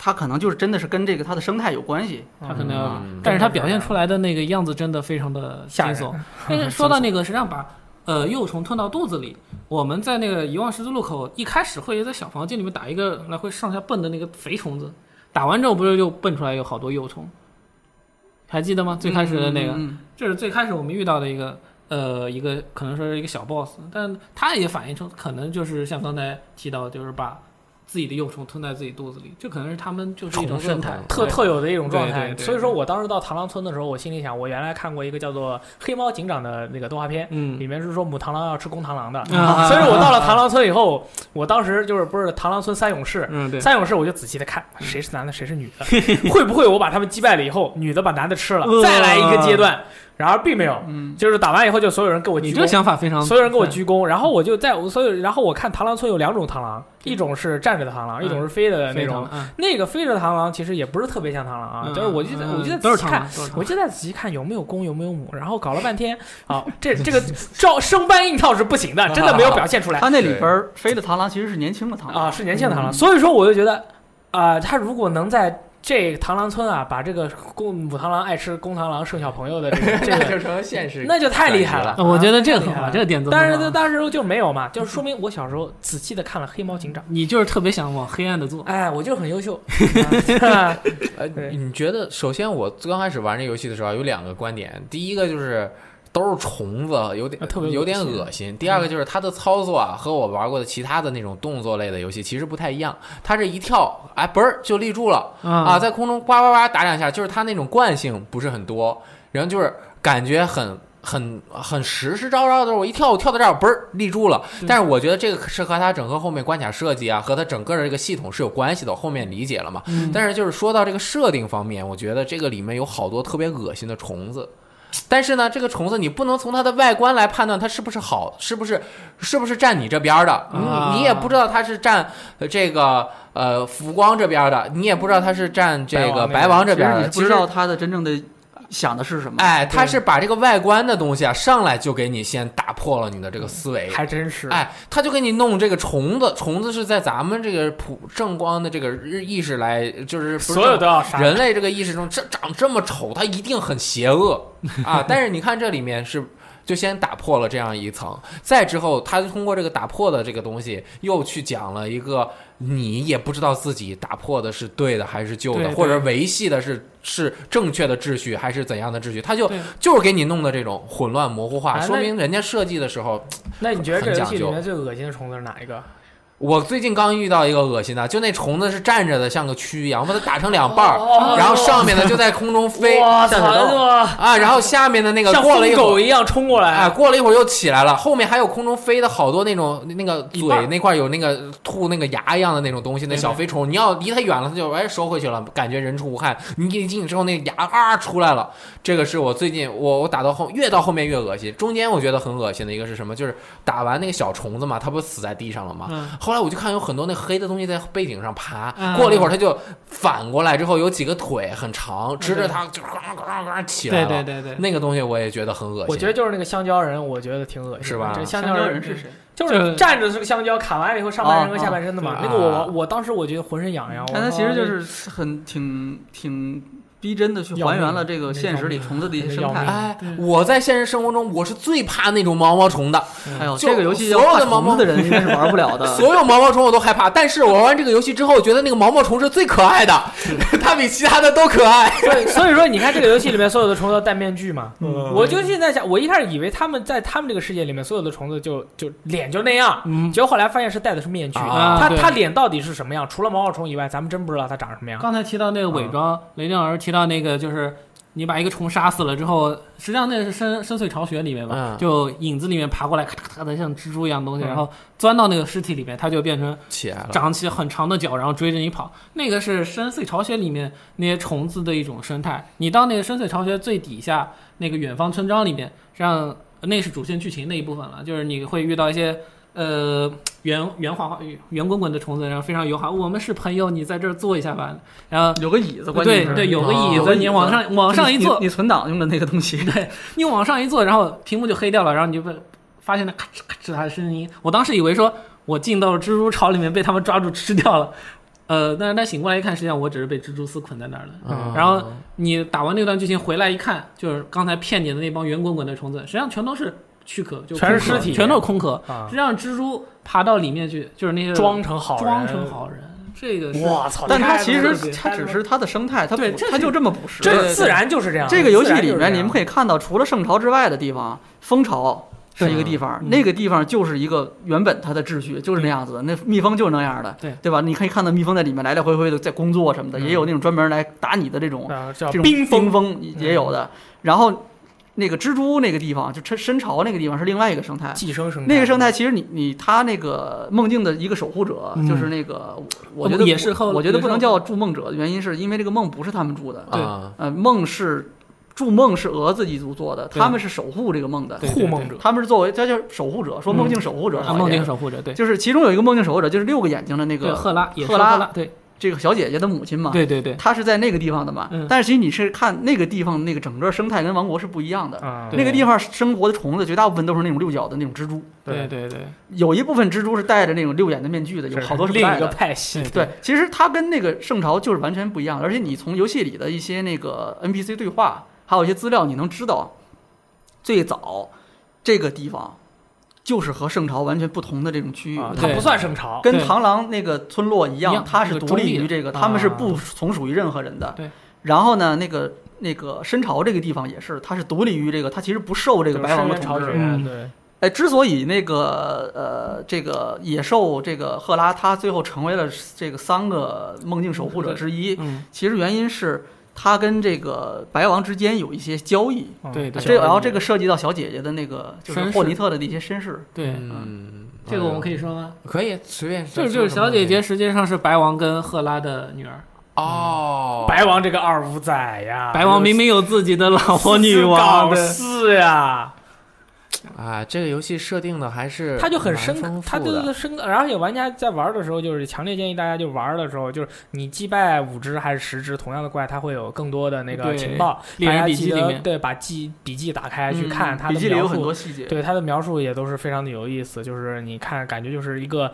Speaker 4: 它可能就是真的是跟这个它的生态有关系，
Speaker 3: 他可能要
Speaker 2: 嗯，
Speaker 3: 但是他表现出来的那个样子真的非常的惊
Speaker 1: 吓人
Speaker 3: 悚。但是说到那个，实际上把呃幼虫吞到肚子里，我们在那个遗忘十字路口一开始会在小房间里面打一个来回上下蹦的那个肥虫子，打完之后不是又蹦出来有好多幼虫，还记得吗？最开始的那个，
Speaker 4: 嗯
Speaker 3: 这是最开始我们遇到的一个呃一个可能说是一个小 boss，但他也反映出可能就是像刚才提到，就是把自己的幼虫吞在自己肚子里，这可能是他们就是一种
Speaker 2: 虫子
Speaker 3: 生
Speaker 2: 可
Speaker 3: 态
Speaker 2: 能
Speaker 1: 特
Speaker 3: 对
Speaker 1: 特有的一种状
Speaker 3: 对对
Speaker 1: 态，
Speaker 3: 对对
Speaker 1: 所以说我当时到螳螂村的时候，我心里想，我原来看过一个叫做《黑猫警长》的那个动画片，
Speaker 3: 嗯
Speaker 1: 里面是说母螳螂要吃公螳螂的，
Speaker 4: 嗯
Speaker 3: 啊
Speaker 1: 所以我到了螳螂村以后，我当时就是不是螳螂村三勇士，
Speaker 3: 嗯对。嗯
Speaker 1: 三勇士我就仔细的看谁是男的谁是女的， 会不会我把他们击败了以后，女的把男的吃了，
Speaker 3: 呃
Speaker 1: 再来一个阶段，然而并没有，
Speaker 4: 嗯，
Speaker 1: 就是打完以后就所有人给我
Speaker 3: 你
Speaker 1: 鞠
Speaker 3: 这个
Speaker 1: 躬。
Speaker 3: 想法非常，
Speaker 1: 所有人给我鞠躬，然后我就在我所有，然后我看螳螂村有两种螳
Speaker 3: 嗯
Speaker 1: 螂，一种是站着的螳螂，一种是飞的那种
Speaker 3: 非常，嗯
Speaker 1: 那个飞着的螳螂其实也不是特别像螳螂啊，
Speaker 3: 嗯
Speaker 1: 就是我就在
Speaker 3: 嗯
Speaker 1: 我就在仔
Speaker 3: 都是
Speaker 1: 细
Speaker 3: 螳
Speaker 1: 看
Speaker 3: 螂，，都是螳
Speaker 1: 我
Speaker 3: 螂
Speaker 1: 就在仔细看有没有公有没有母，然后搞了半天啊，这这个照生搬硬套是不行 的，真的没有表现出来
Speaker 4: 它那里边儿飞的螳螂其实是年轻的螳螂
Speaker 1: 啊，是年
Speaker 2: 嗯
Speaker 1: 轻的螳螂，所以说我就觉得啊，他如果能在。这螳螂村啊，把这个公母螳螂爱吃公螳螂剩小朋友的这 个这
Speaker 2: 那
Speaker 1: 个，
Speaker 2: 就成现实，
Speaker 1: 那就太厉害了。
Speaker 3: 呃我觉得这个
Speaker 1: 太厉
Speaker 3: 很
Speaker 1: 害
Speaker 3: 好，
Speaker 1: 了
Speaker 3: 这个点子很好。
Speaker 1: 但是当时就没有嘛， 就是说明我小时候仔细的看了《黑猫警长》，
Speaker 3: 你就是特别想往黑暗的 做，
Speaker 1: 哎，我就很优秀。 啊
Speaker 2: 呃，
Speaker 1: 对
Speaker 2: 你觉得？首先，我刚开始玩这游戏的时候有两个观点，第一个就是都是虫子，有点、
Speaker 1: 啊特别恶心嗯
Speaker 2: 有点恶心；第二个就是它的操作啊，和我玩过的其他的那种动作类的游戏其实不太一样。它这一跳，哎，嘣儿就立住了、啊，
Speaker 3: 啊，
Speaker 2: 在空中呱呱呱打两下，就是它那种惯性不是很多，然后就是感觉很。很很实实招招的，我一跳，我跳到这儿，嘣儿立住了。
Speaker 3: 对
Speaker 2: 但是我觉得这个是和它整个后面关卡设计啊，和它整个的这个系统是有关系的。我后面理解了嘛，
Speaker 3: 嗯
Speaker 2: 但是就是说到这个设定方面，我觉得这个里面有好多特别恶心的虫子。但是呢，这个虫子你不能从它的外观来判断它是不是好，是不是是不是站你这边儿的，你
Speaker 3: 啊
Speaker 2: 你也不知道它是站呃这个呃浮光这边儿的，你也不知道它是站这个白
Speaker 1: 白王那边
Speaker 2: 王这边儿的。
Speaker 4: 其实你是
Speaker 2: 其
Speaker 4: 不
Speaker 2: 实
Speaker 4: 知道它的真正的想的是什么。
Speaker 2: 哎，它是把这个外观的东西啊，上来就给你先打破了你的这个思维，
Speaker 1: 嗯还真是。
Speaker 2: 哎，他就给你弄这个虫子，虫子是在咱们这个普正光的这个日意识来，就是不是
Speaker 1: 所有都 要杀
Speaker 2: 人类这个意识中，这长这么丑，它一定很邪 恶啊！但是你看这里面是。就先打破了这样一层，再之后，他就通过这个打破的这个东西，又去讲了一个你也不知道自己打破的是对的还是旧的，
Speaker 3: 对
Speaker 2: 或者
Speaker 3: 对
Speaker 2: 维系的是是正确的秩序还是怎样的秩序，他就
Speaker 3: 对
Speaker 2: 就是给你弄的这种混乱模糊化，
Speaker 1: 哎
Speaker 2: 说
Speaker 1: 那
Speaker 2: 明人家设计的时候
Speaker 1: 那你觉得这游戏里
Speaker 2: 很讲
Speaker 1: 面最恶心的虫子是哪一个？
Speaker 2: 我最近刚遇到一个恶心的，就那虫子是站着的，像个蛆一样，我把它打成两半儿，然后上面的就在空中飞
Speaker 1: 哦哇
Speaker 4: 下水道
Speaker 1: 操！
Speaker 2: 啊，然后下面的那个
Speaker 1: 像
Speaker 2: 过了
Speaker 1: 疯
Speaker 2: 一
Speaker 1: 狗
Speaker 2: 会儿。
Speaker 1: 一样冲过来，
Speaker 2: 啊，过了一会儿又起来了，后面还有空中飞的好多那种那个
Speaker 1: 一半儿
Speaker 2: 嘴那块有那个吐那个牙一样的那种东西，那小飞虫，你要离它远了，它就哎收回去了，感觉人畜无害。你一近之后，那个牙啊出来了，这个是我最近我我打到后越到后面越恶心，中间我觉得很恶心的一个是什么？就是打完那个小虫子嘛，它不死在地上了吗？
Speaker 3: 嗯
Speaker 2: 后来我就看有很多那黑的东西在背景上爬，
Speaker 1: 嗯
Speaker 3: 啊
Speaker 2: 过了一会儿它就反过来之后有几个腿很长，支着
Speaker 3: 对
Speaker 2: 它就呱呱呱呱起来
Speaker 3: 对
Speaker 2: 了。
Speaker 3: 对对对，
Speaker 2: 那个东西我也觉得很恶心。
Speaker 1: 我觉得就是那个香蕉人，我觉得挺恶心的，
Speaker 2: 是吧
Speaker 1: 这香
Speaker 4: 香
Speaker 1: 蕉
Speaker 4: 蕉
Speaker 1: 人
Speaker 4: 人是谁？
Speaker 1: 就是站着是个香蕉，砍完了以后上半身和下半身的嘛。
Speaker 2: 啊啊
Speaker 1: 那个我
Speaker 2: 啊
Speaker 1: 我当时我觉得浑身痒痒，我
Speaker 4: 但啊它其实
Speaker 1: 靠
Speaker 4: 就是很挺挺逼真的去还原了这个现实里虫子的一些生态。
Speaker 2: 哎
Speaker 3: 嗯对，
Speaker 2: 我在现实生活中我是最怕那种毛毛虫的，
Speaker 4: 哎呦，
Speaker 2: 就
Speaker 4: 这个游戏
Speaker 2: 所
Speaker 4: 要
Speaker 2: 有的
Speaker 4: 画
Speaker 2: 毛毛
Speaker 4: 虫子的人应该是玩不了
Speaker 3: 嗯
Speaker 4: 的。
Speaker 2: 所有毛毛虫我都害怕。但是我玩完这个游戏之后，觉得那个毛毛虫是最可爱的， 它比其他的都可爱。
Speaker 1: 所以所以说，你看这个游戏里面所有的虫子都戴面具嘛。
Speaker 3: 嗯
Speaker 1: 我就现在想，我一开始以为他们在他们这个世界里面所有的虫子就就脸就那样，
Speaker 3: 嗯，
Speaker 1: 结果后来发现是戴的是面具。
Speaker 2: 啊
Speaker 1: 它
Speaker 3: 对
Speaker 1: 它脸到底是什么样？除了毛毛虫以外，咱们真不知道它长什么样。嗯
Speaker 3: 刚才提到那个伪装，雷电老师提到那个就是。你把一个虫杀死了之后，实际上那是深深邃巢穴里面嘛，
Speaker 2: 嗯
Speaker 3: 就影子里面爬过来，咔咔咔的像蜘蛛一样东西，
Speaker 1: 嗯
Speaker 3: 然后钻到那个尸体里面，它就变成
Speaker 2: 起来了，
Speaker 3: 长起很长的脚，然后追着你跑。那个是深邃巢穴里面那些虫子的一种生态。你到那个深邃巢穴最底下那个远方村庄里面，让那是主线剧情的一部分了，就是你会遇到一些。呃，圆圆滑滑、圆滚滚的虫子，然后非常友好。我们是朋友，你在这儿坐一下吧。然后，
Speaker 4: 有个椅子，关键
Speaker 3: 对
Speaker 4: 是
Speaker 3: 对，有个
Speaker 2: 哦
Speaker 3: 椅
Speaker 4: 有
Speaker 3: 子，
Speaker 4: 个
Speaker 3: 你
Speaker 4: 椅子
Speaker 3: 往上往上一
Speaker 4: 你
Speaker 3: 坐
Speaker 4: 你，你存档用的那个东西。对，
Speaker 3: 你往上一坐，然后屏幕就黑掉了，然后你就被发现那咔哧咔哧它的声音。我当时以为说我进到了蜘蛛巢里面被他们抓住吃掉了，呃，但是他醒过来一看，实际上我只是被蜘蛛丝捆在那儿了。
Speaker 2: 嗯
Speaker 3: 然后你打完那段剧情回来一看，就是刚才骗你的那帮圆滚滚的虫子，实际上全都是躯壳，就
Speaker 1: 全是
Speaker 3: 空壳
Speaker 1: 尸体
Speaker 3: 全都是空壳。
Speaker 1: 啊
Speaker 4: 嗯
Speaker 3: 实，际上蜘蛛爬到里面去，就是那些
Speaker 1: 装成好人，
Speaker 3: 装成好人，这个是
Speaker 1: 我操！
Speaker 4: 但
Speaker 1: 你
Speaker 4: 它
Speaker 1: 看
Speaker 4: 其
Speaker 1: 这
Speaker 4: 实
Speaker 1: 个
Speaker 4: 它只是它的生态，它不
Speaker 3: 对这是
Speaker 4: 它就这么捕食。
Speaker 1: 这自然就是这样。
Speaker 4: 这个游戏里
Speaker 1: 啊自然就是这
Speaker 4: 面，
Speaker 1: 样
Speaker 4: 你们可以看到，除了圣朝之外的地方，蜂巢是一个
Speaker 2: 对
Speaker 4: 地方，
Speaker 3: 嗯
Speaker 4: 那个地方就是一个原本它的秩序就是那样子的，那蜜蜂就是那样的，
Speaker 3: 对
Speaker 4: 对吧？你可以看到蜜蜂在里面来来回回的在工作什么的，
Speaker 1: 嗯
Speaker 4: 也有那种专门来打你的这种
Speaker 1: 啊叫
Speaker 4: 这种
Speaker 1: 冰
Speaker 4: 蜂
Speaker 1: 封
Speaker 4: 蜂也有的。然后那个蜘蛛那个地方，就深深巢那个地方是另外一个生态。
Speaker 1: 寄生生
Speaker 4: 那个生态其实你你他那个梦境的一个守护者、
Speaker 3: 嗯
Speaker 4: 就是那个，我我觉得
Speaker 3: 也是后
Speaker 4: 我觉得不能
Speaker 3: 也是
Speaker 4: 叫筑梦者，原因是因为这个梦不是他们住的，
Speaker 3: 对
Speaker 2: 啊
Speaker 4: 呃，梦是筑梦是蛾子一族做的，
Speaker 3: 对
Speaker 4: 他们是守护这个梦的，
Speaker 3: 对
Speaker 1: 护梦者，
Speaker 4: 他们是作为他叫守护者，说梦境守护者，
Speaker 3: 啊
Speaker 4: 好像
Speaker 3: 梦境守护者，对
Speaker 4: 就是其中有一个梦境守护者，就是六个眼睛的那
Speaker 3: 对，
Speaker 4: 个
Speaker 3: 赫拉也是
Speaker 4: 赫拉
Speaker 3: 赫拉，对
Speaker 4: 这个小姐姐的母
Speaker 1: 啊
Speaker 4: 亲嘛，
Speaker 3: 对对对，
Speaker 4: 她是在那个地方的嘛
Speaker 3: 嗯，
Speaker 4: 但是其实你是看那个地方那个整个生态跟王国是不一样的，
Speaker 1: 啊，
Speaker 3: 对
Speaker 4: 那个地方生活的虫子绝大部分都是那种六角的那种蜘蛛，
Speaker 3: 对对对，
Speaker 4: 有一部分蜘蛛是戴着那种六眼的面具的，有
Speaker 1: 是
Speaker 4: 好多是不
Speaker 1: 另
Speaker 4: 戴
Speaker 1: 一个
Speaker 4: 的。
Speaker 1: 派系。
Speaker 3: 对
Speaker 4: 对，其实它跟那个圣朝就是完全不一样，而且你从游戏里的一些那个 NPC 对话，还有一些资料，你能知道，最早这个地方就是和圣朝完全不同的这种区域，
Speaker 1: 啊，
Speaker 4: 它
Speaker 1: 它
Speaker 3: 对
Speaker 1: 不算生巢，
Speaker 4: 跟
Speaker 3: 对
Speaker 4: 螳螂那个村落一
Speaker 3: 一
Speaker 4: 样
Speaker 3: 样，
Speaker 4: 它
Speaker 3: 那
Speaker 4: 是
Speaker 3: 个
Speaker 4: 独
Speaker 3: 中
Speaker 4: 立
Speaker 3: 立
Speaker 4: 于
Speaker 3: 的
Speaker 4: 这个，他们是
Speaker 1: 啊
Speaker 4: 不从属于任何人的。
Speaker 3: 对。
Speaker 4: 然后呢，那个那个深朝这个地方也是，它是独立于这个，它其实不受这
Speaker 1: 这
Speaker 4: 个白王的
Speaker 1: 巢
Speaker 4: 统治
Speaker 1: 穴
Speaker 4: 的。
Speaker 3: 嗯
Speaker 1: 啊对，
Speaker 4: 哎，之所以那个呃，这个野兽这个赫拉，他最后成为了这个三个梦境守护者之一，
Speaker 3: 嗯，
Speaker 4: 其实原因是他跟这个白王之间有一些交易。
Speaker 1: 嗯
Speaker 3: 对对
Speaker 4: 这然后这个涉及到小姐姐的那个就是
Speaker 3: 身
Speaker 4: 霍
Speaker 3: 世
Speaker 4: 尼特的一些身世，
Speaker 3: 对，
Speaker 2: 嗯，
Speaker 3: 这个我们可
Speaker 2: 以
Speaker 3: 以说吗？
Speaker 2: 可以随便
Speaker 3: 就
Speaker 2: 说
Speaker 3: 是哎就是小姐姐实际上是白王跟赫拉的女儿，
Speaker 2: 哦，
Speaker 1: 白王这个二五仔呀，
Speaker 3: 白王明明有自己的老婆女王
Speaker 1: 啊搞
Speaker 3: 的，
Speaker 1: 事呀，
Speaker 2: 啊，这个游戏设定的还是
Speaker 1: 他就很
Speaker 2: 蛮丰
Speaker 1: 深，
Speaker 2: 富
Speaker 1: 他就是
Speaker 2: 的
Speaker 1: 深，而且玩家在玩的时候，就是强烈建议大家就玩的时候，就是你击败五只还是十只同样的怪，它会有更多的那个
Speaker 3: 对
Speaker 1: 情报，
Speaker 3: 猎人
Speaker 1: 大家
Speaker 3: 笔
Speaker 1: 记
Speaker 3: 记里
Speaker 1: 得
Speaker 3: 面
Speaker 1: 对，把记笔记打开去
Speaker 3: 嗯
Speaker 1: 看它
Speaker 4: 笔
Speaker 1: 的
Speaker 4: 记里有
Speaker 1: 描
Speaker 4: 很
Speaker 1: 述
Speaker 4: 多细节。
Speaker 1: 对它的描述也都是非常的有意思，就是你看，感觉就是一个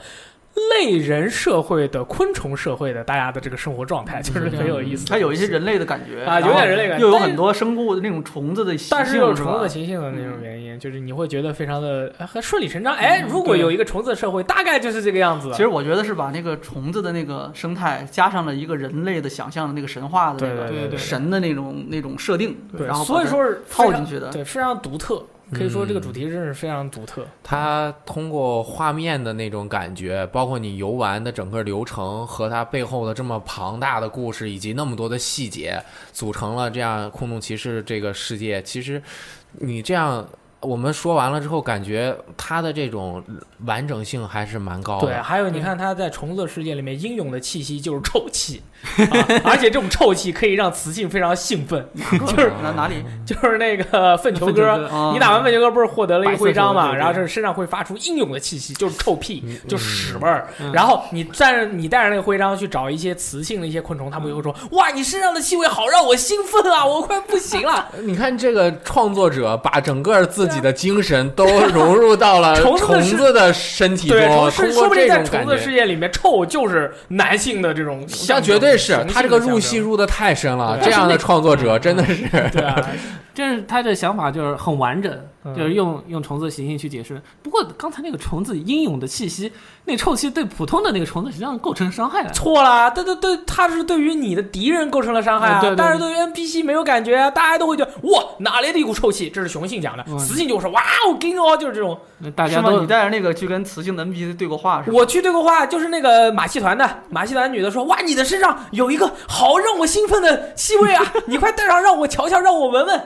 Speaker 1: 类人社会的昆虫社会的大家的这个生活状态，就是很有意思。
Speaker 4: 嗯它有一些人类的感觉
Speaker 1: 啊
Speaker 4: 然后
Speaker 1: 有点人类感觉
Speaker 4: 又有
Speaker 1: 但
Speaker 4: 很
Speaker 1: 是
Speaker 4: 多生物的那种虫子的习性，
Speaker 1: 但是又有虫
Speaker 4: 吧嗯
Speaker 1: 子的习性的那种原因，就是你会觉得非常的呃很顺理成章。哎，如果有一个虫子的社会，大概就是这个样子。
Speaker 4: 其实我觉得是把那个虫子的那个生态加上了一个人类的想象的那个神话的那
Speaker 1: 对
Speaker 4: 个
Speaker 1: 对
Speaker 3: 对
Speaker 4: 神的那种那种设定，
Speaker 1: 对，
Speaker 4: 然后
Speaker 1: 所以
Speaker 4: 把它
Speaker 1: 说是非
Speaker 4: 套
Speaker 1: 常
Speaker 4: 进去的。嗯
Speaker 1: 对，非常独特。可以说这个主题真是非常独特。
Speaker 2: 它通过画面的那种感觉，包括你游玩的整个流程和它背后的这么庞大的故事以及那么多的细节，组成了这样《空洞骑士》这个世界。其实你这样我们说完了之后，感觉它的这种完整性还是蛮高的。
Speaker 1: 对，啊还有
Speaker 4: 嗯
Speaker 1: 你看他在虫子的世界里面英勇的气息就是臭气，啊而且这种臭气可以让雌性非常兴奋，就是
Speaker 4: 哪哪里？
Speaker 1: 就是那个粪球哥，
Speaker 4: 啊
Speaker 1: 你打完粪球哥不是获得了一个徽章
Speaker 3: 白色球
Speaker 1: 嘛？
Speaker 3: 对对
Speaker 1: 然后这身上会发出英勇的气息，就是臭屁，
Speaker 2: 嗯
Speaker 1: 就屎味儿。
Speaker 3: 嗯
Speaker 1: 然后你带着你带着那个徽章去找一些雌性的一些昆虫，它们就会说：“哇，你身上的气味好让我兴奋啊，我快不行 了。
Speaker 2: 你看这个创作者把整个自己的精神都融入到了
Speaker 1: 啊虫子的
Speaker 2: 虫
Speaker 1: 世
Speaker 2: 子的身”体中
Speaker 1: 对，，虫
Speaker 2: 通
Speaker 1: 是
Speaker 2: 过
Speaker 1: 说不定
Speaker 2: 这
Speaker 1: 在
Speaker 2: 种
Speaker 1: 虫
Speaker 2: 感
Speaker 1: 子世
Speaker 2: 觉。
Speaker 1: 界里面，臭就是男性的这种象
Speaker 2: 像
Speaker 1: 征，
Speaker 2: 绝对是
Speaker 1: 雄性
Speaker 2: 他这个
Speaker 1: 的象
Speaker 2: 入戏
Speaker 1: 征
Speaker 2: 入的太深了，
Speaker 4: 啊
Speaker 1: 对
Speaker 2: 这样的创作
Speaker 4: 嗯
Speaker 2: 者真的是
Speaker 1: 对啊，
Speaker 3: 就是他的想法就是很完整，
Speaker 1: 嗯
Speaker 3: 就是用用虫子的习性去解释。不过刚才那个虫子英勇的气息，那臭气对普通的那个虫子实际上构成伤害了。
Speaker 1: 错啦，对对对，他是对于你的敌人构成了伤害啊，
Speaker 3: 嗯对对
Speaker 1: 但是对于 NPC 没有感觉啊，大家都会觉得哇哪来的一股臭气，这是雄性讲的，
Speaker 3: 嗯
Speaker 1: 雌性就是哇我跟哦，就是这种。
Speaker 3: 那大
Speaker 4: 是
Speaker 3: 家
Speaker 4: 吗？
Speaker 3: 都
Speaker 4: 啊你带着那个去跟雌性的 NPC 对过话是吧？
Speaker 1: 我去对过话，就是那个马戏团的马戏团女的说哇你的身上有一个好让我兴奋的气味 啊，你快带上让我瞧瞧，让我闻闻。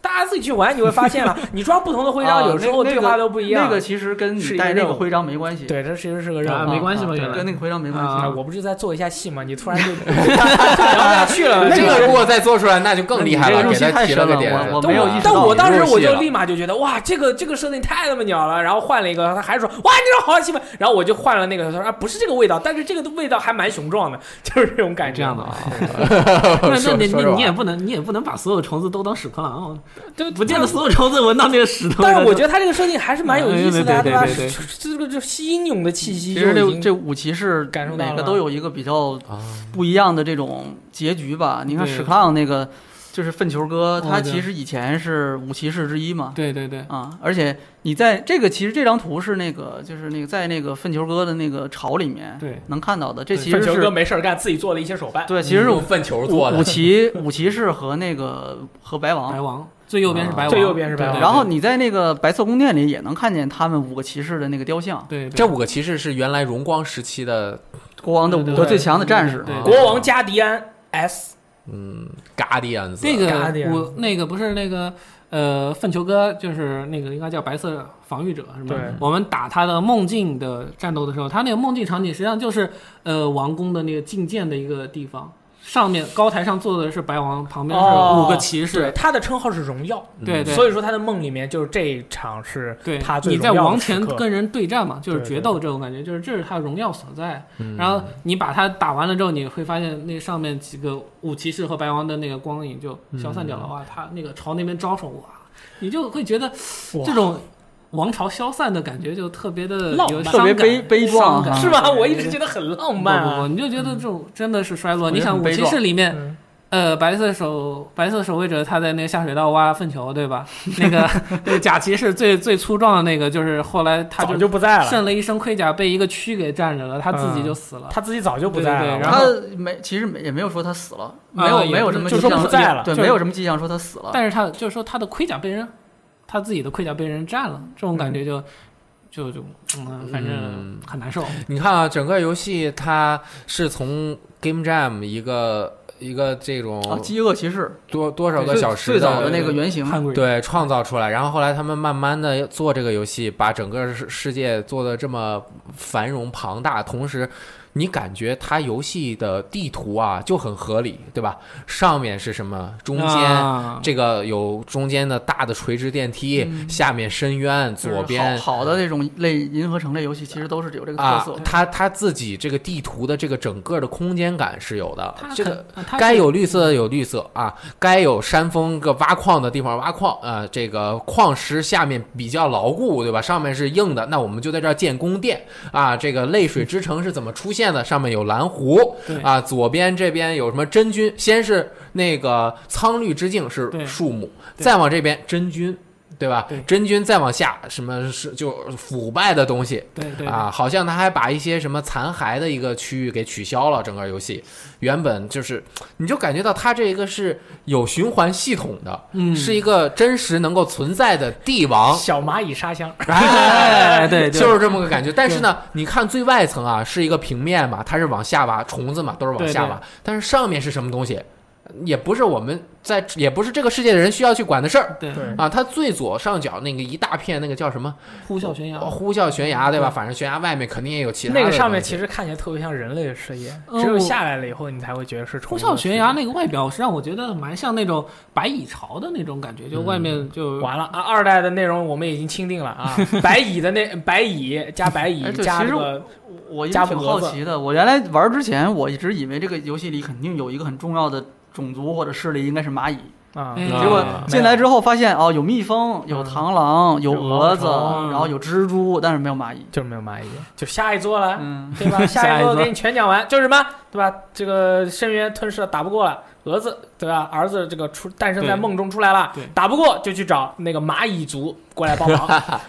Speaker 1: 大家自己去玩，你会发现 了，你装不同的徽章，
Speaker 4: 啊
Speaker 1: 有时候
Speaker 4: 那
Speaker 1: 对话都不
Speaker 3: 啊
Speaker 1: 一样。
Speaker 4: 那个其实跟
Speaker 1: 是
Speaker 4: 你
Speaker 1: 一个
Speaker 4: 带那
Speaker 1: 任
Speaker 4: 个
Speaker 1: 务
Speaker 4: 徽章没关系，
Speaker 1: 对，这其实是个
Speaker 4: 啊，
Speaker 1: 任务
Speaker 3: 没关系吧
Speaker 1: 啊
Speaker 4: 对
Speaker 3: 原来
Speaker 4: 跟那个徽章没关系。
Speaker 3: 啊
Speaker 1: 啊，我不是在做一下戏嘛，你突然 就 聊不下去了。
Speaker 2: 这
Speaker 1: 个
Speaker 2: 个如果再做出来，那就更厉害
Speaker 4: 嗯那你这个
Speaker 2: 给
Speaker 4: 入戏
Speaker 2: 他
Speaker 4: 太
Speaker 2: 提了
Speaker 4: 深
Speaker 2: 个
Speaker 4: 了
Speaker 2: 点
Speaker 4: 我
Speaker 2: 子。
Speaker 3: 哦
Speaker 4: 我没有意识
Speaker 1: 但
Speaker 4: 到
Speaker 1: 我
Speaker 2: 你
Speaker 1: 当时
Speaker 2: 入戏
Speaker 1: 我就
Speaker 2: 了
Speaker 1: 立马就觉得哇，这个这个设定太他妈鸟了。然后换了一个，他还说哇，你这好好气氛。然后我就换了那个，他说啊，不是这个味道，但是这个味道还蛮雄壮的， 就是这种感觉。
Speaker 3: 这样的，啊。
Speaker 2: 说
Speaker 3: 那那你
Speaker 2: 说
Speaker 3: 你
Speaker 2: 着玩
Speaker 3: 你也不能你也不能把所有虫子都当屎壳郎哦，
Speaker 1: 对
Speaker 3: 不见得所有虫子闻到那个屎头。
Speaker 1: 但是我觉得他这个设定还是蛮有意思的啊，
Speaker 3: 嗯对对
Speaker 1: 吧？
Speaker 3: 对对对
Speaker 1: 这这个这英勇的气息
Speaker 4: 其
Speaker 1: 就
Speaker 4: 实
Speaker 1: 已
Speaker 4: 这
Speaker 1: 经，
Speaker 4: 这五骑士
Speaker 1: 感受到
Speaker 4: 每个
Speaker 1: 了
Speaker 4: 都有一个比较
Speaker 2: 啊
Speaker 4: 不一样的这种结局吧。你看
Speaker 3: 对
Speaker 4: 史克朗那个就是粪球哥，他
Speaker 3: 哦对
Speaker 4: 其实以前是五骑士之一嘛。
Speaker 3: 对对对，
Speaker 4: 啊，而且你在这个其实这张图是那个就是那个在那个粪球哥的那个巢里面
Speaker 3: 对
Speaker 4: 能看到的，这
Speaker 3: 对
Speaker 4: 其
Speaker 1: 粪
Speaker 4: 实
Speaker 1: 球哥
Speaker 4: 是
Speaker 1: 没事儿干，自己做了一些手办。
Speaker 4: 对，其实是
Speaker 3: 嗯
Speaker 2: 用
Speaker 4: 五
Speaker 2: 粪球做的
Speaker 4: 五，骑五骑士和那个和白王
Speaker 3: 白王最右边是白王，
Speaker 1: 啊最右边是白王
Speaker 3: 对
Speaker 4: 然后你在那个白色宫殿里也能看见他们五个骑士的那个雕像，
Speaker 3: 对对
Speaker 2: 这五个骑士是原来荣光时期的，
Speaker 4: 国王的五
Speaker 3: 对
Speaker 4: 个
Speaker 3: 对
Speaker 4: 最强的战士
Speaker 3: 对。对
Speaker 1: 国王加迪安 S，
Speaker 2: 嗯，Guardians。
Speaker 3: 那
Speaker 1: 嘎
Speaker 3: 个
Speaker 1: 的呀
Speaker 3: 我那个不是那个呃粪球哥，就是那个应该叫白色防御者是吗
Speaker 1: 对？
Speaker 3: 我们打他的梦境的战斗的时候，他那个梦境场景实际上就是呃王宫的那个觐见的一个地方，上面高台上坐的是白王，旁边是
Speaker 1: 哦
Speaker 3: 五个骑士
Speaker 1: 对，，他的称号是荣耀，
Speaker 2: 嗯
Speaker 3: 对对
Speaker 1: 所以说他的梦里面就是这一场是
Speaker 3: 对，
Speaker 1: 他最
Speaker 3: 你在
Speaker 1: 荣耀的
Speaker 3: 王
Speaker 1: 时
Speaker 3: 前
Speaker 1: 刻
Speaker 3: 跟人对战嘛，就是
Speaker 1: 对
Speaker 3: 决
Speaker 1: 对
Speaker 3: 斗这种感觉，就是这是他的荣耀所在。
Speaker 2: 嗯
Speaker 3: 然后你把他打完了之后，你会发现那上面几个五骑士和白王的那个光影就消散掉了。哇，他那个朝那边招手，哇，你就会觉得这种王朝消散的感觉就特别的
Speaker 1: 浪
Speaker 3: 有
Speaker 1: 漫
Speaker 4: 特别
Speaker 3: 伤感
Speaker 4: 悲悲
Speaker 3: 伤
Speaker 4: 壮啊
Speaker 3: 感
Speaker 4: 哈
Speaker 1: 是吧？
Speaker 3: 对
Speaker 1: 我一直觉得很浪
Speaker 3: 不
Speaker 1: 漫
Speaker 3: 嗯不
Speaker 1: 啊
Speaker 3: 不，。你就觉得这种真的是衰
Speaker 4: 我
Speaker 3: 落。
Speaker 4: 觉
Speaker 3: 你
Speaker 4: 得
Speaker 3: 想
Speaker 4: 很
Speaker 3: 五
Speaker 4: 悲
Speaker 3: 骑
Speaker 4: 壮
Speaker 3: 士里面，
Speaker 1: 嗯
Speaker 3: 呃，白色守白色守卫者他在那个下水道挖粪球，对吧？ 那个那个假骑士最最粗壮的那个，就是后来他
Speaker 1: 早
Speaker 3: 就
Speaker 1: 就不在了，
Speaker 3: 剩了一身盔甲，被一个蛆给占着了，他自
Speaker 4: 嗯
Speaker 3: 己就死了。
Speaker 1: 他自己早就不在
Speaker 3: 啊对对
Speaker 1: 了。
Speaker 3: 对然
Speaker 4: 他
Speaker 3: 后
Speaker 4: 没，其实没也没有说他死了，没有、
Speaker 3: 啊也
Speaker 4: 没有什么
Speaker 1: 就
Speaker 4: 迹
Speaker 1: 说
Speaker 4: 象
Speaker 1: 不在了
Speaker 4: 对，
Speaker 3: 就是
Speaker 4: 没有什么迹象说他死
Speaker 2: 啊
Speaker 4: 了。
Speaker 3: 但是他就是说他的盔甲被人，他自己的盔甲被人占了，这种感觉就、就就嗯，反正
Speaker 2: 嗯
Speaker 3: 很难受。
Speaker 2: 你看啊，整个游戏它是从 Game Jam 一个一个这种
Speaker 4: 啊，饥饿 骑士
Speaker 2: 多多少个
Speaker 4: 最
Speaker 2: 小时
Speaker 4: 最早的那个原 型，
Speaker 3: 汉鬼
Speaker 2: 对创造出来，然后后来他们慢慢的做这个游戏，把整个世世界做的这么繁荣庞大，同时你感觉它游戏的地图啊就很合理，对吧？上面是什么，中间。
Speaker 3: 啊、
Speaker 2: 这个有中间的大的垂直电梯，
Speaker 4: 嗯
Speaker 2: 下面深渊，
Speaker 4: 就是
Speaker 2: 左边
Speaker 4: 好好的那种类银河城类游戏，其实都是有这个特
Speaker 2: 啊
Speaker 4: 色。，
Speaker 2: 它它自己这个地图的这个整个的空间感是有的
Speaker 3: 他，
Speaker 2: 这个
Speaker 3: 肯啊他
Speaker 2: 该
Speaker 3: 是
Speaker 2: 有绿色的有绿色啊，该有山峰个挖矿的地方挖矿啊、这个矿石下面比较牢固，对吧？上面是硬的，那我们就在这儿建宫殿啊。这个泪水之城是怎么出现的？上面有蓝湖
Speaker 3: 对
Speaker 2: 啊，左边这边有什么真菌？先是那个苍绿之境是
Speaker 3: 对
Speaker 2: 树木，
Speaker 3: 对
Speaker 2: 再往这边真菌。对吧
Speaker 3: 对？
Speaker 2: 真菌再往下，什么是就腐败的东西，
Speaker 3: 对对对
Speaker 2: 啊，好像他还把一些什么残骸的一个区域给取消了，整个游戏原本就是，你就感觉到它这一个是有循环系统的，
Speaker 3: 嗯
Speaker 2: 是一个真实能够存在的帝 王，
Speaker 1: 小蚂蚁沙箱，
Speaker 2: 哎，
Speaker 3: 对对
Speaker 2: 就是这么个感觉。但是呢，你看最外层啊是一个平面嘛，它是往下挖，虫子嘛都是往
Speaker 3: 对
Speaker 2: 下
Speaker 3: 对
Speaker 2: 挖，但是上面是什么东西？也不是我们在，也不是这个世界的人需要去管的事儿
Speaker 3: 对，
Speaker 1: 对
Speaker 2: 啊。它最左上角那个一大片那个叫什么
Speaker 3: 呼啸悬崖。
Speaker 2: 呼啸悬崖，对吧？
Speaker 1: 对
Speaker 2: 反正悬崖外面肯定也有其他的
Speaker 1: 那
Speaker 2: 东
Speaker 1: 个
Speaker 2: 西。
Speaker 1: 上面其实看起来特别像人类的事业，
Speaker 3: 嗯
Speaker 1: 只有
Speaker 3: 我
Speaker 1: 下来了以后，你才会觉得是
Speaker 3: 呼
Speaker 1: 虫
Speaker 3: 啸
Speaker 1: 子
Speaker 3: 悬崖那个外表是让我觉得蛮像那种白蚁巢的那种感
Speaker 2: 嗯
Speaker 3: 觉，就外面就
Speaker 1: 完了啊！二代的内容我们已经钦定了啊，白蚁的那白蚁加白蚁
Speaker 4: 哎对
Speaker 1: 加
Speaker 4: 其
Speaker 1: 这
Speaker 4: 实
Speaker 1: 个
Speaker 4: 我一直
Speaker 1: 加布
Speaker 4: 挺
Speaker 1: 格
Speaker 4: 好
Speaker 1: 子
Speaker 4: 奇的，我原来玩之前，我一直以为这个游戏里肯定有一个很重要的种族或者势力，应该是蚂蚁。
Speaker 1: 啊，
Speaker 3: 哎
Speaker 2: 啊
Speaker 4: 结果进来之后发现，哦，有蜜蜂，有螳螂，有蛾子，
Speaker 1: 有蛾
Speaker 3: 子
Speaker 4: 然后有蜘蛛，但是没有蚂蚁。
Speaker 1: 就是没有蚂蚁，就下一座了，
Speaker 4: 嗯，
Speaker 1: 对吧？下
Speaker 2: 下
Speaker 1: 一
Speaker 2: 一
Speaker 1: 座
Speaker 2: 座
Speaker 1: 给你全讲完，就是什么，对吧？这个深渊吞噬了，打不过了，蛾子对吧？儿子这个出诞生在
Speaker 3: 对
Speaker 1: 梦中出来了
Speaker 3: 对，
Speaker 1: 打不过就去找那个蚂蚁族过来 帮忙。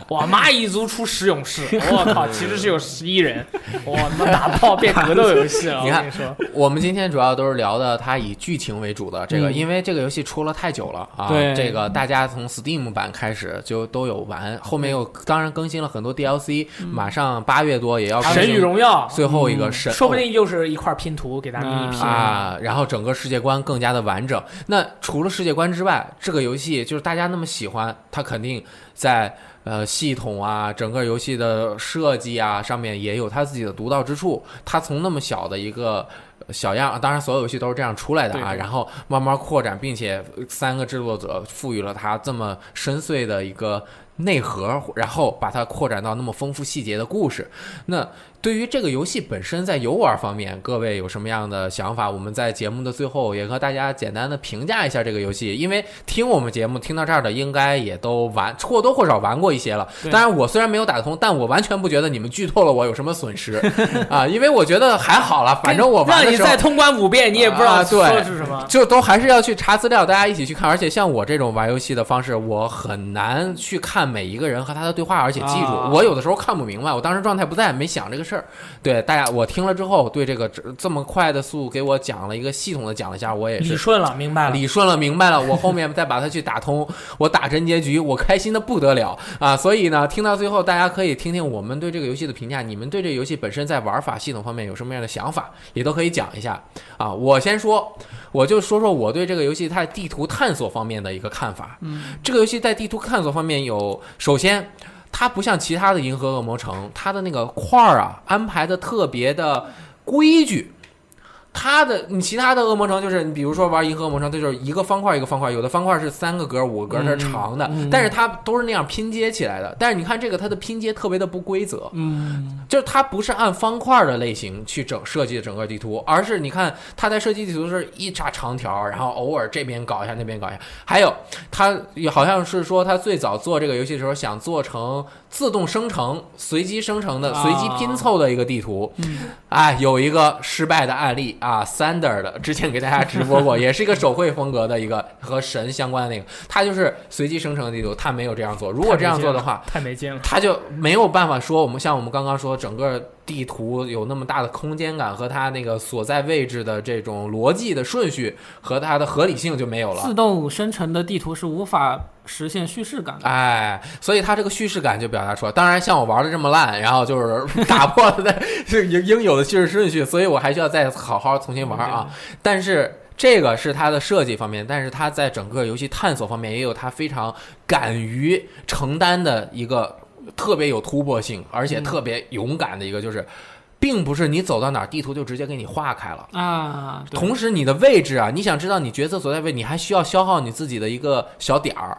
Speaker 1: 哇，蚂蚁族出十勇士，我靠，其实是有十一人，我他妈打 炮变格斗游戏了，我
Speaker 2: 你看
Speaker 1: 跟你说，
Speaker 2: 我们今天主要都是聊的它以剧情为主的这个，
Speaker 1: 嗯
Speaker 2: 因为这个游戏出了太久了啊。
Speaker 3: 对
Speaker 2: 这个大家从 Steam 版开始就都有玩，后面又当然更新了很多 DLC，马上八月多也要更
Speaker 1: 嗯神
Speaker 2: 新
Speaker 1: 与荣耀。
Speaker 2: 最后一个神，
Speaker 1: 说不定又是一块拼图给他们一
Speaker 3: 嗯
Speaker 1: 拼，
Speaker 2: 啊，然后整个世界观更加的完整。那除了世界观之外，这个游戏就是大家那么喜欢，它肯定在呃系统啊、整个游戏的设计啊上面也有它自己的独到之处。它从那么小的一个。小样，当然所有游戏都是这样出来的啊，
Speaker 1: 对对
Speaker 2: 然后慢慢扩展，并且呃三个制作者赋予了它这么深邃的一个内核，然后把它扩展到那么丰富细节的故事。那对于这个游戏本身在游玩方面，各位有什么样的想法？我们在节目的最后也和大家简单的评价一下这个游戏，因为听我们节目听到这儿的，应该也都玩或多或少玩过一些了。
Speaker 3: 对
Speaker 2: 当然，我虽然没有打通，但我完全不觉得你们剧透了我有什么损失啊，因为我觉得还好了，反正我玩
Speaker 1: 让
Speaker 2: 的
Speaker 1: 你
Speaker 2: 时候
Speaker 1: 再。通关五遍，你也不知道
Speaker 2: 啊对
Speaker 1: 说的是什么。
Speaker 2: 就都还是要去查资料，大家一起去看。而且像我这种玩游戏的方式，我很难去看每一个人和他的对话，而且记住。
Speaker 3: 啊
Speaker 2: 我有的时候看不明白，我当时状态不在，没想这个事儿。对大家，我听了之后，对这个这这么快的速度给我讲了一个系统的讲了一下，我也
Speaker 1: 理
Speaker 2: 是。
Speaker 1: 顺了，明白了。
Speaker 2: 理顺了，明白了，我后面再把它去打通，我打真结局，我开心的不得了啊！所以呢，听到最后，大家可以听听我们对这个游戏的评价，你们对这个游戏本身在玩法系统方面有什么样的想法，也都可以讲一下啊。我先说，我就说说我对这个游戏它地图探索方面的一个看法。
Speaker 4: 嗯，
Speaker 2: 这个游戏在地图探索方面有，首先。它不像其他的《银河恶魔城》，它的那个块儿啊安排的特别的规矩。它的你其他的恶魔城就是你比如说玩《银河恶魔城》，它就是一个方块一个方块，有的方块是三个格五个格它是长的，
Speaker 3: 嗯嗯
Speaker 2: 但是它都是那样拼接起来的。但是你看这个它的拼接特别的不规则，
Speaker 3: 嗯，
Speaker 2: 就是它不是按方块的类型去整设计整个地图，而是你看它在设计地图是一扎长条，然后偶尔这边搞一下那边搞一下。还有它好像是说它最早做这个游戏的时候想做成自动生成、随机生成的、
Speaker 3: 啊
Speaker 2: 随机拼凑的一个地图。哎，有一个失败的案例啊，Sander 的之前给大家直播过，也是一个手绘风格的一个和神相关的那个，它就是随机生成的地图，它没有这样做。如果这样做的话，
Speaker 1: 太没劲了。
Speaker 2: 他就没有办法说我们像我们刚刚说，整个地图有那么大的空间感和它那个所在位置的这种逻辑的顺序和它的合理性就没有了
Speaker 3: 自。动生成的地图是无法实现叙事感的。
Speaker 2: 哎，所以它这个叙事感就表达出来。当然，像我玩的这么烂，然后就是打破了的是应应有的叙事顺序，所以我还需要再好好重新玩啊。但是这个是它的设计方面，但是它在整个游戏探索方面也有它非常敢于承担的一个特别有突破性，而且特别勇敢的一个，就是，并不是你走到哪儿地图就直接给你画开了。
Speaker 3: 啊，对
Speaker 2: 同时，你的位置啊，你想知道你角色所在位，你还需要消耗你自己的一个小点儿。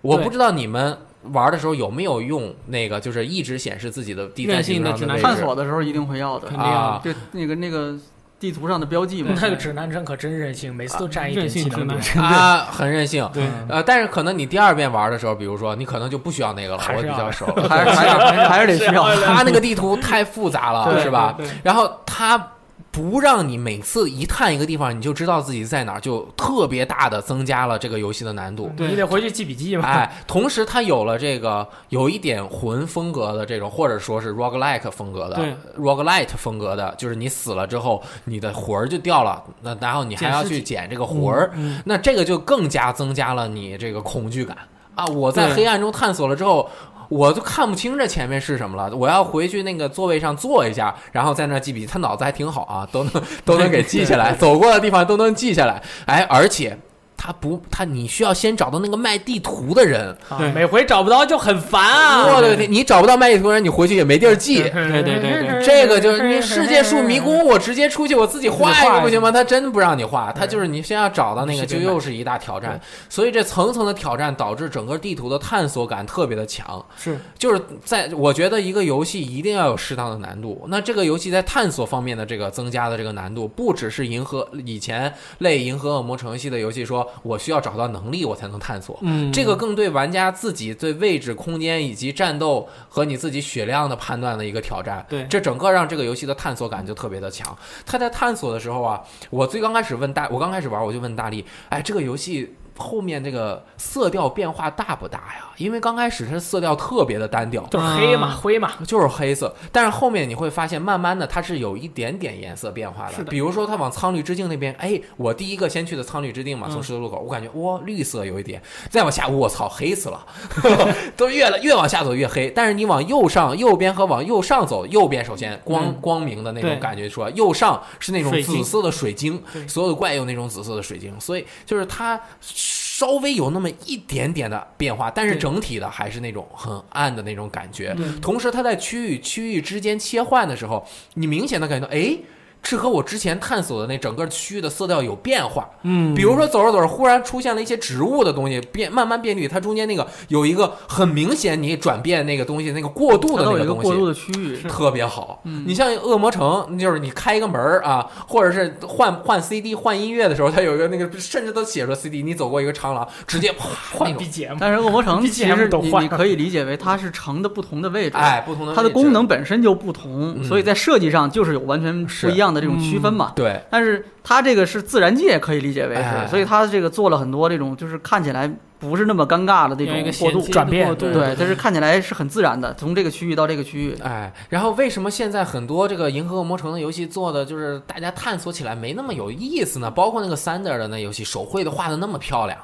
Speaker 2: 我
Speaker 3: 对
Speaker 2: 不知道你们玩的时候有没有用那个，就是一直显示自己的地在
Speaker 3: 任
Speaker 2: 地
Speaker 3: 性
Speaker 2: 图
Speaker 3: 的
Speaker 2: 上
Speaker 3: 指
Speaker 2: 的
Speaker 3: 南
Speaker 2: 位置
Speaker 4: 探索的时候一定会要的
Speaker 3: 肯，定
Speaker 2: 啊，
Speaker 4: 就那个那个地图上的标记 嘛。
Speaker 1: 那个指南针可真任性，每次都占一点
Speaker 3: 任
Speaker 1: 技
Speaker 3: 性直
Speaker 1: 能
Speaker 3: 男
Speaker 1: 点。，
Speaker 2: 啊，很任性。
Speaker 3: 对
Speaker 2: 呃，但是可能你第二遍玩的时候，比如说你可能就不需要那个了，
Speaker 1: 还
Speaker 2: 我
Speaker 1: 是
Speaker 2: 比
Speaker 1: 要
Speaker 2: 较熟。
Speaker 4: 还是还是还是得需要。
Speaker 2: 它那个地图太复杂了，
Speaker 4: 对
Speaker 2: 是吧？
Speaker 3: 对对
Speaker 2: 然后它不让你每次一探一个地方，你就知道自己在哪儿，就特别大的增加了这个游戏的难度。
Speaker 3: 对
Speaker 1: 你得回去记笔记嘛。
Speaker 2: 哎，同时它有了这个有一点魂风格的这种，或者说是 roguelike 风格的
Speaker 3: 对
Speaker 2: roguelite 风格的，就是你死了之后，你的魂儿就掉了，那然后你还
Speaker 3: 捡
Speaker 2: 要
Speaker 3: 尸
Speaker 2: 去
Speaker 3: 体
Speaker 2: 捡这个魂儿，
Speaker 3: 嗯
Speaker 2: 那这个就更加增加了你这个恐惧感。啊，我在
Speaker 3: 对
Speaker 2: 黑暗中探索了之后，我就看不清这前面是什么了。我要回去那个座位上坐一下，然后在那儿记笔记。他脑子还挺好啊，都 能都能给记下来，走过的地方都能记下来。哎，而且他不，他你需要先找到那个卖地图的人。
Speaker 1: 啊
Speaker 3: 对
Speaker 1: 每回找不到就很烦啊。
Speaker 2: 我的天，你找不到卖地图的人，你回去也没地儿记。
Speaker 3: 对对对对
Speaker 2: 这个就是你世界树迷宫，我直接出去我自己画一个不行吗？他真不让你画，他就是你先要找到那个，
Speaker 1: 是
Speaker 2: 就
Speaker 1: 的
Speaker 2: 又是一大挑战。所以这层层的挑战导致整个地图的探索感特别的强。
Speaker 3: 是，
Speaker 2: 就是在我觉得一个游戏一定要有适当的难度。那这个游戏在探索方面的这个增加的这个难度，不只是银河以前类银河恶魔城游戏的游戏说，我需要找到能力我才能探索。
Speaker 3: 嗯，
Speaker 2: 这个更对玩家自己对位置、空间以及战斗和你自己血量的判断的一个挑战。
Speaker 3: 对
Speaker 2: 这整个让这个游戏的探索感就特别的强。他在探索的时候啊，我最刚开始问大，我刚开始玩我就问大力，哎，这个游戏。后面这个色调变化大不大呀？因为刚开始它色调特别的单调，
Speaker 1: 就是黑嘛，
Speaker 3: 嗯
Speaker 1: 灰嘛，
Speaker 2: 就是黑色，但是后面你会发现，慢慢的它是有一点点颜色变化的。
Speaker 3: 是的
Speaker 2: 比如说它往苍绿之境那边，哎，我第一个先去的苍绿之境嘛，
Speaker 3: 嗯
Speaker 2: 从十字路口，我感觉哇，绿色有一点，再往下，我操，黑死了， 都越了越往下走越黑。但是你往右上、右边和往右上走，右边首先光、
Speaker 3: 嗯
Speaker 2: 光明的那种
Speaker 3: 对
Speaker 2: 感觉出来，右上是那种
Speaker 3: 水晶
Speaker 2: 紫色的水晶，
Speaker 3: 对
Speaker 2: 所有的怪有那种紫色的水晶，所以就是它稍微有那么一点点的变化，但是
Speaker 3: 对
Speaker 2: 整体的还是那种很暗的那种感觉。
Speaker 3: 嗯
Speaker 2: 同时，它在区域区域之间切换的时候，你明显的感觉到，哎，这和我之前探索的那整个区域的色调有变化。
Speaker 3: 嗯，
Speaker 2: 比如说走着走着，忽然出现了一些植物的东西变，慢慢变绿。它中间那个有一个很明显你转变那个东西，那个 过渡
Speaker 4: 它
Speaker 2: 的
Speaker 4: 都
Speaker 2: 那
Speaker 4: 有一个
Speaker 2: 东
Speaker 4: 过渡
Speaker 2: 西。
Speaker 4: 的区域，
Speaker 2: 特别好，
Speaker 4: 嗯
Speaker 2: 你像恶魔城，就是你开一个门儿啊，或者是换换 CD 换音乐的时候，它有一个那个，甚至都写着 CD。你走过一个长廊，直接啪那
Speaker 1: 换
Speaker 2: 种，
Speaker 1: BGM。
Speaker 4: 但是恶 魔城
Speaker 1: BGM
Speaker 4: 其实
Speaker 1: 都
Speaker 4: 你
Speaker 1: 换
Speaker 4: 你可以理解为它是城的不同的位置，
Speaker 2: 哎，不同的
Speaker 4: 它的
Speaker 2: 位置
Speaker 4: 功能本身就不同，
Speaker 2: 嗯
Speaker 4: 所以在设计上就是有完全不一样的这种区分嘛。
Speaker 2: 对，
Speaker 4: 但是它这个是自然界可以理解为
Speaker 2: 哎
Speaker 4: 是，所以它这个做了很多这种就是看起来不是那么尴尬的这
Speaker 3: 有一个
Speaker 4: 种过渡
Speaker 3: 衔，接
Speaker 1: 转变
Speaker 3: 过渡
Speaker 4: 对，它是看起来是很自然的，从这个区域到这个区域。
Speaker 2: 哎，然后为什么现在很多这个《银河恶魔城》的游戏做的就是大家探索起来没那么有意思呢？包括那个 Thunder 的那游戏，手绘的画的那么漂亮。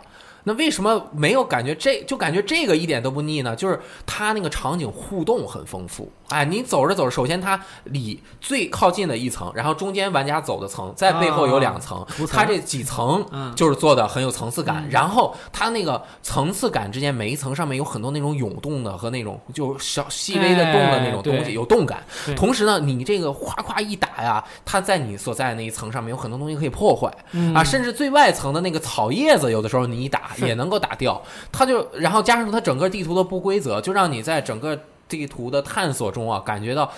Speaker 2: 那为什么没有感觉这就感觉这个一点都不腻呢？就是它那个场景互动很丰富，哎，你走着走着，首先它里最靠近的一层，然后中间玩家走的层，在背后有两层，
Speaker 3: 层
Speaker 2: 它这几层
Speaker 3: 嗯
Speaker 2: 就是做的很有层次感，然后它那个层次感之间每一层上面有很多那种涌动的和那种就小细微的动的那种
Speaker 3: 哎对
Speaker 2: 东西，有动感
Speaker 3: 对。
Speaker 2: 同时呢，你这个夸夸一打呀，它在你所在的那一层上面有很多东西可以破坏
Speaker 3: 嗯
Speaker 2: 啊，甚至最外层的那个草叶子，有的时候你一打也能够打掉。它就然后加上它整个地图的不规则，就让你在整个地图的探索中啊，感觉到。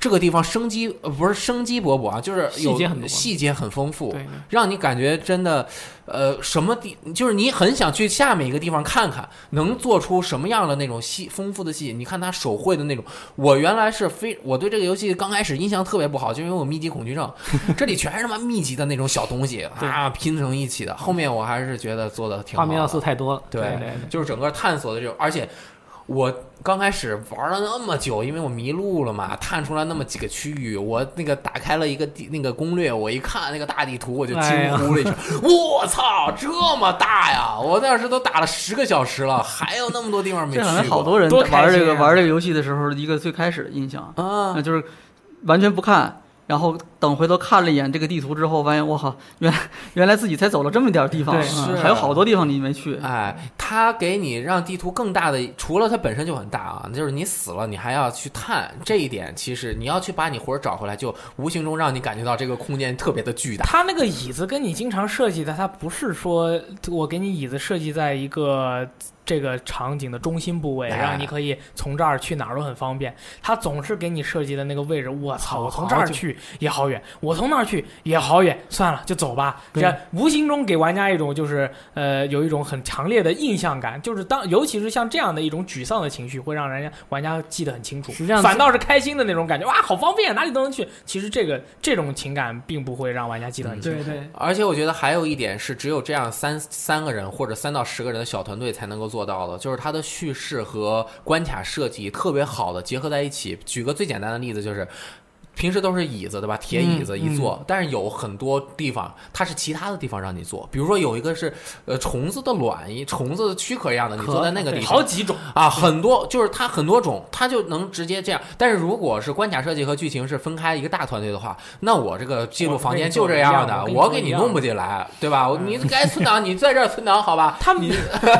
Speaker 2: 这个地方生机呃不是生机勃勃啊，就是有
Speaker 3: 细节很多
Speaker 2: 细节很丰富，
Speaker 3: 对，
Speaker 2: 让你感觉真的，呃，什么地就是你很想去下面一个地方看看，能做出什么样的那种细丰富的细节。你看他手绘的那种，我原来是非我对这个游戏刚开始印象特别不好，就因为我密集恐惧症，这里全是他妈密集的那种小东西
Speaker 3: 对
Speaker 2: 啊拼成一起的。后面我还是觉得做的挺好
Speaker 3: 画
Speaker 2: 的，
Speaker 3: 面要素太多了，
Speaker 2: 对
Speaker 3: 对对，
Speaker 2: 就是整个探索的这种，而且我刚开始玩了那么久，因为我迷路了嘛，探出来那么几个区域，我那个打开了一个地那个攻略，我一看那个大地图，我就
Speaker 3: 哎
Speaker 2: 惊
Speaker 3: 呀
Speaker 2: 呼了一声：“我操，这么大呀！”我那时都打了十个小时了，还有那么多地方没去
Speaker 4: 这
Speaker 2: 过。
Speaker 4: 好像好多人
Speaker 1: 多开
Speaker 4: 玩这
Speaker 1: 心
Speaker 4: 个
Speaker 1: 啊
Speaker 4: 玩这个游戏的时候，一个最开始的印象，
Speaker 2: 啊
Speaker 4: 那，就是完全不看，然后等回头看了一眼这个地图之后，发现我靠，原来原来自己才走了这么点儿地方，
Speaker 3: 对
Speaker 2: 是
Speaker 4: 嗯还有好多地方你 没去。
Speaker 2: 哎，它给你让地图更大的，除了它本身就很大啊，就是你死了，你还要去探这一点。其实你要去把你魂儿找回来，就无形中让你感觉到这个空间特别的巨大。
Speaker 1: 他那个椅子跟你经常设计的，它不是说我给你椅子设计在一个这个场景的中心部位，
Speaker 2: 哎
Speaker 1: 让你可以从这儿去哪儿都很方便。他总是给你设计的那个位置，我操，
Speaker 2: 好
Speaker 1: 我从这儿去也好远，我从那儿去也好远，算了，就走吧。这
Speaker 3: 对
Speaker 1: 样无形中给玩家一种就是呃有一种很强烈的印象感，就是当尤其是像这样的一种沮丧的情绪，会让人家玩家记得很清楚
Speaker 3: 实际上。
Speaker 1: 反倒是开心的那种感觉，哇，好方便，哪里都能去。其实这个这种情感并不会让玩家记得很清楚。
Speaker 3: 嗯对对，
Speaker 2: 而且我觉得还有一点是，只有这样三三个人或者三到十个人的小团队才能够做到的，就是它的叙事和关卡设计特别好的结合在一起。举个最简单的例子，就是平时都是椅子对吧？铁椅子
Speaker 1: 嗯
Speaker 2: 一坐，但是有很多地方它是其他的地方让你坐，比如说有一个是呃虫子的卵，一虫子的躯壳一样的，你坐在那个地方，
Speaker 1: 好几种，
Speaker 2: 啊，很多就是它很多种，它就能直接这样。但是如果是关卡设计和剧情是分开一个大团队的话，那我这个记录房间就这样的，我
Speaker 1: 我给
Speaker 2: 给
Speaker 1: 你做一样的我给你做一
Speaker 2: 你
Speaker 1: 样的
Speaker 2: 弄不进来，对吧？我你该存档，你在这儿存档，好吧？
Speaker 1: 他们他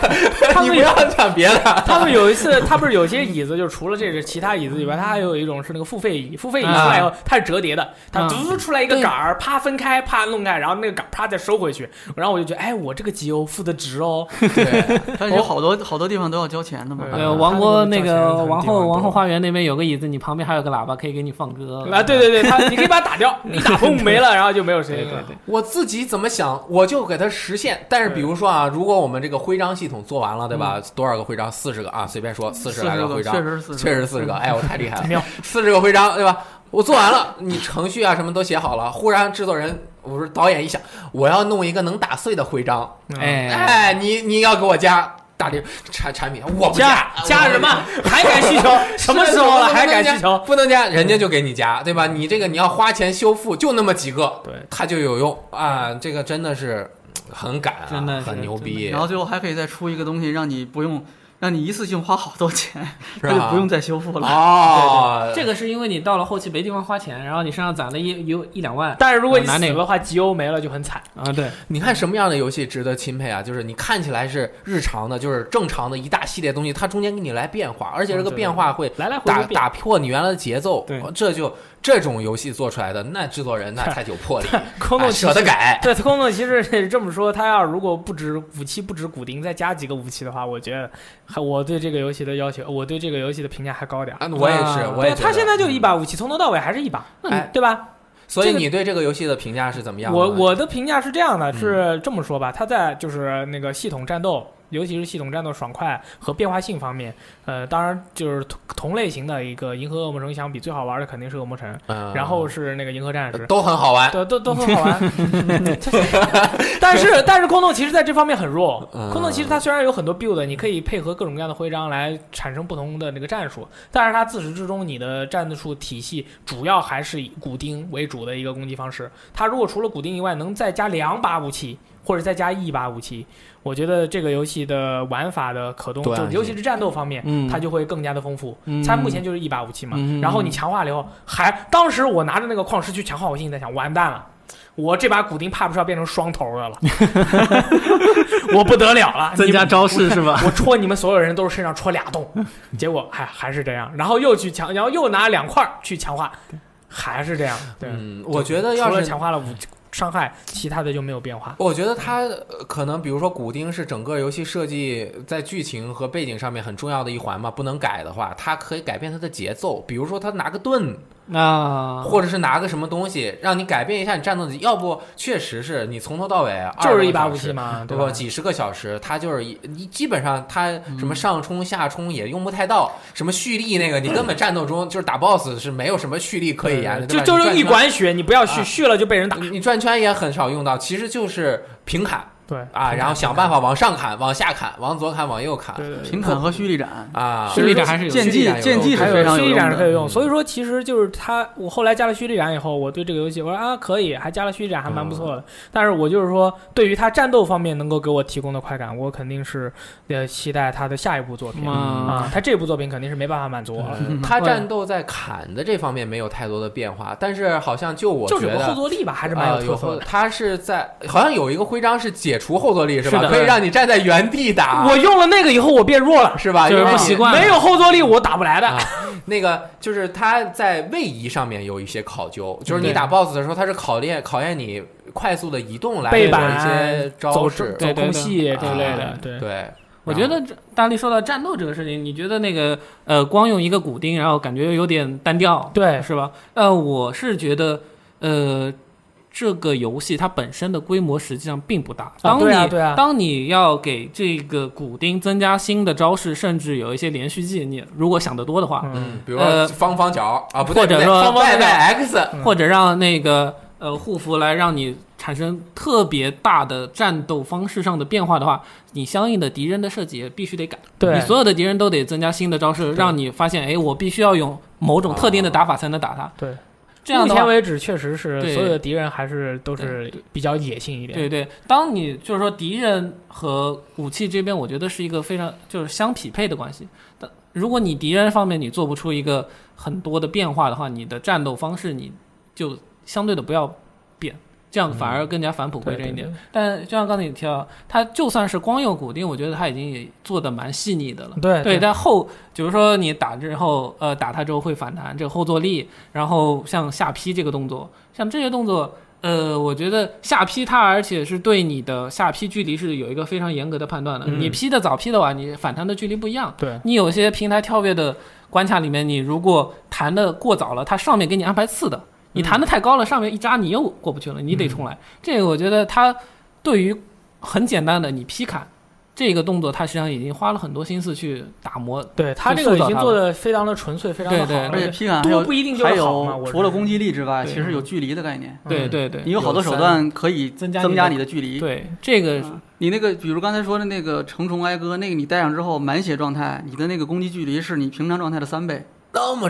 Speaker 1: 们
Speaker 2: 你不
Speaker 1: 有
Speaker 2: 要讲别的。
Speaker 1: 他们有一次，他不是有些椅子，就除了这个其他椅子以外，它还有一种是那个付费椅，付费椅出来以后它是折叠的，它
Speaker 3: 嗯
Speaker 1: 嘟出来一个杆儿，啪分开，啪弄开，然后那个杆儿啪再收回去，然后我就觉得，哎，我这个集邮付的值哦，
Speaker 2: 对，
Speaker 4: 它有好多好多地方都要交钱的嘛。
Speaker 1: 对
Speaker 3: 对，
Speaker 2: 嗯
Speaker 3: 王国
Speaker 1: 他那
Speaker 3: 那
Speaker 1: 个叫钱
Speaker 3: 个
Speaker 1: 很
Speaker 3: 王
Speaker 1: 地方
Speaker 3: 后王
Speaker 1: 多
Speaker 3: 后花园那边有个椅子，你旁边还有个喇叭可以给你放歌
Speaker 1: 啊，对对对，它你可以把它打掉，一打轰没了，然后就没有声
Speaker 3: 嗯对
Speaker 1: 音
Speaker 3: 对
Speaker 1: 了。
Speaker 3: 对，
Speaker 2: 我自己怎么想，我就给它实现。但是比如说啊，如果我们这个徽章系统做完了，对吧？多少个徽章？四十个啊，随便说，四十
Speaker 4: 四
Speaker 2: 来
Speaker 4: 十
Speaker 2: 个
Speaker 4: 个，
Speaker 2: 徽章
Speaker 4: 确，实是
Speaker 2: 确
Speaker 4: 实。
Speaker 2: 实四十个，哎，我太厉害
Speaker 1: 妙
Speaker 2: 了，四十个徽章，对吧？我做完了，你程序啊什么都写好了，忽然制作人，我说导演一想，我要弄一个能打碎的徽章，
Speaker 1: 嗯
Speaker 3: 哎，
Speaker 2: 哎，你你要给我加打这产产品，我不
Speaker 1: 加加什么？ 还敢需求？什么时候了还敢需
Speaker 2: 求？
Speaker 1: 求？
Speaker 2: 不能加，人家就给你加，对吧？你这个你要花钱修复，就那么几个，
Speaker 1: 对，
Speaker 2: 它就有用啊！这个真的是很敢、啊，
Speaker 3: 真的是
Speaker 2: 很牛逼
Speaker 4: 然，后最后还可以再出一个东西，让你不用，让你一次性花好多钱，
Speaker 2: 是
Speaker 4: 它就
Speaker 2: 吧？
Speaker 4: 不用再修复了。
Speaker 2: 哦，
Speaker 3: 这个是因为你到了后期没地方花钱，然后你身上攒了一有一两万
Speaker 1: 但是如果你
Speaker 3: 拿
Speaker 1: 死
Speaker 3: 那个
Speaker 1: 了的话，集邮没了就很惨。
Speaker 3: 啊，对，
Speaker 2: 你看什么样的游戏值得钦佩啊？就是你看起来是日常的，就是正常的一大系列东西，它中间给你来变化，而且这个
Speaker 1: 嗯对
Speaker 2: 变化会
Speaker 1: 来来回
Speaker 2: 打
Speaker 1: 回变，
Speaker 2: 打破你原来的节奏。哦
Speaker 3: 对
Speaker 2: 这就这种游戏做出来的，那制 作人那才有魄力，
Speaker 1: 空
Speaker 2: 啊
Speaker 1: 洞骑
Speaker 2: 舍得改。
Speaker 1: 对，空洞骑士这么说，他要如果不止武器不止骨钉，再加几个武器的话，我觉得还我对这个游戏的要求，我对这个游戏的评价还高点儿。
Speaker 2: 啊，我也是，我
Speaker 1: 对，
Speaker 2: 也觉得嗯
Speaker 1: 他现在就一，把武器，从头到尾还是一把，
Speaker 2: 哎
Speaker 1: 对吧？
Speaker 2: 所以
Speaker 1: 这个
Speaker 2: 你对这个游戏的评价是怎么样的呢？
Speaker 1: 我我的评价是这样的，
Speaker 2: 嗯
Speaker 1: 是这么说吧，它在就是那个系统战斗，尤其是系统战斗爽快和变化性方面，呃，当然就是同同类型的一个《银河恶魔城》相比，最好玩的肯定是《恶魔城》，
Speaker 2: 嗯，
Speaker 1: 然后是那个《银河战士》
Speaker 2: 都很好玩，
Speaker 1: 对，都都很好玩。嗯但是但是空洞骑士在这方面很弱。
Speaker 2: 嗯
Speaker 1: 空洞骑士它虽然有很多 build，你可以配合各种各样的徽章来产生不同的那个战术，但是它自始至终你的战术体系主要还是以骨钉为主的一个攻击方式。它如果除了骨钉以外能再加两把武器，或者再加一把武器，我觉得这个游戏的玩法的可动，
Speaker 2: 多
Speaker 1: 就
Speaker 2: 样性
Speaker 1: 尤其是战斗方面，
Speaker 3: 嗯
Speaker 1: 它就会更加的丰富。
Speaker 3: 嗯
Speaker 1: 它目前就是一把武器嘛，
Speaker 3: 嗯
Speaker 1: 然后你强化了以后，还当时我拿着那个矿石去强化，我心里在想，完蛋了。我这把骨钉怕不是要变成双头的了，我不得了了！
Speaker 3: 增加
Speaker 1: 你
Speaker 3: 招式是吧？
Speaker 1: 我戳你们所有人都是身上戳俩洞，结果还还是这样，然后又去强，然后又拿两块儿去强化，还是这样。对，
Speaker 2: 嗯，我觉得
Speaker 1: 除
Speaker 2: 要
Speaker 1: 了
Speaker 2: 是
Speaker 1: 强化了武伤害，其他的就没有变化。
Speaker 2: 我觉得它呃可能，比如说骨钉是整个游戏设计在剧情和背景上面很重要的一环嘛，不能改的话，它可以改变它的节奏。比如说，它拿个盾，
Speaker 3: 啊，
Speaker 2: 或者是拿个什么东西，让你改变一下你战斗的。要不，确实是你从头到尾
Speaker 1: 就是一
Speaker 2: 20个
Speaker 1: 把
Speaker 2: 小
Speaker 1: 武器
Speaker 2: 时，
Speaker 1: 嘛，
Speaker 2: 对
Speaker 1: 吧
Speaker 2: 吧？？几十个小时，它就是一你基本上它什么上冲下冲也用不太到，什么蓄力那个，你根本战斗中就是打 BOSS 是没有什么蓄力可以言的，
Speaker 1: 就
Speaker 2: 对吧
Speaker 1: 就
Speaker 2: 你
Speaker 1: 是
Speaker 2: 转
Speaker 1: 一
Speaker 2: 圈
Speaker 1: 管血，你不要蓄，
Speaker 2: 啊
Speaker 1: 蓄了就被人打。
Speaker 2: 你你转圈也很少用到，其实就是平砍。
Speaker 1: 对
Speaker 2: 啊，然后想办法往上砍、往下砍、往左砍、往右砍
Speaker 1: 对对对。
Speaker 4: 平砍和蓄力斩，
Speaker 2: 啊。
Speaker 3: 蓄力斩还是有
Speaker 4: 剑
Speaker 2: 蓄力
Speaker 4: 技
Speaker 2: 斩有
Speaker 4: 剑技
Speaker 2: 用
Speaker 4: 是
Speaker 1: 还
Speaker 4: 非常
Speaker 1: 蓄
Speaker 4: 有
Speaker 1: 力
Speaker 4: 用
Speaker 1: 斩是可
Speaker 4: 的。
Speaker 1: 以用，
Speaker 2: 嗯
Speaker 1: 所以说其实就是它，我后来加了蓄力斩以后，我对这个游戏我说啊可以，还加了蓄力斩，还蛮不错的。但是我就是说，对于它战斗方面能够给我提供的快感，我肯定是呃期待它的下一部作品
Speaker 3: 嗯
Speaker 1: 啊。它这部作品肯定是没办法满足我了，
Speaker 2: 呃他战斗在砍的这方面没有太多的变化，但是好像就我
Speaker 1: 就
Speaker 2: 觉
Speaker 1: 是有个后
Speaker 2: 得。
Speaker 1: 坐力吧，还是蛮
Speaker 2: 啊，
Speaker 1: 特
Speaker 2: 有
Speaker 1: 色
Speaker 2: 后，
Speaker 1: 的。
Speaker 2: 他是在好像有一个徽章是解除后坐力是吧？
Speaker 3: 是的
Speaker 2: 可以让你站在原地打，
Speaker 1: 我用了那个以后，我变弱了，
Speaker 2: 是吧？
Speaker 3: 就是
Speaker 2: 因为
Speaker 3: 不
Speaker 2: 你
Speaker 3: 习惯了
Speaker 1: 没有后坐力我打不来的
Speaker 2: 啊。那个就是他在位移上面有一些考究，就是你
Speaker 3: 对
Speaker 2: 打 BOSS 的时候，他是考验考验你快速的移动来
Speaker 1: 背
Speaker 2: 做
Speaker 1: 板
Speaker 2: 一些
Speaker 1: 走
Speaker 2: 招式，
Speaker 1: 走
Speaker 3: 对对
Speaker 1: 空
Speaker 3: 对
Speaker 1: 隙
Speaker 2: 啊
Speaker 1: 之类的，对。
Speaker 2: 对，
Speaker 3: 我觉得这大力说到战斗这个事情，你觉得那个呃，光用一个骨钉，然后感觉有点单调，
Speaker 1: 对
Speaker 3: 是吧？呃，我是觉得呃，这个游戏它本身的规模实际上并不大。当你、
Speaker 1: 对啊对啊
Speaker 3: 当你要给这个骨钉增加新的招式，甚至有一些连续技，你如果想得多的话，
Speaker 1: 嗯，
Speaker 2: 嗯，比如说
Speaker 3: 呃
Speaker 2: 方方角啊，不对，
Speaker 3: 或者
Speaker 2: 不对
Speaker 3: 说
Speaker 2: 方方
Speaker 1: 方方角
Speaker 2: X，
Speaker 1: 嗯
Speaker 3: 或者让那个呃护符来让你产生特别大的战斗方式上的变化的话，你相应的敌人的设计也必须得改。
Speaker 1: 对
Speaker 3: 你所有的敌人都得增加新的招式，让你发现，哎，我必须要用某种特定的打法才能打他。
Speaker 1: 啊对，
Speaker 3: 这样
Speaker 1: 目
Speaker 3: 的
Speaker 1: 前
Speaker 3: 话，
Speaker 1: 为止，确实是
Speaker 3: 对
Speaker 1: 所有的敌人还是都是比较野性一点。
Speaker 3: 对对，当你就是说敌人和武器这边，我觉得是一个非常就是相匹配的关系。但如果你敌人方面你做不出一个很多的变化的话，你的战斗方式你就相对的不要变，这样反而更加返璞归真一点。但就像刚才你提到，它就算是光用骨钉，我觉得它已经也做的蛮细腻的了。
Speaker 1: 对
Speaker 3: 对，但后比如说你打之后，呃，打它之后会反弹，这个后坐力，然后像下劈这个动作，像这些动作，呃，我觉得下劈它，而且是对你的下劈距离是有一个非常严格的判断的。
Speaker 1: 嗯
Speaker 3: 你劈的早，劈的晚，你反弹的距离不一样。
Speaker 1: 对
Speaker 3: 你有些平台跳跃的关卡里面，你如果弹的过早了，它上面给你安排刺的；你弹的太高了，上面一扎你又过不去了，你得重来。这个我觉得它对于很简单的你劈砍这个动作，它实际上已经花了很多心思去打磨。
Speaker 1: 对，他这个已经做的非常的纯粹，非常的
Speaker 3: 对
Speaker 1: 好，
Speaker 3: 对
Speaker 4: 而且
Speaker 1: 而且
Speaker 4: 劈砍还
Speaker 1: 多
Speaker 4: 有
Speaker 1: 不一定就
Speaker 4: 还
Speaker 1: 是好嘛。
Speaker 4: 有
Speaker 1: 我
Speaker 4: 除了攻
Speaker 1: 击，
Speaker 4: 击力之外，
Speaker 3: 对
Speaker 4: 其
Speaker 1: 啊
Speaker 4: 实有距离的概念，
Speaker 3: 对
Speaker 1: 嗯
Speaker 3: 对对
Speaker 4: 你有好多手段可以增
Speaker 3: 增加你的
Speaker 4: 加你的距离。
Speaker 3: 对，这个
Speaker 4: 嗯，你那个比如刚才说的那个成虫哀歌，那个你戴上之后满血状态，你的那个攻击距离是你平常状态的三倍，
Speaker 2: 那么
Speaker 1: 我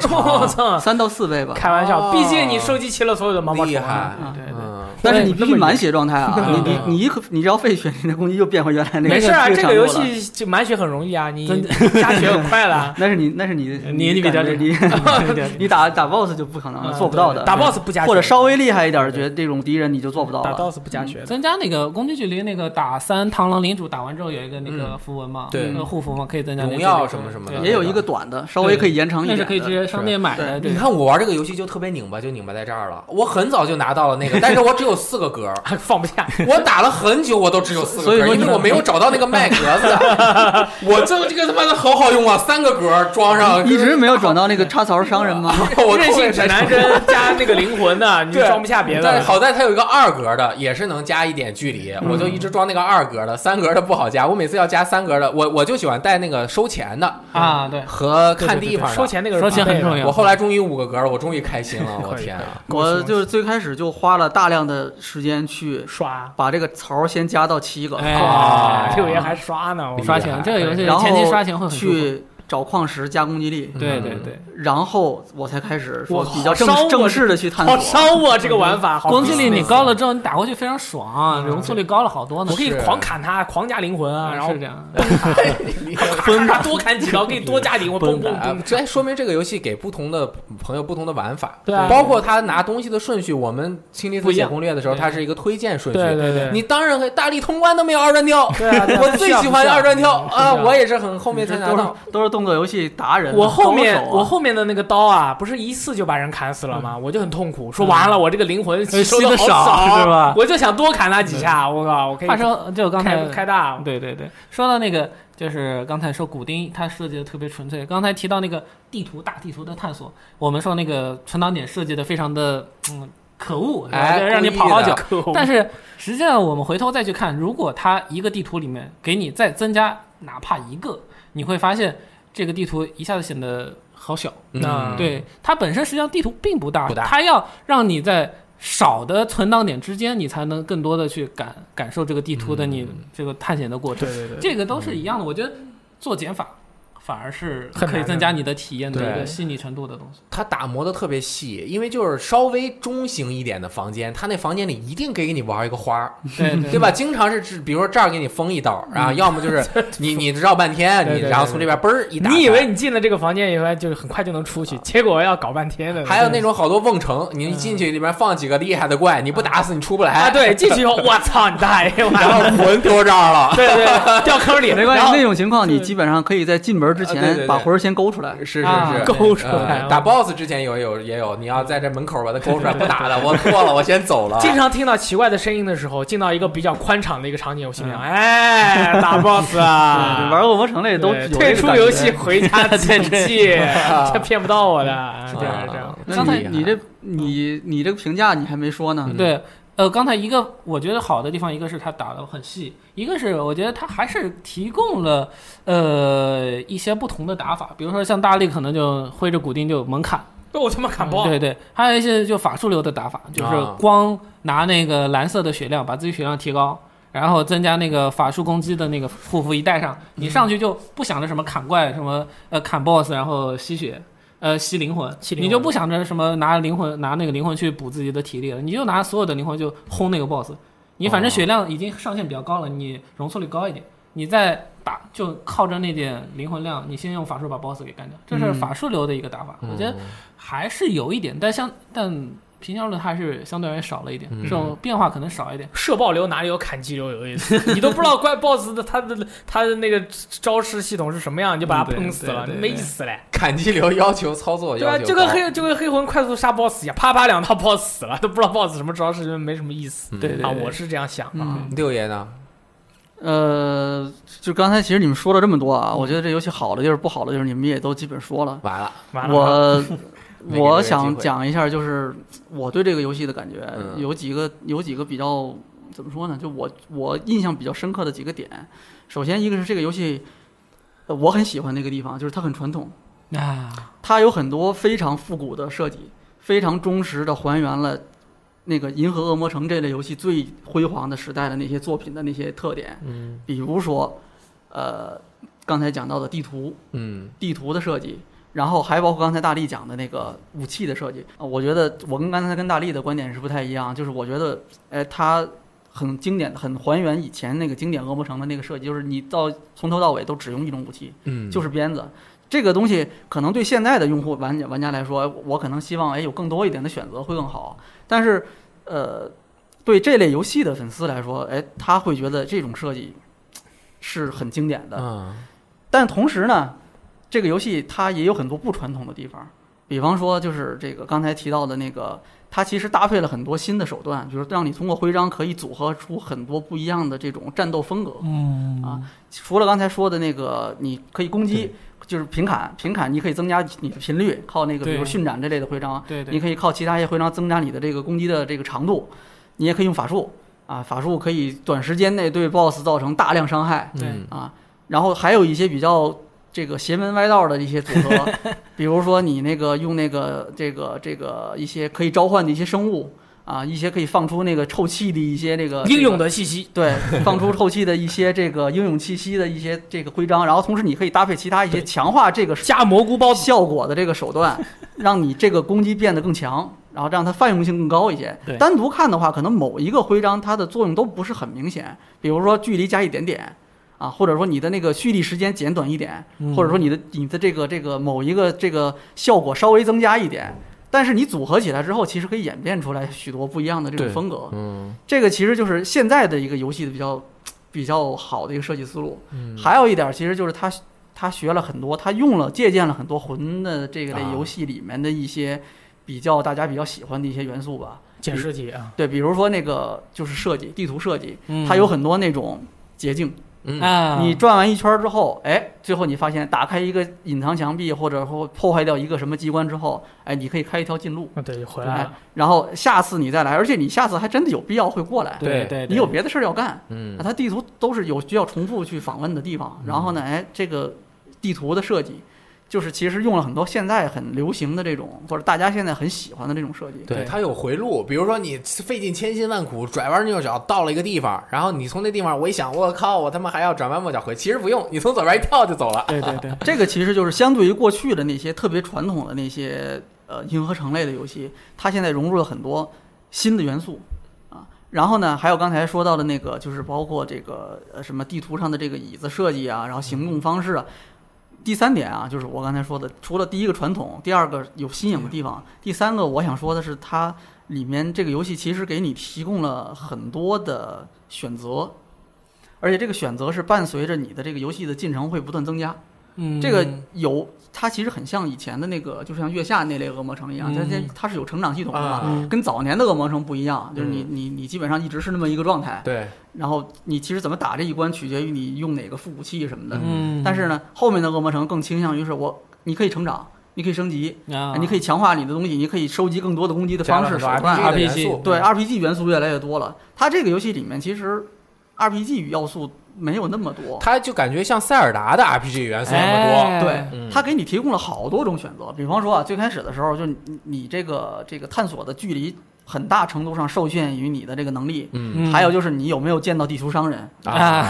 Speaker 2: 长，
Speaker 1: 操，
Speaker 4: 三到四倍吧。
Speaker 1: 开玩笑，
Speaker 2: 哦
Speaker 1: 毕竟你收集齐了所有的毛毛虫
Speaker 2: 厉
Speaker 1: 啊。
Speaker 2: 害，
Speaker 4: 嗯
Speaker 3: 对对对
Speaker 2: 嗯，
Speaker 4: 但是你
Speaker 1: 对
Speaker 4: 必
Speaker 1: 那
Speaker 4: 须
Speaker 1: 么
Speaker 4: 满血状 态啊！
Speaker 2: 嗯
Speaker 4: 你你你一可你只要废血，你的攻击又变回原来那个。
Speaker 1: 没事啊，
Speaker 4: 这
Speaker 1: 这个游
Speaker 4: 强度了，。
Speaker 1: 戏就满血很容易啊，你
Speaker 3: 真
Speaker 1: 加血很快了
Speaker 4: 那是你那是你
Speaker 3: 你比较
Speaker 4: 感觉你 你打打 boss 就不可能了，
Speaker 1: 嗯
Speaker 4: 啊做不到的。
Speaker 1: 对打 boss 不加血，
Speaker 4: 或者稍微厉害一点，
Speaker 1: 对
Speaker 4: 觉得这种敌人你就做不到
Speaker 1: 打
Speaker 4: 了。嗯
Speaker 1: boss 不加血的。
Speaker 3: 增加那个攻击距离，那个打三螳螂领主打完之后有一个那个
Speaker 2: 嗯
Speaker 3: 符文嘛，
Speaker 2: 对
Speaker 3: 那个护符嘛，可以增加那个
Speaker 2: 荣耀
Speaker 3: 距离
Speaker 2: 什么什么
Speaker 3: 对
Speaker 2: 的
Speaker 4: 也有一个短的，稍微可以延长一
Speaker 3: 那
Speaker 4: 点
Speaker 3: 是
Speaker 4: 的。
Speaker 3: 可以直接商店买的。
Speaker 2: 你
Speaker 3: 对，
Speaker 2: 看我玩这个游戏就特别拧巴，就拧巴在这儿了。我很早就拿到了那个，但是我只有四个格儿，
Speaker 4: 嗯
Speaker 1: 放不下，
Speaker 2: 我打了很久，我都只有四个
Speaker 4: 所以
Speaker 2: 格儿，
Speaker 4: 说
Speaker 2: 因
Speaker 4: 你
Speaker 2: 为我没有找到那个麦格子。我这这个他妈的好好用啊，三个格儿装上，
Speaker 4: 一直没有转到那个插槽 商人吗？
Speaker 2: 我
Speaker 1: 任性指
Speaker 2: 才
Speaker 1: 南 针加那个灵魂的，你就
Speaker 2: 对
Speaker 1: 装不下别
Speaker 2: 但是
Speaker 1: 的。
Speaker 2: 好在它有一个二格的，也是能加一点距离，我就一直装那个二格的，三格的不好加。我每次要加三格的，我我就喜欢带那个收钱的
Speaker 3: 啊，对，
Speaker 2: 和
Speaker 1: 对
Speaker 2: 看
Speaker 1: 对
Speaker 2: 地方
Speaker 1: 对收
Speaker 2: 的。啊
Speaker 1: 钱那个
Speaker 3: 收钱很重要
Speaker 2: 我后来终于五个格了，我终于开 心了，我
Speaker 1: 可以
Speaker 2: 天啊！
Speaker 4: 我就是最开始就花了大量的时间去
Speaker 1: 刷
Speaker 4: 把这个槽先加到七个，
Speaker 3: 哎
Speaker 1: 啊，
Speaker 2: 哦
Speaker 1: 六爷还刷呢，我
Speaker 3: 刷
Speaker 2: 厉害
Speaker 3: 钱这个游戏
Speaker 4: 然后
Speaker 3: 前期刷钱会很舒服。
Speaker 4: 去找矿石加攻击力，
Speaker 3: 对
Speaker 2: 嗯
Speaker 3: 对对，
Speaker 4: 然后我才开始说
Speaker 1: 哇
Speaker 4: 比较正
Speaker 1: 好烧我
Speaker 4: 正式的去探
Speaker 1: 好
Speaker 4: 索。
Speaker 1: 烧啊我这个玩法，好
Speaker 3: 攻击力你
Speaker 1: business
Speaker 3: 高了之后，你打过去非常爽，啊
Speaker 1: 嗯
Speaker 3: 容错率高了好多呢。
Speaker 1: 我可以
Speaker 2: 是
Speaker 1: 狂砍他，狂加灵魂啊，然后
Speaker 3: 是这样，
Speaker 1: 崩啊他，多砍几刀，给你多加灵魂，嘣嘣
Speaker 2: 啊
Speaker 1: 嘣，，
Speaker 2: 这说明这个游戏给不同的朋友不同的玩法，
Speaker 1: 对啊
Speaker 2: 包括他拿东西的顺序。我们清理
Speaker 3: 不一
Speaker 2: 写
Speaker 3: 样
Speaker 2: 攻略的时候，
Speaker 3: 对
Speaker 2: 它是一个推荐顺序。
Speaker 1: 对对对，
Speaker 2: 你当然可以大力通关都没有二转跳，
Speaker 1: 对啊，对啊
Speaker 2: 我最喜欢二转跳啊！
Speaker 1: 需
Speaker 2: 我。
Speaker 1: 要需要
Speaker 2: 也是很后面才拿
Speaker 4: 都是
Speaker 2: 到。
Speaker 4: 都是动作游戏达人，
Speaker 1: 我后面、
Speaker 4: 高手啊
Speaker 1: 我后面的那个刀啊，不是一次就把人砍死了吗？我就很痛苦，说完了，我这个灵魂嗯哎吸收
Speaker 3: 吸得
Speaker 1: 的好
Speaker 3: 少是吧
Speaker 1: 我就想多砍他几下，我靠，我可以
Speaker 3: 话说就刚才
Speaker 1: 嗯开开大，
Speaker 3: 对对对，说到那个，就是刚才说骨钉，它设计的特别纯粹。刚才提到那个地图大地图的探索，我们说那个存档点设计的非常的嗯可恶，是吧
Speaker 2: 哎
Speaker 3: 让你
Speaker 2: 故意
Speaker 3: 跑好
Speaker 2: 的
Speaker 3: 久。
Speaker 1: 可恶
Speaker 3: 但是实际上，我们回头再去看，如果它一个地图里面给你再增加哪怕一个，你会发现这个地图一下子显得好小。
Speaker 1: 嗯
Speaker 3: 对，它本身实际上地图并不大，
Speaker 2: 啊不大
Speaker 3: 它要让你在少的存档点之间，你才能更多的去感感受这个地图的
Speaker 2: 嗯
Speaker 3: 你这个探险的过程。
Speaker 1: 对对对，
Speaker 3: 这个都是一样的，我觉得做减法反而是
Speaker 1: 很
Speaker 3: 可以
Speaker 1: 难
Speaker 3: 增
Speaker 1: 的
Speaker 3: 加你的体验的
Speaker 2: 啊对
Speaker 3: 一个细腻程度的东 西。
Speaker 2: 它打磨的特别细，因为就是稍微中型一点的房间，它那房间里一定给你玩一个花儿，
Speaker 3: 对
Speaker 1: 嗯
Speaker 2: 对？吧？经常是只比如说这儿给你封一道，然后要么就是 你你绕半天，
Speaker 1: 对
Speaker 2: 你
Speaker 1: 对对
Speaker 2: 然后从这边嘣儿一打开，
Speaker 1: 你以为你进了这个房间以后，就是很快就能出去，结果要搞半天的。
Speaker 2: 还有那种好多瓮城，你一进去里面放几个厉害的怪，你不打死你出不
Speaker 1: 啊，
Speaker 2: 来，
Speaker 1: 对，进去以后，我操你大爷！
Speaker 2: 然
Speaker 1: 我
Speaker 2: 后魂丢这儿了。
Speaker 1: 对对，掉坑里
Speaker 4: 没关
Speaker 1: 然
Speaker 4: 系，
Speaker 1: 后
Speaker 4: 那种情况你基本上可以在进门之
Speaker 2: 啊对对对
Speaker 4: 前把魂儿先勾出来。
Speaker 2: 是是
Speaker 3: 啊
Speaker 2: 是，
Speaker 1: 勾出来
Speaker 2: 呃打 boss 之前有有也有，你要在这门口把它勾出来，不打了， 我错了，我先走了。
Speaker 1: 经常听到奇怪的声音的时候，进到一个比较宽敞的一个场景，我心想，哎，打 boss 啊！
Speaker 4: 对玩恶魔城类
Speaker 1: 嗯 对
Speaker 4: 都有这个
Speaker 1: 退出游戏
Speaker 4: 感觉。
Speaker 1: 回 家自己记，这骗不到我的， 啊这样这样
Speaker 2: 啊。
Speaker 4: 那你你这你你这个评价你还没说呢，
Speaker 3: 对，呃，刚才一个我觉得好的地方，一个是它打的很细，一个是我觉得它还是提供了呃一些不同的打法，比如说像大力可能就挥着骨钉就猛砍，
Speaker 1: 被我他妈砍爆！
Speaker 3: 嗯对对，还有一些就法术流的打法，就是
Speaker 2: 啊
Speaker 3: 光拿那个蓝色的血量把自己血量提高，然后增加那个法术攻击的那个护符一带上，你上去就不想着什么砍怪什么呃砍 boss，然后吸血。呃吸灵魂，
Speaker 1: 吸灵魂
Speaker 3: 你就不想着什么拿灵魂拿那个灵魂去补自己的体力了，你就拿所有的灵魂就轰那个 boss。你反正血量已经上限比较高了，你容错率高一点，你再打就靠着那点灵魂量，你先用法术把 boss 给干掉，这是
Speaker 4: 嗯
Speaker 3: 法术流的一个打法。我觉
Speaker 2: 嗯
Speaker 3: 得还是有一点，但相但平效论还是相对而言少了一点，
Speaker 2: 嗯
Speaker 3: 这种变化可能少一点。
Speaker 1: 射爆流哪里有砍击流有意思？你都不知道怪 boss 的他的他的那个招式系统是什么样，你就把他
Speaker 3: 嗯对
Speaker 1: 喷死了，
Speaker 3: 对对
Speaker 1: 没意思嘞，
Speaker 2: 砍击流要求操作
Speaker 1: 对
Speaker 2: 要
Speaker 1: 吧？
Speaker 2: 求
Speaker 1: 就跟
Speaker 2: 高
Speaker 1: 黑就跟黑魂快速杀 boss 一样，啪啪两刀 boss 死了，都不知道 boss 什么招式，就没什么意思
Speaker 2: 嗯
Speaker 3: 对对
Speaker 1: 啊！
Speaker 3: 对
Speaker 1: 我是这样想的啊。
Speaker 4: 嗯
Speaker 2: 六爷呢？
Speaker 1: 嗯
Speaker 4: 呃，就刚才其实你们说了这么多啊，我觉得这游戏好的就是不好的就是你们也都基本说了。
Speaker 2: 完了，
Speaker 1: 完了啊，
Speaker 4: 我
Speaker 2: 没给这
Speaker 4: 我
Speaker 2: 个机
Speaker 4: 想
Speaker 2: 会
Speaker 4: 讲一下，就是我对这个游戏的感觉，
Speaker 2: 嗯
Speaker 4: 有几个有几个比较怎么说呢？就我我印象比较深刻的几个点。首先，一个是这个游戏，呃我很喜欢那个地方，就是它很传统，
Speaker 3: 啊，
Speaker 4: 它有很多非常复古的设计，非常忠实的还原了那个《银河恶魔城》这类游戏最辉煌的时代的那些作品的那些特点，
Speaker 2: 嗯
Speaker 4: 比如说，呃，刚才讲到的地图，
Speaker 2: 嗯
Speaker 4: 地图的设计，然后还包括刚才大力讲的那个武器的设计。啊我觉得我跟刚才跟大力的观点是不太一样，就是我觉得，哎，它很经典，很还原以前那个经典恶魔城的那个设计，就是你到从头到尾都只用一种武器，
Speaker 2: 嗯，
Speaker 4: 就是鞭子。这个东西可能对现在的用户玩家玩家来说，我可能希望哎有更多一点的选择会更好。但是，呃，对这类游戏的粉丝来说，哎，他会觉得这种设计是很经典的。
Speaker 2: 嗯
Speaker 4: 但同时呢，这个游戏它也有很多不传统的地方，比方说就是这个刚才提到的那个，它其实搭配了很多新的手段，比如让你通过徽章可以组合出很多不一样的这种战斗风格。
Speaker 3: 嗯
Speaker 4: 啊除了刚才说的那个，你可以攻击，就是平砍，平砍你可以增加你的频率，靠那个比
Speaker 3: 对
Speaker 4: 如训斩这类的徽章，
Speaker 3: 对对
Speaker 4: 你可以靠其他一些徽章增加你的这个攻击的这个长度，你也可以用法术啊，法术可以短时间内对 BOSS 造成大量伤害，
Speaker 2: 嗯
Speaker 4: 啊，然后还有一些比较这个邪门歪道的一些组合，比如说你那个用那个这个这个一些可以召唤的一些生物啊，一些可以放出那个臭气的一些那个
Speaker 1: 英勇
Speaker 4: 的。
Speaker 1: 的气息，
Speaker 4: 对，放出臭气的一些这个英勇气息的一些这个徽章，然后同时你可以搭配其他一些强化这个
Speaker 1: 加蘑菇包子，
Speaker 4: 效果的这个手段，让你这个攻击变得更强，然后让它泛用性更高一些
Speaker 3: 对。
Speaker 4: 单独看的话，可能某一个徽章它的作用都不是很明显，比如说距离加一点点。啊，或者说你的那个蓄力时间减短一点，或者说你的你的这个这个某一个这个效果稍微增加一点，但是你组合起来之后，其实可以演变出来许多不一样的这种
Speaker 2: 对
Speaker 4: 风格。
Speaker 2: 嗯
Speaker 4: 这个其实就是现在的一个游戏的比较比较好的一个设计思路。
Speaker 2: 嗯
Speaker 4: 还有一点，其实就是他他学了很多，他用了借鉴了很多魂的这个类
Speaker 3: 啊
Speaker 4: 游戏里面的一些比较大家比较喜欢的一些元素吧。
Speaker 1: 解释题啊，
Speaker 4: 对，比如说那个就是设计地图设计，
Speaker 3: 嗯
Speaker 4: 它有很多那种捷径。
Speaker 1: 哎
Speaker 2: 嗯
Speaker 3: 啊，
Speaker 4: 你转完一圈之后，哎，最后你发现打开一个隐藏墙壁，或者说破坏掉一个什么机关之后，哎，你可以开一条近路，
Speaker 1: 嗯，对，就回来
Speaker 4: 哎
Speaker 1: 了，，
Speaker 4: 然后下次你再来，而且你下次还真的有必要会过来，
Speaker 3: 对
Speaker 2: 对
Speaker 1: 哎
Speaker 3: 对，
Speaker 4: 嗯你有别的事儿要干。
Speaker 2: 嗯
Speaker 4: 啊，它地图都是有需要重复去访问的地方。然后呢，哎，这个地图的设计，就是其实用了很多现在很流行的这种，或者大家现在很喜欢的这种设计。
Speaker 2: 对，它有回路。比如说，你费尽千辛万苦拐弯抹角到了一个地方，然后你从那地方，我一想，我靠，我他妈还要转弯抹角回。其实不用，你从左边一跳就走了。
Speaker 3: 对对对，
Speaker 4: 这个其实就是相对于过去的那些特别传统的那些呃银河城类的游戏，它现在融入了很多新的元素啊。然后呢，还有刚才说到的那个，就是包括这个呃什么地图上的这个椅子设计啊，然后行动方式啊。第三点啊，就是我刚才说的，除了第一个传统，第二个有新颖的地方，第三个我想说的是，它里面这个游戏其实给你提供了很多的选择，而且这个选择是伴随着你的这个游戏的进程会不断增加。
Speaker 3: 嗯，
Speaker 4: 这个有，它其实很像以前的那个，就像月下那类恶魔城一样，它它
Speaker 3: 嗯
Speaker 4: 它是有成长系统的嘛，嗯
Speaker 2: 啊
Speaker 4: 跟早年的恶魔城不一样，就是你
Speaker 2: 嗯
Speaker 4: 你你基本上一直是那么一个状态，
Speaker 2: 对，
Speaker 4: 然后你其实怎么打这一关取决于你用哪个副武器什么的，
Speaker 3: 嗯，
Speaker 4: 但是呢，后面的恶魔城更倾向于是我你可以成长，你可以升级，
Speaker 3: 啊，
Speaker 4: 你可以强化你的东西，你可以收集更多的攻击的
Speaker 2: 加
Speaker 4: 方
Speaker 2: 了
Speaker 4: 式
Speaker 2: 很
Speaker 4: 手
Speaker 2: 多
Speaker 4: 段
Speaker 2: RPG
Speaker 4: 啊
Speaker 2: 的元
Speaker 3: RPG
Speaker 2: 素
Speaker 4: 对 RPG 元素越来越多了，它这个游戏里面其实 RPG 要素没有那么多，
Speaker 2: 它就感觉像塞尔达的 RPG 元素那么
Speaker 3: 哎
Speaker 4: 对
Speaker 2: 嗯，
Speaker 4: 它给你提供了好多种选择。比方说啊，最开始的时候，就你你这个这个探索的距离，很大程度上受限于你的这个能力，
Speaker 2: 嗯
Speaker 3: 嗯
Speaker 4: 还有就是你有没有见到地图商 人，
Speaker 2: 啊，
Speaker 3: 啊，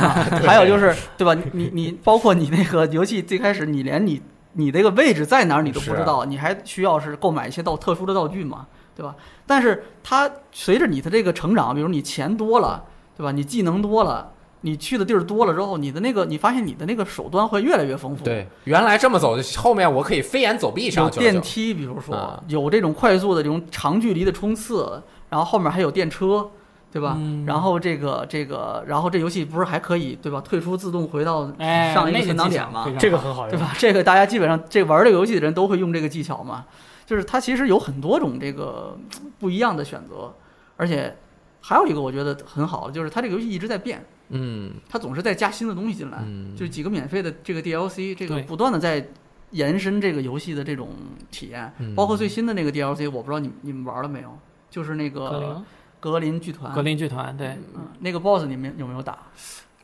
Speaker 4: 还有就是对吧？你你你，包括你那个游戏最开始，你连你你这个位置在哪儿你都
Speaker 2: 是啊
Speaker 4: 不知道，你还需要是购买一些道特殊的道具嘛，对吧？但是它随着你的这个成长，比如你钱多了，对吧？你技能多了，你去的地儿多了之后，你的那个你发现你的那个手段会越来越丰富。
Speaker 2: 对，原来这么走，后面我可以飞檐走壁
Speaker 4: 有
Speaker 2: 上去了就
Speaker 4: 电梯，比如说、
Speaker 2: 啊
Speaker 4: 有这种快速的这种长距离的冲刺，然后后面还有电车，对吧？
Speaker 3: 嗯
Speaker 4: 然后这个这个，然后这游戏不是还可以对吧？退出自动回到
Speaker 3: 哎，
Speaker 4: 上一
Speaker 3: 那个
Speaker 4: 个存档
Speaker 3: 技
Speaker 4: 点
Speaker 3: 巧
Speaker 4: 嘛
Speaker 3: 非，常
Speaker 1: 这个
Speaker 3: 好
Speaker 1: 很好
Speaker 4: 对
Speaker 1: 用。
Speaker 4: 吧？这个大家基本上这玩这个游戏的人都会用这个技巧嘛，就是它其实有很多种这个嗯不一样的选择，而且还有一个我觉得很好的就是它这个游戏一直在变，
Speaker 2: 嗯
Speaker 4: 它总是在加新的东西进来，
Speaker 2: 嗯，
Speaker 4: 啊就几个免费的这个 DLC，这个
Speaker 3: 对
Speaker 4: 不断的在延伸这个游戏的这种体验，
Speaker 2: 嗯
Speaker 4: 包括最新的那个 DLC，我不知道你们你们玩了没有，就是那
Speaker 3: 格
Speaker 4: 个
Speaker 3: 林
Speaker 4: 格林剧团，
Speaker 3: 格林剧团对，
Speaker 4: 嗯那个 BOSS 你们有没有打？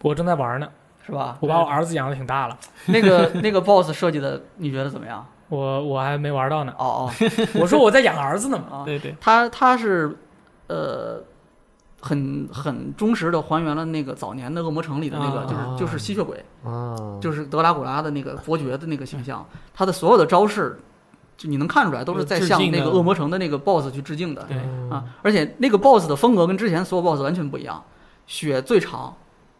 Speaker 1: 我正在玩呢，
Speaker 4: 是吧？
Speaker 1: 我把我儿子养的挺大了，
Speaker 4: 那个那个 BOSS 设计的你觉得怎么样？
Speaker 1: 我我还没玩到呢。
Speaker 4: 哦
Speaker 1: 我说我在养儿 子呢嘛。
Speaker 4: 哦啊，
Speaker 3: 对对，
Speaker 4: 它它是呃很很忠实的还原了那个早年的《恶魔城》里的那个，
Speaker 2: 啊
Speaker 4: 就是就是吸血鬼，
Speaker 2: 啊，
Speaker 4: 就是德拉古拉的那个伯爵的那个形象，他的所有的招式，就你能看出来都是在
Speaker 3: 致
Speaker 4: 向
Speaker 3: 敬
Speaker 4: 那
Speaker 3: 的
Speaker 4: 个恶魔城的那个 BOSS 去致敬的
Speaker 3: 对
Speaker 4: 啊！而且那个 BOSS 的风格跟之前所有 BOSS 完全不一样，血最长，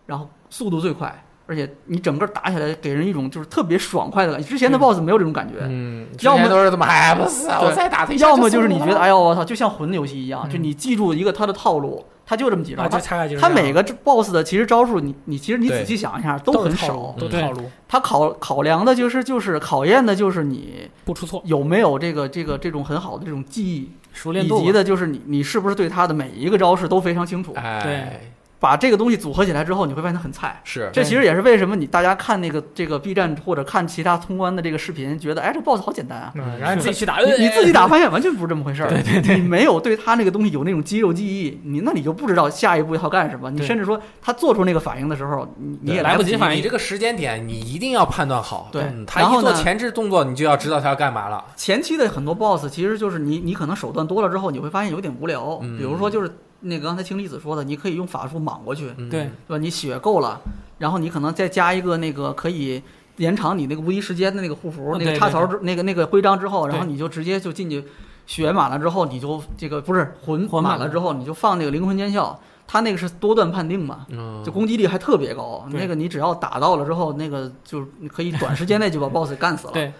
Speaker 4: 然后速度最快，而且你整个打起来给人一种就是特别爽快的感觉。之前
Speaker 3: 嗯
Speaker 4: 的 BOSS 没有这种感觉，
Speaker 2: 嗯，之
Speaker 4: 要么
Speaker 2: 前都是怎么还不死啊，
Speaker 4: 对
Speaker 2: 我再打他一下
Speaker 4: 要么就是
Speaker 2: 死
Speaker 4: 你
Speaker 2: 了
Speaker 4: 觉得，哎呦我操，就像魂游戏一样，
Speaker 1: 嗯
Speaker 4: 就你记住一个他的套路，他就这么几招
Speaker 1: 啊，。就大概就是
Speaker 4: 他
Speaker 1: 这样
Speaker 4: 每个 boss 的其实招数，你你其实你
Speaker 2: 对
Speaker 4: 仔细想一下
Speaker 1: 都
Speaker 4: 很
Speaker 1: 是套
Speaker 4: 少
Speaker 1: 路，，都是
Speaker 2: 嗯
Speaker 1: 套路，
Speaker 4: 他考考量的就是就是考验的就是你
Speaker 1: 不出错。
Speaker 4: 有没有这个这个这种很好的这种记忆，
Speaker 3: 熟练
Speaker 4: 以
Speaker 3: 度
Speaker 4: 及
Speaker 3: 嘛
Speaker 4: 的就是你你是不是对他的每一个招式都非常清楚。
Speaker 2: 哎，
Speaker 4: 把这个东西组合起来之后，你会发现它很菜。
Speaker 2: 是
Speaker 4: 这其实也是为什么你大家看那个这个 B 站或者看其他通关的这个视频，觉得哎这 boss 好简单啊。
Speaker 1: 嗯，然后你自己去打，
Speaker 4: 你你
Speaker 1: 哎
Speaker 4: 自己打发现完全不是这么回事儿，对对对，你没有对他那个东西有那种肌肉记忆，你那你就不知道下一步要干什么，你
Speaker 3: 对
Speaker 4: 甚至说他做出那个反应的时候，你你也
Speaker 2: 对
Speaker 4: 来
Speaker 3: 来不
Speaker 4: 及
Speaker 3: 及反
Speaker 2: 你
Speaker 3: 应
Speaker 2: 这个时间点，你一定要判断好。
Speaker 4: 对
Speaker 2: 嗯他
Speaker 4: 然
Speaker 2: 一
Speaker 4: 后
Speaker 2: 做
Speaker 4: 呢
Speaker 2: 前置动作，你就要知道他要干嘛了。
Speaker 4: 前期的很多 BOSS 其实就是你，你可能手段多了之后，你会发现有点无聊。
Speaker 2: 嗯
Speaker 4: 比如说就是那个刚才青离子说的，你可以用法术莽过去，
Speaker 2: 嗯
Speaker 3: 对，
Speaker 4: 对吧？你血够了，然后你可能再加一个那个可以延长你那个无敌时间的那个护符，
Speaker 3: 嗯
Speaker 4: 那个
Speaker 3: 对
Speaker 4: 插
Speaker 3: 对
Speaker 4: 槽之那个那个徽章之后，
Speaker 3: 对
Speaker 4: 然后你就直接就进去血满了之后，你就这个不是魂
Speaker 3: 魂满
Speaker 4: 满
Speaker 3: 了
Speaker 4: 了之后，你就放那个灵魂尖笑，它那个是多段判定嘛。
Speaker 2: 嗯，
Speaker 4: 就攻击力还特别高，
Speaker 3: 哦对
Speaker 4: 那个你只要打到了之后，那个就是你可以短时间内就把 BOSS 给干死了。
Speaker 3: 对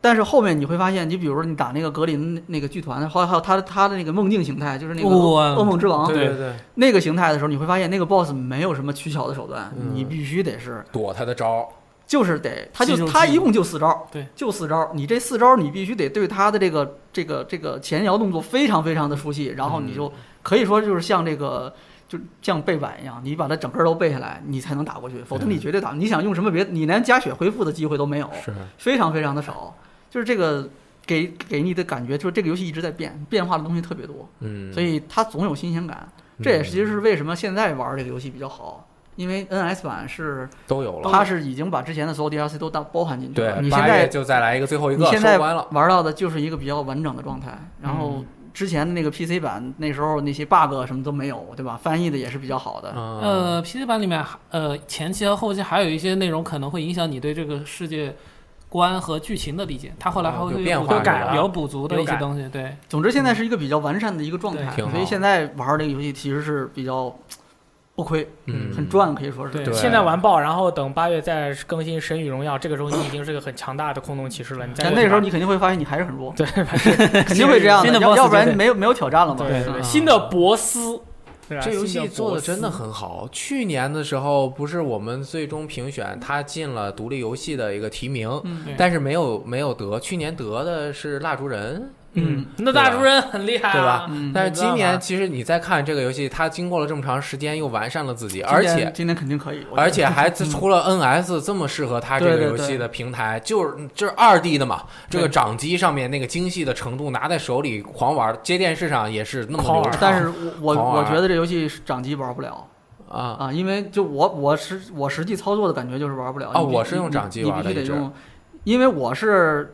Speaker 4: 但是后面你会发现，你比如说你打那个格林那个剧团，还有还有他他的那个梦境形态，就是那个
Speaker 3: 哇
Speaker 4: 噩梦之王
Speaker 2: 对对对，
Speaker 4: 那个形态的时候，你会发现那个 BOSS 没有什么取巧的手段，
Speaker 2: 嗯
Speaker 4: 你必须得是
Speaker 2: 躲他的招
Speaker 4: 就是得他
Speaker 3: 记
Speaker 4: 就
Speaker 3: 住
Speaker 4: 他
Speaker 3: 记
Speaker 4: 一共就四招，
Speaker 3: 对，
Speaker 4: 就四招，你这四招你必须得对他的这个这个这个前摇动作非常非常的熟悉，然后你就可以说就是像这个。就像背板一样，你把它整个都背下来，你才能打过去，否则你绝对打不。你想用什么别，你连加血恢复的机会都没有。
Speaker 2: 儿，是
Speaker 4: 非常非常的少，就是这个给给你的感觉，就是这个游戏一直在变，变化的东西特别多，
Speaker 2: 嗯，
Speaker 4: 所以它总有新鲜感。
Speaker 2: 嗯
Speaker 4: 这也是其实是为什么现在玩这个游戏比较好，因为 NS 版是
Speaker 2: 都有了。
Speaker 4: 它是已经把之前的所有 DLC 都当包含进去
Speaker 2: 对
Speaker 4: 了，，你现
Speaker 2: 八月
Speaker 4: 在
Speaker 2: 就再来一个最后一
Speaker 4: 你
Speaker 2: 个
Speaker 4: 现
Speaker 2: 收
Speaker 4: 在
Speaker 2: 官了。嗯
Speaker 4: 玩到的就是一个比较完整的状态，然后。之前的那个 PC 版，那时候那些 bug 什么都没有，对吧？翻译的也是比较好的。
Speaker 2: 嗯，
Speaker 3: 呃，PC 版里面还呃前期和后期还有一些内容可能会影响你对这个世界观和剧情的理解，它后来还
Speaker 2: 哦
Speaker 3: 会
Speaker 2: 有
Speaker 3: 有
Speaker 2: 变
Speaker 3: 补
Speaker 2: 化
Speaker 3: 足
Speaker 1: 改了
Speaker 3: 有补足的一
Speaker 1: 有
Speaker 3: 些
Speaker 1: 改
Speaker 3: 东西，对
Speaker 4: 总之，现在是一个比较完善的一个状态，
Speaker 2: 对挺好
Speaker 4: 所以现在玩这个游戏其实是比较不亏，
Speaker 2: 嗯
Speaker 4: 很赚，可以说是。
Speaker 1: 对，
Speaker 2: 对
Speaker 1: 现在完爆，然后等八月再更新《神与荣耀》，这个时候你已经是个很强大的空洞骑士了。你在
Speaker 4: 哎但那时候你肯定会发现你还是很弱，
Speaker 1: 对，
Speaker 4: 肯定会这样
Speaker 3: 新的
Speaker 4: 要
Speaker 3: boss
Speaker 4: 要不然
Speaker 3: 对对
Speaker 4: 没有没有挑战了嘛。
Speaker 1: 对
Speaker 4: 是吧
Speaker 1: 对新的博斯，对吧
Speaker 2: 这游
Speaker 1: 新的
Speaker 2: 戏做
Speaker 1: 博
Speaker 2: 的
Speaker 1: 斯
Speaker 2: 真的很好。去年的时候，不是我们最终评选，它进了独立游戏的一个提名，
Speaker 4: 嗯
Speaker 3: 对
Speaker 2: 但是没有没有得。去年得的是《蜡烛人》，
Speaker 1: 嗯，那大主任很厉害啊，
Speaker 2: 对吧
Speaker 4: 嗯
Speaker 2: 但是今
Speaker 1: 没办法
Speaker 2: 年其实你再看这个游戏，它经过了这么长时间，又完善了自己，
Speaker 4: 今
Speaker 2: 而
Speaker 4: 天
Speaker 2: 且
Speaker 4: 今天肯定可以，我觉得嗯
Speaker 2: 而且还出了 NS 这么适合它这
Speaker 4: 对
Speaker 2: 个
Speaker 4: 对
Speaker 2: 游戏
Speaker 4: 对
Speaker 2: 的平台，就是这是二 D 的嘛，这个
Speaker 4: 对
Speaker 2: 掌机上面那个精细的程度，拿在手里狂玩，接电视上也是那么
Speaker 1: 狂
Speaker 2: 流
Speaker 1: 玩
Speaker 2: 畅。
Speaker 4: 但是我我
Speaker 2: 狂玩
Speaker 4: 我觉得这游戏是掌机玩不了
Speaker 2: 啊，
Speaker 4: 啊，因为就我我实我实际操作的感觉就是玩不了
Speaker 2: 哦
Speaker 4: 你必
Speaker 2: 我是用掌机
Speaker 4: 你
Speaker 2: 玩的
Speaker 4: 你必
Speaker 2: 一
Speaker 4: 须得
Speaker 2: 直
Speaker 4: 用，因为我是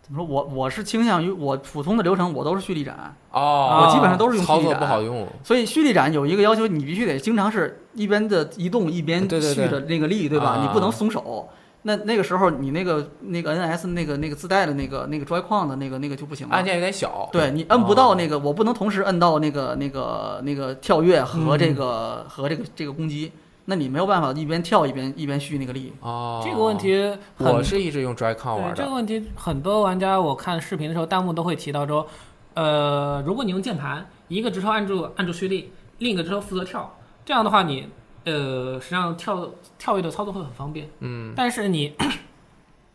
Speaker 4: 怎么说，我我是倾向于我普通的流程我都是蓄力斩，
Speaker 2: 哦，
Speaker 4: 我基本上啊都是用
Speaker 2: 操
Speaker 4: 虚拟
Speaker 2: 作
Speaker 4: 感
Speaker 2: 不好用，
Speaker 4: 所以蓄力斩有一个要求，你必须得经常是一边的移动一边
Speaker 2: 对对对
Speaker 4: 蓄着那个力，对吧？
Speaker 2: 啊
Speaker 4: 你不能松手。那那个时候你那个那个 NS 那个那个自带的那个那个 Joy 框的那个那个就不行了，
Speaker 2: 按键有哦点小，
Speaker 4: 对你摁不到那个，我不能同时摁到那个那个那个跳跃和
Speaker 2: 嗯
Speaker 4: 这个、和这个这个攻击，那你没有办法一边跳一边一边蓄那个力。
Speaker 2: 哦，
Speaker 3: 这个问题很
Speaker 2: 我是一直用 Joy-Con
Speaker 3: 对
Speaker 2: 玩
Speaker 3: 这
Speaker 2: 的
Speaker 3: 个，问题，很多玩家我看视频的时候，弹幕都会提到说，呃，如果你用键盘，一个指头按住按住蓄力，另一个指头负责跳，这样的话你呃，实际上跳跳跃的操作会很方便。
Speaker 2: 嗯，
Speaker 3: 但是你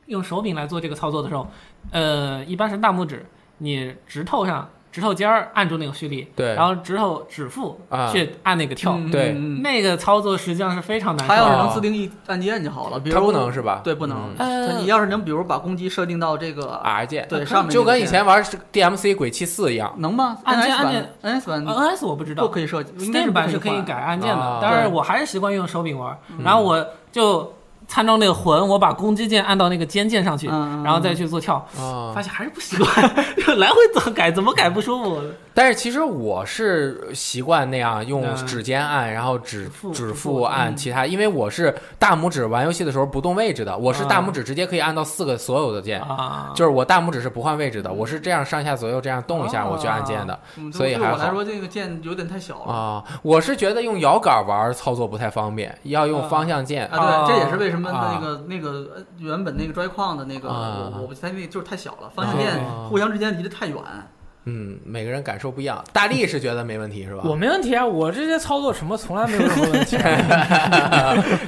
Speaker 3: 用手柄来做这个操作的时候，呃，一般是大拇指，你指头上指头尖儿按住那个蓄力，
Speaker 2: 对
Speaker 3: 然后指头指腹
Speaker 2: 啊
Speaker 3: 去按那个跳，
Speaker 4: 嗯
Speaker 2: 对
Speaker 4: 嗯
Speaker 3: 那个操作实际上是非常难
Speaker 4: 它
Speaker 3: 受
Speaker 4: 要是
Speaker 3: 的。
Speaker 4: 能自定义按键就好了，比
Speaker 2: 哦
Speaker 4: 如
Speaker 2: 它不能是吧？
Speaker 4: 对不能，
Speaker 3: 嗯
Speaker 4: 它你要是能比如把攻击设定到这个、
Speaker 2: ，R 键，
Speaker 4: 对上面
Speaker 2: 啊就跟以
Speaker 4: 那个键
Speaker 2: 前玩 DMC 鬼泣四一样，
Speaker 4: 能吗？
Speaker 3: 按键
Speaker 4: NS
Speaker 3: 按
Speaker 4: 版
Speaker 3: 键
Speaker 4: NS 版
Speaker 3: NS 我不知道
Speaker 4: 不，可以设计，应该
Speaker 3: Steam 版是
Speaker 4: 不
Speaker 3: 可
Speaker 4: 以
Speaker 3: 以
Speaker 4: 换
Speaker 3: 改按键
Speaker 2: 啊
Speaker 3: 的，但是
Speaker 4: 对嗯
Speaker 3: 我还是习惯用手柄玩儿。然后我就参照那个魂，我把攻击键按到那个肩键上去，
Speaker 4: 嗯
Speaker 3: 然后再去做跳，
Speaker 2: 啊
Speaker 3: 发，现还是不习惯， 就来回怎么改怎么改不舒服。
Speaker 2: 但是其实我是习惯那样用
Speaker 3: 嗯
Speaker 2: 指尖按，然后指
Speaker 3: 腹
Speaker 2: 指
Speaker 3: 指
Speaker 2: 腹
Speaker 3: 腹
Speaker 2: 按
Speaker 3: 嗯
Speaker 2: 其他，因为我是大拇指玩游戏的时候不动位置的，我是大拇指直接可以按到四个所有的键，
Speaker 3: 啊，
Speaker 2: 就是我大拇指是不换位置的，我是这样上下左右这样动一下
Speaker 3: 啊
Speaker 2: 我去按键的
Speaker 4: 嗯对
Speaker 2: 所以
Speaker 4: 对
Speaker 2: 还
Speaker 4: 我来
Speaker 2: 好
Speaker 4: 说这个键有点太小了。
Speaker 2: 啊。我是觉得用摇杆玩操作不太方便，要用
Speaker 3: 啊
Speaker 2: 方向键
Speaker 4: 啊，
Speaker 3: 啊
Speaker 4: 对，这也是为什么
Speaker 2: 啊
Speaker 4: 那个、那个呃原本那个 Joy 框的那个，
Speaker 2: 啊
Speaker 4: 我我不它那个就是太小了，方向键
Speaker 2: 啊
Speaker 4: 互相之间离得太远。
Speaker 2: 嗯，每个人感受不一样。大力是觉得没问题是吧？
Speaker 1: 我没 问题啊，我这些操作什么从来没有任何问题。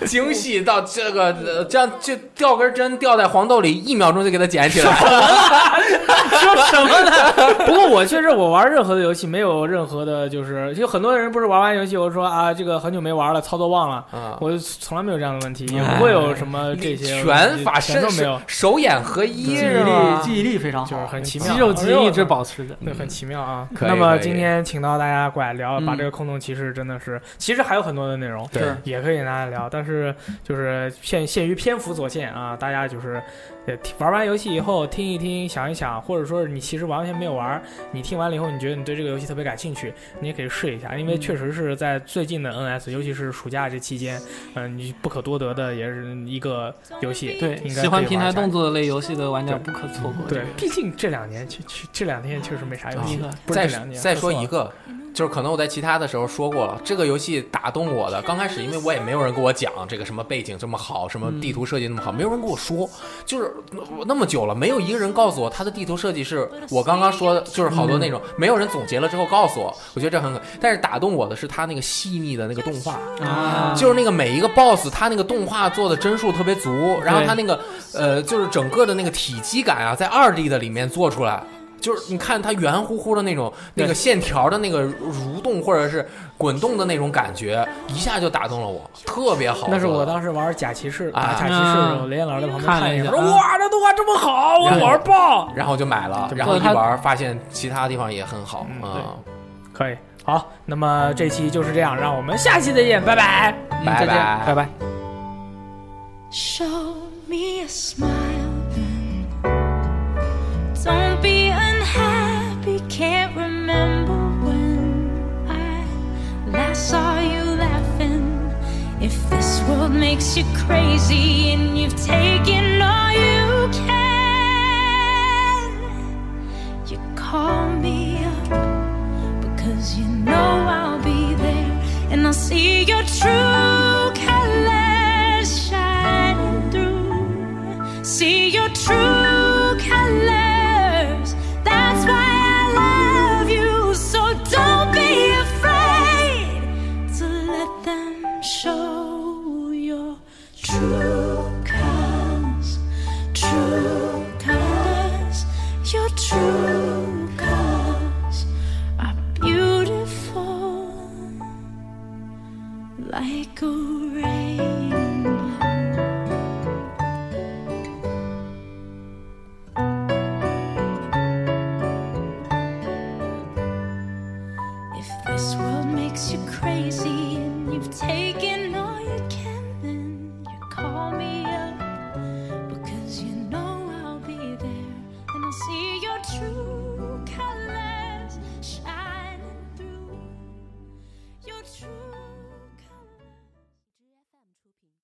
Speaker 2: 精细到这个，呃这样就掉根针掉在黄豆里，一秒钟就给它捡起来。
Speaker 1: 说什么呢？不过我确实我玩任何的游戏没有任何的，就是啊有很多人不是玩完游戏我说啊，这个很久没玩了，操作忘了。
Speaker 2: 啊，
Speaker 1: 我从来没有这样的问题，也不会有什么这些
Speaker 2: 拳法
Speaker 1: 全都
Speaker 2: 身
Speaker 1: 没有，
Speaker 2: 手眼合一
Speaker 4: 记忆
Speaker 2: 是啊
Speaker 4: 力
Speaker 2: 吧？
Speaker 4: 记忆力非常好，
Speaker 1: 就是很奇妙。
Speaker 3: 肌肉记
Speaker 1: 哎
Speaker 3: 忆
Speaker 1: 呦
Speaker 3: 一直保持着。
Speaker 1: 对，很奇妙啊。
Speaker 2: 嗯可以
Speaker 1: 那么
Speaker 2: 可以
Speaker 1: 今天请到大家过来聊，
Speaker 4: 嗯
Speaker 1: 把这个空洞骑士真的是，其实还有很多的内容，
Speaker 2: 对
Speaker 4: 是
Speaker 1: 也可以拿来聊，但是就是限限于篇幅所限啊，大家就是呃听玩完游戏以后听一听，想一想，或者说是你其实完全没有玩，你听完了以后，你觉得你对这个游戏特别感兴趣，你也可以试一下，因为
Speaker 4: 嗯
Speaker 1: 确实是在最近的 NS，尤其是暑假这期间，嗯、你不可多得的也是一个游戏，
Speaker 3: 对，
Speaker 1: 应该
Speaker 3: 喜欢
Speaker 1: 可以
Speaker 3: 平
Speaker 1: 玩
Speaker 3: 台
Speaker 1: 一下
Speaker 3: 动作类游戏的玩家不可错过。
Speaker 1: 对，毕竟这两年确确这两天确实没啥游戏
Speaker 3: 啊，
Speaker 1: 不是
Speaker 2: 再
Speaker 1: 这两年
Speaker 2: 再说一
Speaker 1: 个。
Speaker 2: 个，就是可能我在其他的时候说过了，这个游戏打动我的，刚开始因为我也没有人跟我讲这个什么背景这么好，什么地图设计那么好，没有人跟我说，就是那么久了，没有一个人告诉我他的地图设计是我刚刚说的，就是好多那
Speaker 1: 嗯
Speaker 2: 种、没有人总结了之后告诉我，我觉得这很可，但是打动我的是他那个细腻的那个动画，
Speaker 4: 啊
Speaker 2: 就是那个每一个 boss，他那个动画做的帧数特别足，然后他那个呃，就是整个的那个体积感啊，在二 D 的里面做出来，就是你看它圆乎乎的那种那个线条的那个蠕动或者是滚动的那种感觉，一下就打动了我，特别好做的。
Speaker 1: 那是我当时玩假骑士，
Speaker 2: 啊
Speaker 1: 打假骑士的时候，雷燕老师在旁边
Speaker 3: 看了
Speaker 1: 看
Speaker 3: 一
Speaker 1: 下，
Speaker 3: 下
Speaker 1: 说
Speaker 3: 啊
Speaker 1: 哇，这动画这么好，我玩爆，
Speaker 2: 然后就买了，
Speaker 1: 对
Speaker 2: 然后一
Speaker 3: 它
Speaker 2: 玩发现其他地方也很好
Speaker 1: 嗯
Speaker 2: 啊、
Speaker 1: 可以。好，那么这期就是这样，让我们下期再见，拜拜，
Speaker 4: 嗯
Speaker 2: 拜
Speaker 4: 再见
Speaker 2: 拜。
Speaker 1: 拜拜。
Speaker 5: Show me a smile then. Don't be unhappy, can't remember when I last saw you laughing. If this world makes you crazy and you've taken